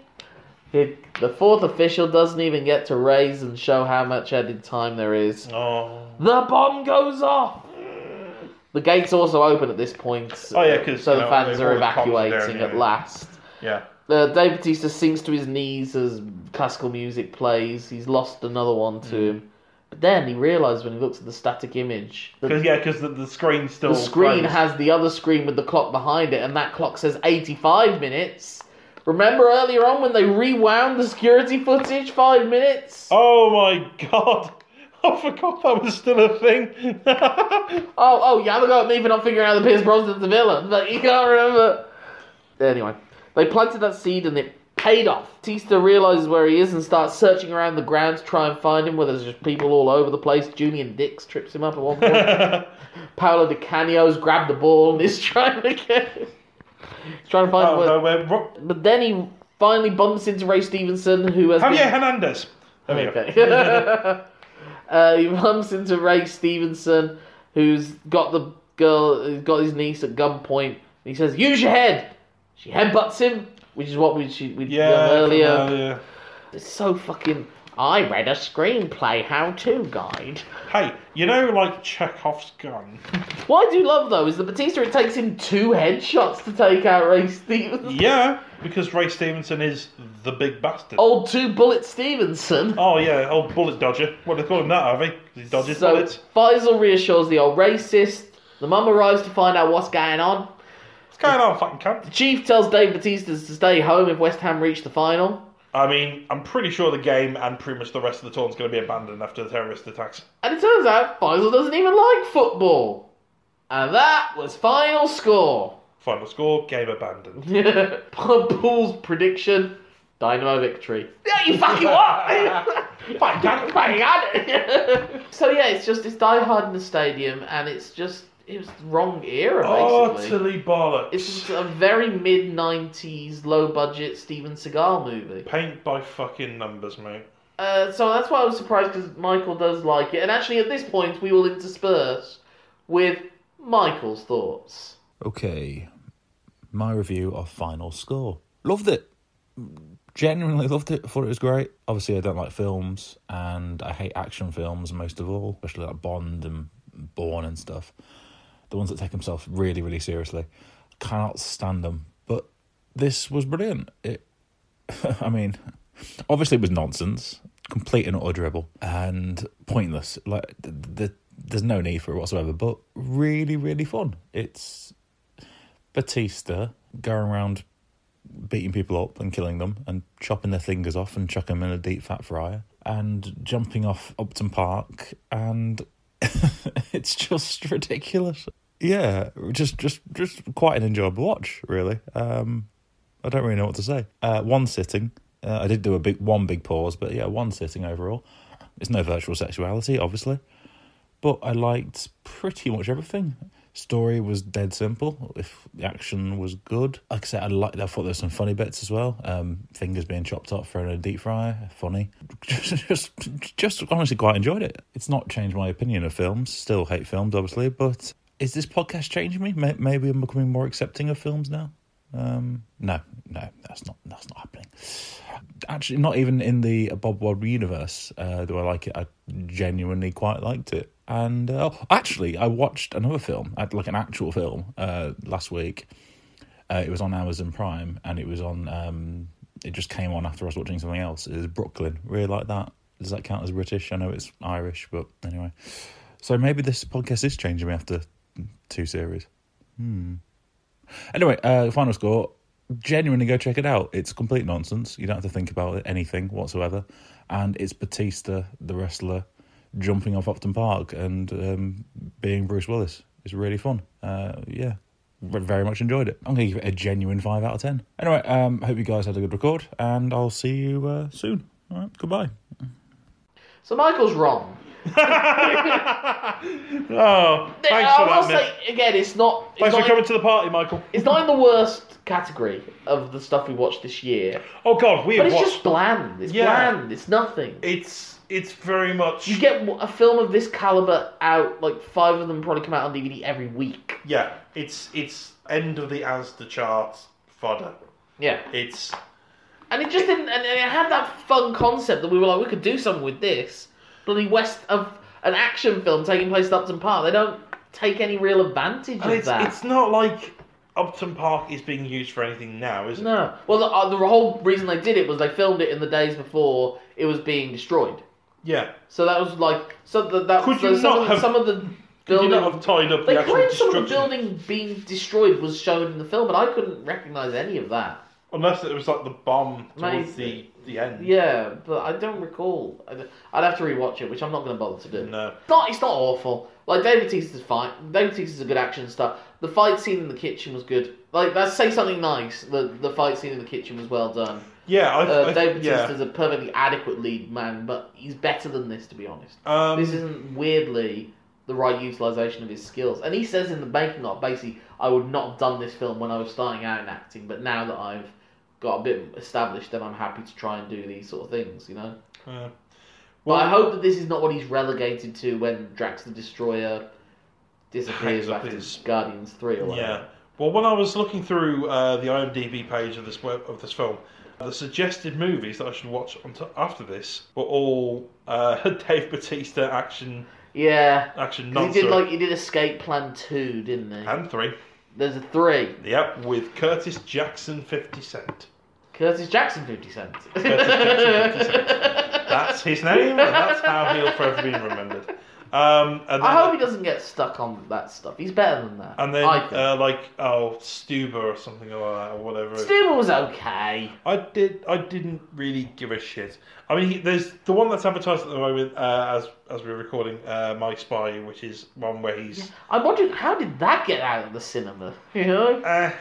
Speaker 1: He- the fourth official doesn't even get to raise and show how much added time there is.
Speaker 2: Oh.
Speaker 1: The bomb goes off! The gates also open at this point.
Speaker 2: Oh, yeah, 'cause,
Speaker 1: So
Speaker 2: you
Speaker 1: the
Speaker 2: know,
Speaker 1: fans
Speaker 2: they've
Speaker 1: are
Speaker 2: all the cops are down,
Speaker 1: evacuating at
Speaker 2: yeah.
Speaker 1: last.
Speaker 2: Yeah.
Speaker 1: Uh, Dave Batista sinks to his knees as classical music plays. He's lost another one to
Speaker 2: Mm.
Speaker 1: him. But then he realises when he looks at the static image that
Speaker 2: Because yeah, because the, the screen still.
Speaker 1: the screen
Speaker 2: froze.
Speaker 1: has the other screen with the clock behind it, and that clock says 85 minutes. Remember earlier on when they rewound the security footage five minutes?
Speaker 2: Oh my god. I forgot that was still a thing.
Speaker 1: Oh, oh, you have a go at me for not figuring out that Pierce Brosnan's the villain, but you can't remember. Anyway, they planted that seed and it paid off. Tista realizes where he is and starts searching around the grounds to try and find him, where there's just people all over the place. Julian Dix trips him up at one point. Paolo Di Canio's grabbed the ball and is trying to get. He's trying to find
Speaker 2: oh,
Speaker 1: where.
Speaker 2: no, we're Ro-
Speaker 1: But then he finally bumps into Ray Stevenson, who has. been-
Speaker 2: Javier Hernandez. There we go.
Speaker 1: Okay. uh, he bumps into Ray Stevenson, who's got the girl, who's got his niece at gunpoint. He says, "Use your head." She headbutts him, which is what we she, we
Speaker 2: Yeah,
Speaker 1: done earlier.
Speaker 2: from earlier.
Speaker 1: It's so fucking. I read a screenplay how-to guide.
Speaker 2: Hey, you know, like Chekhov's gun.
Speaker 1: What I do love though is that Batista. It takes him two headshots to take out Ray Stevenson.
Speaker 2: yeah, because Ray Stevenson is the big bastard. Oh,
Speaker 1: Old two bullet Stevenson.
Speaker 2: yeah, old bullet dodger. What do they call him that, Harvey? 'Cause He dodges
Speaker 1: So
Speaker 2: bullets.
Speaker 1: Faisal reassures the old racist. The mum arrives to find out what's going on.
Speaker 2: It's going on, fucking cunt.
Speaker 1: Chief tells Dave Batista to stay home if West Ham reach the final.
Speaker 2: I mean, I'm pretty sure the game and pretty much the rest of the tournament's going to be abandoned after the terrorist attacks.
Speaker 1: And it turns out Faisal doesn't even like football. And that was final score.
Speaker 2: Final score, game abandoned.
Speaker 1: Pool's prediction Dynamo victory. Yeah, you fucking what? fucking had it, fucking had it. so, yeah, it's just it's Die Hard in the stadium, and it's just it was the wrong era, basically.
Speaker 2: Utterly bollocks.
Speaker 1: it's just a very mid 90s, low budget Steven Seagal movie.
Speaker 2: Paint by fucking numbers, mate.
Speaker 1: Uh, so that's why I was surprised because Michael does like it. And actually, at this point, we will intersperse with Michael's thoughts.
Speaker 8: Okay, my review of Final Score. Loved it. Genuinely loved it. Thought it was great. Obviously, I don't like films, and I hate action films most of all, especially like Bond and Bourne and stuff. The ones that take themselves really, really seriously. Cannot stand them. But this was brilliant. It, I mean, obviously it was nonsense, complete and utter dribble, and pointless. Like the, the, there's no need for it whatsoever. But really, really fun. It's Batista going around beating people up and killing them and chopping their fingers off and chucking them in a deep fat fryer and jumping off Upton Park and it's just ridiculous. Yeah, just just just quite an enjoyable watch, really. Um, I don't really know what to say. Uh, one sitting. Uh, I did do a big one big pause, but yeah, one sitting overall. It's no virtual sexuality, obviously but I liked pretty much everything. Story was dead simple. If the action was good, like I said, I liked. I thought there were some funny bits as well. Um, fingers being chopped up, thrown in a deep fryer, funny. Just, just, just honestly, quite enjoyed it. It's not changed my opinion of films. Still hate films, obviously, but is this podcast changing me? May- Maybe I'm becoming more accepting of films now. Um, no, no, that's not that's not happening. Actually, not even in the Bob Wad universe uh, do I like it. I genuinely quite liked it. And uh, oh, actually, I watched another film, uh, like an actual film, uh, last week. Uh, it was on Amazon Prime, and it was on. Um, it just came on after I was watching something else. It was Brooklyn. Really like that. Does that count as British? I know it's Irish, but anyway. So maybe this podcast is changing me after two series. Anyway, uh, final score. Genuinely go check it out. It's complete nonsense. You don't have to think about it, anything whatsoever. And it's Batista, the wrestler, jumping off Upton Park and um, being Bruce Willis. It's really fun. Uh, yeah, Re- very much enjoyed it. I'm going to give it a genuine 5 out of 10. Anyway, um, hope you guys had a good record and I'll see you uh, soon. All right, goodbye.
Speaker 1: So Michael's wrong.
Speaker 2: Oh, thanks
Speaker 1: I
Speaker 2: for
Speaker 1: will
Speaker 2: that,
Speaker 1: say
Speaker 2: mate.
Speaker 1: again, it's not. It's
Speaker 2: Thanks
Speaker 1: not
Speaker 2: for
Speaker 1: in-
Speaker 2: coming to the party, Michael.
Speaker 1: It's not in the worst category of the stuff we watched this year,
Speaker 2: Oh God, we
Speaker 1: but
Speaker 2: have
Speaker 1: it's
Speaker 2: watched.
Speaker 1: just bland. It's
Speaker 2: Yeah.
Speaker 1: bland. It's nothing.
Speaker 2: It's it's very much.
Speaker 1: you get a film of this caliber out, like five of them probably come out on DVD every week.
Speaker 2: Yeah, it's it's end of the Asda chart fodder.
Speaker 1: Yeah,
Speaker 2: It's
Speaker 1: and it just didn't. And and it had that fun concept that we were like, we could do something with this. Bloody West of an action film taking place at Upton Park. They don't take any real advantage of
Speaker 2: and Oh, it's
Speaker 1: that.
Speaker 2: it's not like Upton Park is being used for anything now, is it?
Speaker 1: No. Well, the, uh, the whole reason they did it was they filmed it in the days before it was being destroyed.
Speaker 2: Yeah,
Speaker 1: So that was like so the, that
Speaker 2: Could
Speaker 1: so
Speaker 2: you
Speaker 1: some,
Speaker 2: not
Speaker 1: of,
Speaker 2: have-
Speaker 1: some of the
Speaker 2: you
Speaker 1: building.
Speaker 2: not have tied up the
Speaker 1: they
Speaker 2: actual
Speaker 1: claimed some of the
Speaker 2: destruction
Speaker 1: building being destroyed was shown in the film, but I couldn't recognise any of that.
Speaker 2: unless it was like the bomb towards
Speaker 1: Amazing.
Speaker 2: the the end.
Speaker 1: Yeah, but I don't recall. I'd, I'd have to rewatch it, which I'm not going to bother to do.
Speaker 2: No.
Speaker 1: It's not, it's not awful. Like, David Teaser's fight. David Teaser's a good action star. The fight scene in the kitchen was good. Like, that's say something nice. The, the fight scene in the kitchen was well done.
Speaker 2: Yeah, I,
Speaker 1: Uh,
Speaker 2: I,
Speaker 1: David
Speaker 2: yeah.
Speaker 1: Teaser's a perfectly adequate lead man, but he's better than this, to be honest.
Speaker 2: Um,
Speaker 1: this isn't weirdly the right utilization of his skills. And he says in the making of basically, I would not have done this film when I was starting out in acting, but now that I've got a bit established, then I'm happy to try and do these sort of things, you know.
Speaker 2: uh,
Speaker 1: But I hope that this is not what he's relegated to when Drax the Destroyer disappears
Speaker 2: Hangs up
Speaker 1: after
Speaker 2: his-
Speaker 1: Guardians Three or whatever.
Speaker 2: Yeah. Well, when I was looking through uh, the IMDb page of this web, of this film, the suggested movies that I should watch on t- after this were all uh, Dave Batista action
Speaker 1: Yeah.
Speaker 2: action
Speaker 1: 'Cause
Speaker 2: Uh, nonsense
Speaker 1: He did like he did Escape Plan Two, didn't he?
Speaker 2: and three.
Speaker 1: There's a three.
Speaker 2: Yep, with Curtis Jackson, Fifty Cent.
Speaker 1: Curtis Jackson, Fifty Cent.
Speaker 2: Curtis Jackson, 50 Cent. That's his name, and that's how he'll forever be remembered. Um, and then,
Speaker 1: I hope he doesn't get stuck on that stuff. He's better than that.
Speaker 2: And then,
Speaker 1: I think.
Speaker 2: uh, like, oh, Stuber or something like that, or whatever.
Speaker 1: Stuber was okay.
Speaker 2: I did. I didn't really give a shit. I mean, he, there's the one that's advertised at the moment uh, as as we're recording, uh, My Spy, which is one where he's.
Speaker 1: I'm wondering how did that get out of the cinema, you know?
Speaker 2: Uh,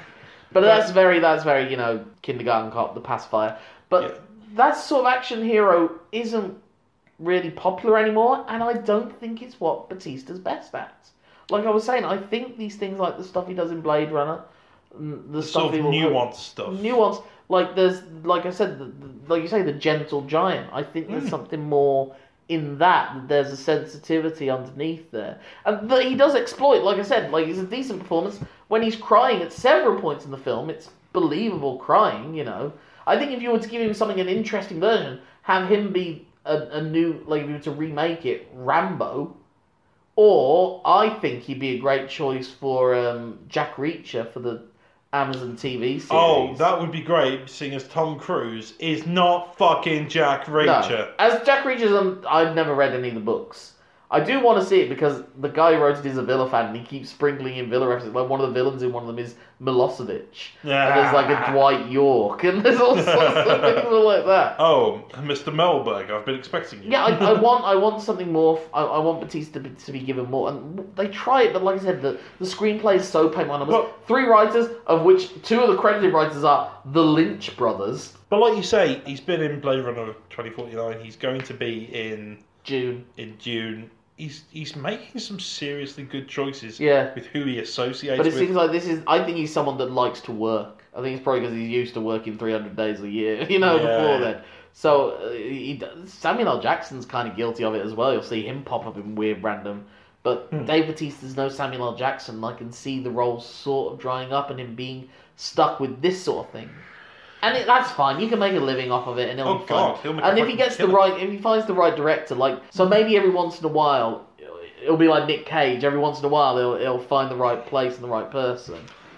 Speaker 1: But that's very, that's very, you know, kindergarten cop, the pacifier. But
Speaker 2: Yeah.
Speaker 1: that sort of action hero isn't really popular anymore, and I don't think it's what Batista's best at. Like I was saying, I think these things like the stuff he does in Blade Runner, n- the stuff
Speaker 2: sort
Speaker 1: he
Speaker 2: of
Speaker 1: will
Speaker 2: nuanced stuff.
Speaker 1: nuance. Like there's, like I said, the, the, like you say, the gentle giant. I think there's something more in that. that There's a sensitivity underneath there, and that he does exploit. Like I said, like it's a decent performance when he's crying at several points in the film. It's believable crying. You know, I think if you were to give him something an interesting version, have him be a, a new like if you were to remake it, Rambo. Or I think he'd be a great choice for um, Jack Reacher for the Amazon TV series.
Speaker 2: Oh, that would be great, seeing as Tom Cruise is not fucking Jack Reacher.
Speaker 1: No. As Jack Reacher's, um, I've never read any of the books. I do want to see it because the guy who wrote it is a Villa fan and he keeps sprinkling in Villa references. Like one of the villains in one of them is Milosevic. And there's like a Dwight York and there's all sorts of people like that.
Speaker 2: Oh, Mr. Melberg, I've been expecting you.
Speaker 1: Yeah, I, I want I want something more. f- I, I want Batista to be, to be given more. And they try it, but like I said, the, the screenplay is so paint by numbers.
Speaker 2: Well-
Speaker 1: Three writers, of which two of the credited writers are the Lynch brothers.
Speaker 2: but like you say, he's been in Blade Runner 2049. He's going to be in
Speaker 1: June.
Speaker 2: in June. He's he's making some seriously good choices.
Speaker 1: Yeah.
Speaker 2: With who he associates
Speaker 1: But it
Speaker 2: with.
Speaker 1: seems like this is. I think he's someone that likes to work. I think it's probably because he's used to working 300 days a year, you know,
Speaker 2: Yeah.
Speaker 1: before then. So uh, he, does- Samuel L. Jackson's kind of guilty of it as well. You'll see him pop up in weird random. But
Speaker 2: Hmm.
Speaker 1: Dave Batista's no Samuel L. Jackson. and I can see the role sort of drying up and him being stuck with this sort of thing. And it, that's fine. You can make a living off of it, and it'll
Speaker 2: Oh,
Speaker 1: be fun.
Speaker 2: God, he'll make a
Speaker 1: and if he
Speaker 2: fucking
Speaker 1: gets the
Speaker 2: killing.
Speaker 1: right, if he finds the right director, like so, maybe every once in a while, it'll be like Nick Cage. Every once in a while, it'll, it'll find the right place and the right person.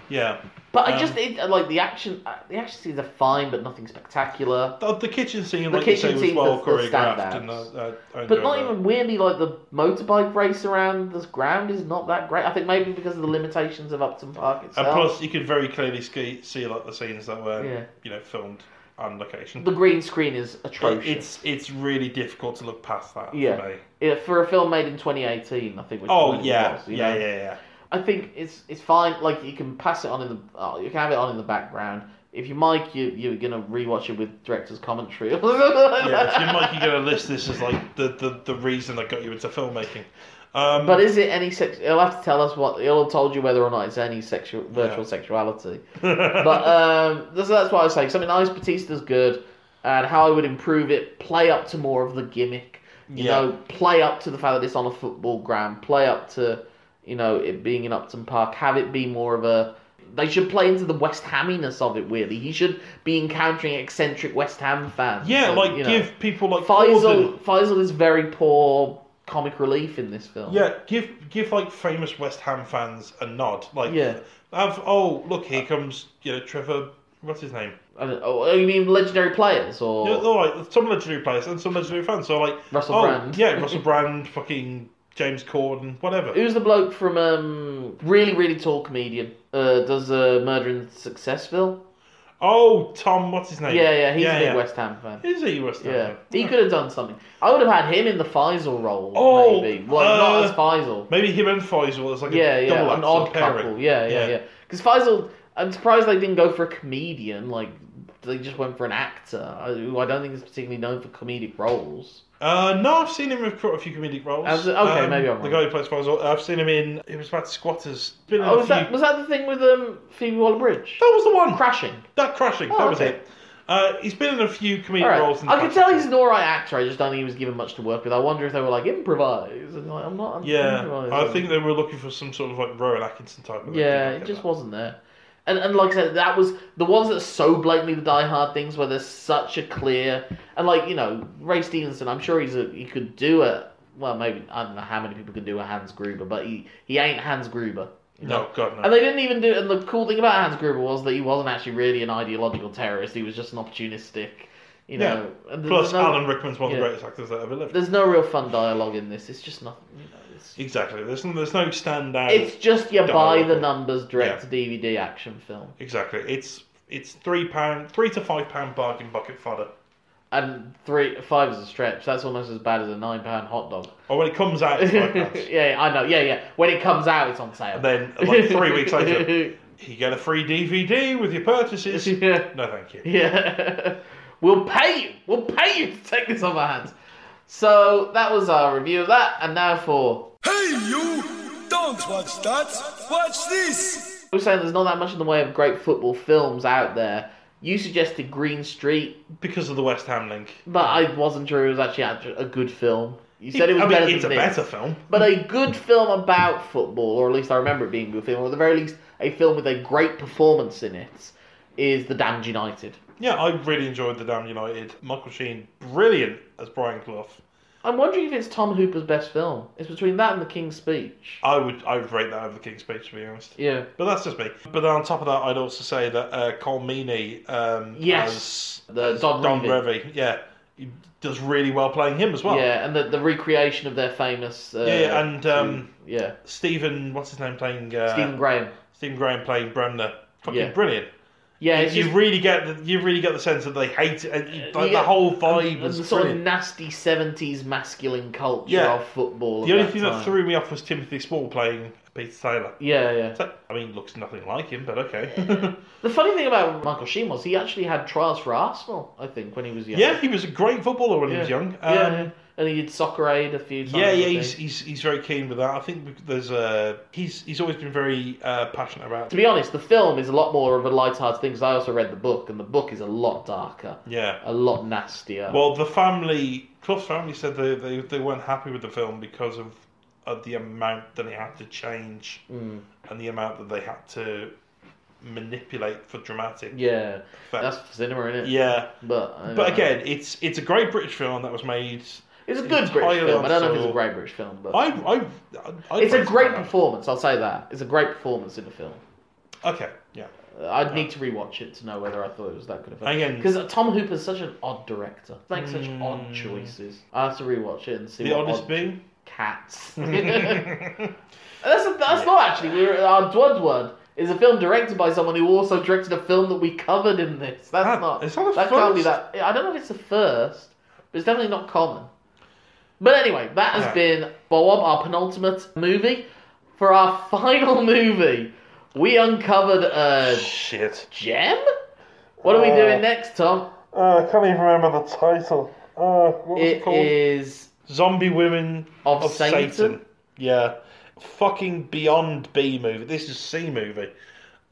Speaker 2: yeah.
Speaker 1: But I
Speaker 2: Um,
Speaker 1: just it, like the action. uh, The action scenes are fine, but nothing spectacular.
Speaker 2: The, the kitchen scene,
Speaker 1: The
Speaker 2: like
Speaker 1: kitchen
Speaker 2: you say,
Speaker 1: scene's
Speaker 2: was well
Speaker 1: the- the
Speaker 2: choreographed, and uh,
Speaker 1: standouts.
Speaker 2: uh, I
Speaker 1: But not
Speaker 2: enjoyed that.
Speaker 1: even weirdly, like the motorbike race around the ground is not that great. I think maybe because of the limitations of Upton Park
Speaker 2: And
Speaker 1: itself.
Speaker 2: plus, you could very clearly ski, see like the scenes that were,
Speaker 1: Yeah.
Speaker 2: you know, filmed on location.
Speaker 1: the green screen is atrocious.
Speaker 2: it's it's really difficult to look past that. For
Speaker 1: yeah.
Speaker 2: me.
Speaker 1: Yeah, for a film made in 2018, I think. Which
Speaker 2: Oh
Speaker 1: is what it
Speaker 2: yeah,
Speaker 1: was, you
Speaker 2: yeah,
Speaker 1: know?
Speaker 2: yeah, yeah.
Speaker 1: I think it's it's fine. Like you can pass it on in the oh, you can have it on in the background. If you mic, you you're gonna rewatch it with director's commentary. or something like
Speaker 2: Yeah, if
Speaker 1: that.
Speaker 2: you're Mikey, you're gonna list this as like the, the, the reason that got you into filmmaking. Um,
Speaker 1: But is it any sex? It'll have to tell us what it'll have told you whether or not it's any sexual virtual
Speaker 2: Yeah.
Speaker 1: sexuality. but um, that's, that's what I was saying. Something nice, Batista's good, and how I would improve it: play up to more of the gimmick. You
Speaker 2: Yeah.
Speaker 1: know, play up to the fact that it's on a football ground. Play up to you know it being in Upton Park. Have it be more of a. They should play into the West Haminess of it. Really, he should be encountering eccentric West Ham fans.
Speaker 2: yeah,
Speaker 1: and,
Speaker 2: like
Speaker 1: um, you know.
Speaker 2: give people like Corden-
Speaker 1: Faisal. Faisal is very poor comic relief in this film.
Speaker 2: Yeah, give give like famous West Ham fans a nod. Like,
Speaker 1: Yeah.
Speaker 2: have oh look, here comes you know Trevor. What's his name?
Speaker 1: I don't, oh, you mean legendary players or?
Speaker 2: Yeah, all right, some legendary players and some legendary fans. So like
Speaker 1: Russell
Speaker 2: oh,
Speaker 1: Brand.
Speaker 2: yeah, Russell Brand, fucking James Corden, whatever.
Speaker 1: Who's the bloke from um really really tall comedian? Uh, does uh, Murder in Successville?
Speaker 2: Oh, Tom, what's his name?
Speaker 1: Yeah, yeah, he's a big
Speaker 2: yeah.
Speaker 1: West Ham fan.
Speaker 2: Is he West Ham?
Speaker 1: Yeah, he could have done something. I would have had him in the Faisal role,
Speaker 2: Oh,
Speaker 1: maybe. Well, not
Speaker 2: uh,
Speaker 1: as Faisal.
Speaker 2: Maybe him and Faisal is like
Speaker 1: Yeah,
Speaker 2: a
Speaker 1: yeah, an
Speaker 2: double act, sort
Speaker 1: odd
Speaker 2: of pairing.
Speaker 1: couple. Yeah, yeah, yeah. Because Faisal, I'm surprised they didn't go for a comedian. Like they just went for an actor who I don't think is particularly known for comedic roles.
Speaker 2: Uh, no, I've seen him in quite a few comedic roles. Um,
Speaker 1: As- okay, maybe I'm
Speaker 2: the
Speaker 1: wrong.
Speaker 2: guy who plays Faisal. I've seen him in. It was about squatters. Been in
Speaker 1: Oh,
Speaker 2: a
Speaker 1: was
Speaker 2: few-
Speaker 1: that was that the thing with um, Phoebe Waller-Bridge?
Speaker 2: That was the one.
Speaker 1: Crashing.
Speaker 2: That crashing.
Speaker 1: Oh,
Speaker 2: that was
Speaker 1: okay.
Speaker 2: it. Uh, he's been in a few comedic
Speaker 1: All right.
Speaker 2: roles. In the
Speaker 1: I could
Speaker 2: past.
Speaker 1: tell he's an alright actor. I just don't think he was given much to work with. I wonder if they were like improvise. And like, I'm not. I'm
Speaker 2: Yeah,
Speaker 1: improvising.
Speaker 2: I think they were looking for some sort of like Rowan Atkinson type. Of
Speaker 1: Yeah, it just wasn't there. And, and like I said, that was the ones that are so blatantly the Die Hard things where there's such a clear and like you know Ray Stevenson. I'm sure he's a, he could do a well maybe I don't know how many people can do a Hans Gruber, but he he ain't Hans Gruber.
Speaker 2: No, God no.
Speaker 1: And they didn't even do. And the cool thing about Hans Gruber was that he wasn't actually really an ideological terrorist. He was just an opportunistic, you
Speaker 2: Yeah.
Speaker 1: know. and there's
Speaker 2: Plus,
Speaker 1: no,
Speaker 2: Alan Rickman's one of the
Speaker 1: yeah.
Speaker 2: greatest actors that ever lived.
Speaker 1: There's no real fun dialogue in this. It's just nothing. You know, it's,
Speaker 2: Exactly. There's no, there's no standout.
Speaker 1: it's just your buy
Speaker 2: Dialogue.
Speaker 1: the numbers direct to DVD action film.
Speaker 2: Exactly. It's it's three pound, three to five pound bargain bucket fodder.
Speaker 1: And three five is a stretch. That's almost as bad as a nine pound hot dog.
Speaker 2: Or when it comes out, it's five pounds.
Speaker 1: yeah, I know. Yeah, yeah. When it comes out, it's on sale.
Speaker 2: And then, like three weeks later, you get a free DVD with your purchases.
Speaker 1: Yeah.
Speaker 2: No, thank you.
Speaker 1: yeah, we'll pay you. We'll pay you to take this off our hands. So that was our review of that, and now for
Speaker 7: Hey, you! Don't watch that! Watch this!
Speaker 1: we were saying there's not that much in the way of great football films out there. You suggested Green Street,
Speaker 2: Because of the West Ham link.
Speaker 1: but I wasn't sure it was actually actu- a good film. You said it was
Speaker 2: I
Speaker 1: better
Speaker 2: mean, it's a
Speaker 1: than this.
Speaker 2: better film.
Speaker 1: But a good film about football, or at least I remember it being a good film, or at the very least a film with a great performance in it, is The Damned United.
Speaker 2: Yeah, I really enjoyed The Damn United. Michael Sheen, brilliant as Brian Clough.
Speaker 1: I'm wondering if it's Tom Hooper's best film. It's between that and The King's Speech.
Speaker 2: I would I would rate that over The King's Speech, to be honest.
Speaker 1: Yeah.
Speaker 2: But that's just me. But then on top of that, I'd also say that uh, Cole Meany um,
Speaker 1: Yes.
Speaker 2: as
Speaker 1: The Don,
Speaker 2: Don
Speaker 1: Revy.
Speaker 2: Revy, yeah, he does really well playing him as well.
Speaker 1: Yeah, and the, the recreation of their famous. Uh,
Speaker 2: Yeah, yeah, and um,
Speaker 1: yeah,
Speaker 2: Stephen, what's his name, playing uh,
Speaker 1: Stephen Graham.
Speaker 2: Stephen Graham playing Bremner. Fucking
Speaker 1: Yeah.
Speaker 2: brilliant.
Speaker 1: Yeah, it's
Speaker 2: you
Speaker 1: just-
Speaker 2: really get the, you really get the sense that they hate it. and you- like,
Speaker 1: yeah.
Speaker 2: The whole vibe
Speaker 1: and the
Speaker 2: was
Speaker 1: sort
Speaker 2: brilliant.
Speaker 1: of nasty 70s masculine culture
Speaker 2: Yeah.
Speaker 1: of football.
Speaker 2: The
Speaker 1: at
Speaker 2: only
Speaker 1: that
Speaker 2: thing
Speaker 1: time.
Speaker 2: that threw me off was Timothy Small playing Peter Taylor.
Speaker 1: Yeah, yeah.
Speaker 2: So- I mean, looks nothing like him, but okay.
Speaker 1: The funny thing about Michael Sheen was he actually had trials for Arsenal, I think, when he was young.
Speaker 2: yeah, he was a great footballer when he was
Speaker 1: Yeah.
Speaker 2: young. Um,
Speaker 1: yeah, yeah. and he did soccer aid a few times.
Speaker 2: Yeah,
Speaker 1: I
Speaker 2: yeah,
Speaker 1: think.
Speaker 2: he's, he's he's very keen with that. I think there's a he's he's always been very uh, passionate about.
Speaker 1: To be honest, the film is a lot more of a light-hearted thing. Because I also read the book, and the book is a lot darker,
Speaker 2: Yeah.
Speaker 1: a lot nastier.
Speaker 2: Well, the family, Clough's family said they, they they weren't happy with the film because of of the amount that it had to change
Speaker 1: Hmm.
Speaker 2: and the amount that they had to manipulate for dramatic.
Speaker 1: yeah,
Speaker 2: Fair.
Speaker 1: that's cinema, isn't it?
Speaker 2: Yeah.
Speaker 1: but I
Speaker 2: But
Speaker 1: don't know.
Speaker 2: again, it's it's a great British film that was made.
Speaker 1: it's a good
Speaker 2: entirely
Speaker 1: British film. I don't know if it's
Speaker 2: on-
Speaker 1: a great British film, but
Speaker 2: I I, I I'd
Speaker 1: it's a
Speaker 2: rate
Speaker 1: great
Speaker 2: that.
Speaker 1: performance. I'll say that it's a great performance in the film.
Speaker 2: Okay. Yeah.
Speaker 1: Uh, I'd need to rewatch it to know whether I thought it was that good of a
Speaker 2: Again- Hmm.
Speaker 1: Because Tom Hooper's such an odd director. Makes such odd choices. I have to rewatch it and see
Speaker 2: The
Speaker 1: what
Speaker 2: honest
Speaker 1: odd
Speaker 2: being.
Speaker 1: cats. that's that's not actually we were, our Dwudwud is a film directed by someone who also directed a film that we covered in this. That's
Speaker 2: Ah,
Speaker 1: not
Speaker 2: is that a
Speaker 1: that can't be
Speaker 2: first?
Speaker 1: that. I don't know if it's the first, but it's definitely not common. But anyway, that has
Speaker 2: Yeah.
Speaker 1: been Bob, our penultimate movie. For our final movie, we uncovered a
Speaker 2: Shit.
Speaker 1: gem. What are
Speaker 2: Oh.
Speaker 1: we doing next, Tom?
Speaker 2: Uh, I can't even remember the title. Uh, what was it,
Speaker 1: It
Speaker 2: called?
Speaker 1: is
Speaker 2: Zombie Women
Speaker 1: Of
Speaker 2: of, Satan.
Speaker 1: Satan.
Speaker 2: Yeah. Fucking beyond B movie. This is C movie.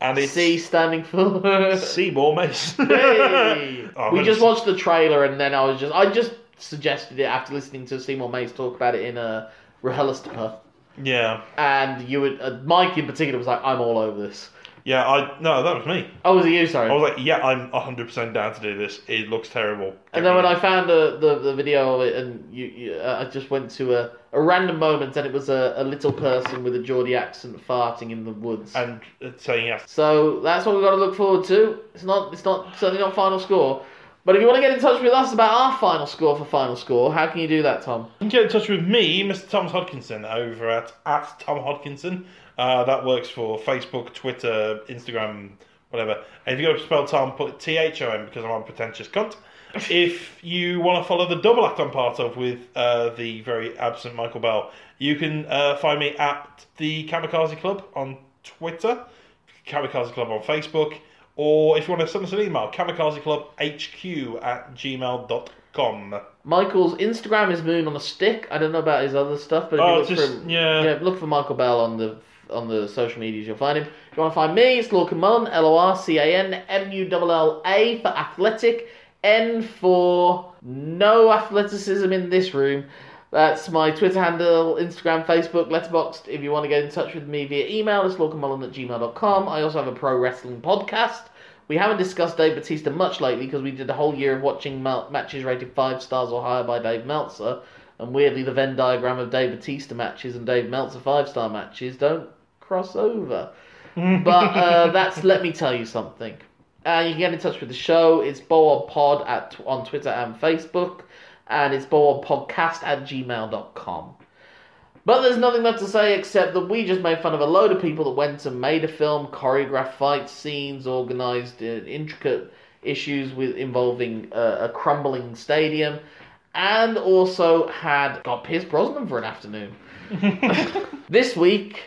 Speaker 2: And it's
Speaker 1: C standing for
Speaker 2: Seymour Mason.
Speaker 1: Hey!
Speaker 2: Oh,
Speaker 1: we
Speaker 2: I'm
Speaker 1: just
Speaker 2: gonna-
Speaker 1: watched the trailer and then I was just I just suggested it after listening to Seymour Mays talk about it in a Rahelastapa.
Speaker 2: Yeah.
Speaker 1: And you would uh, Mike in particular was like, I'm all over this.
Speaker 2: Yeah, I no, that was me.
Speaker 1: Oh, was it you? Sorry.
Speaker 2: I was like, yeah, I'm 100% down to do this. It looks terrible.
Speaker 1: and then when I found uh, the the video of it, and you, you uh, I just went to a, a random moment, and it was a, a little person with a Geordie accent farting in the woods.
Speaker 2: and uh, saying yes.
Speaker 1: So that's what we've got to look forward to. It's not, it's not certainly not final score. But if you want to get in touch with us about our final score for final score, how can you do that, Tom?
Speaker 2: You can get in touch with me, Mr. Thomas Hodkinson, over at, at Tom Hodkinson. Uh, that works for Facebook, Twitter, Instagram, whatever. And if you go to spell Tom, put T H O M because I'm a pretentious cunt. If you want to follow the double act I'm part of with uh, the very absent Michael Bell, you can uh, find me at the Kamikaze Club on Twitter, Kamikaze Club on Facebook, or if you want to send us an email, kamikaze club hq at gmail.com.
Speaker 1: Michael's Instagram is Moon on a Stick. I don't know about his other stuff, but if
Speaker 2: Oh,
Speaker 1: you
Speaker 2: it's
Speaker 1: look
Speaker 2: just-
Speaker 1: for him-
Speaker 2: yeah.
Speaker 1: look for Michael Bell on the on the social medias, you'll find him. If you want to find me, it's Lorcan Mullen, L O R C A N M U L L A for athletic, N for no athleticism in this room. That's my Twitter handle, Instagram, Facebook, Letterboxd. If you want to get in touch with me via email, it's lorcanmullen at gmail.com. I also have a pro wrestling podcast. We haven't discussed Dave Batista much lately because we did a whole year of watching ma- matches rated five stars or higher by Dave Meltzer, and weirdly the Venn diagram of Dave Batista matches and Dave Meltzer five star matches don't cross over. but uh, that's let me tell you something. Uh, you can get in touch with the show. It's Boab Pod at on Twitter and Facebook, and it's Boab Podcast at gmail.com. But there's nothing left to say except that we just made fun of a load of people that went and made a film, choreographed fight scenes, organised uh, intricate issues with involving uh, a crumbling stadium, and also had got Pierce Brosnan for an afternoon. this week,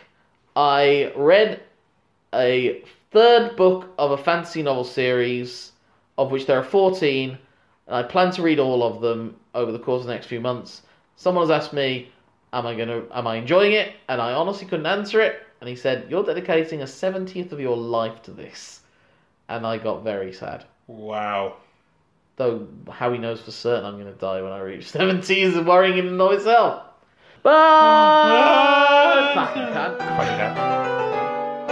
Speaker 1: I read a third book of a fantasy novel series, of which there are 14, and I plan to read all of them over the course of the next few months. Someone has asked me, Am I gonna am I enjoying it? And I honestly couldn't answer it. And he said, You're dedicating a seventieth of your life to this. And I got very sad.
Speaker 2: Wow.
Speaker 1: Though how he knows for certain I'm gonna die when I reach seventy is worrying in and of itself. Bye! Fucking cunt.
Speaker 2: Fucking hell.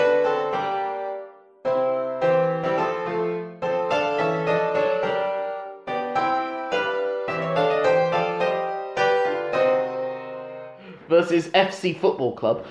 Speaker 1: versus FC Football Club.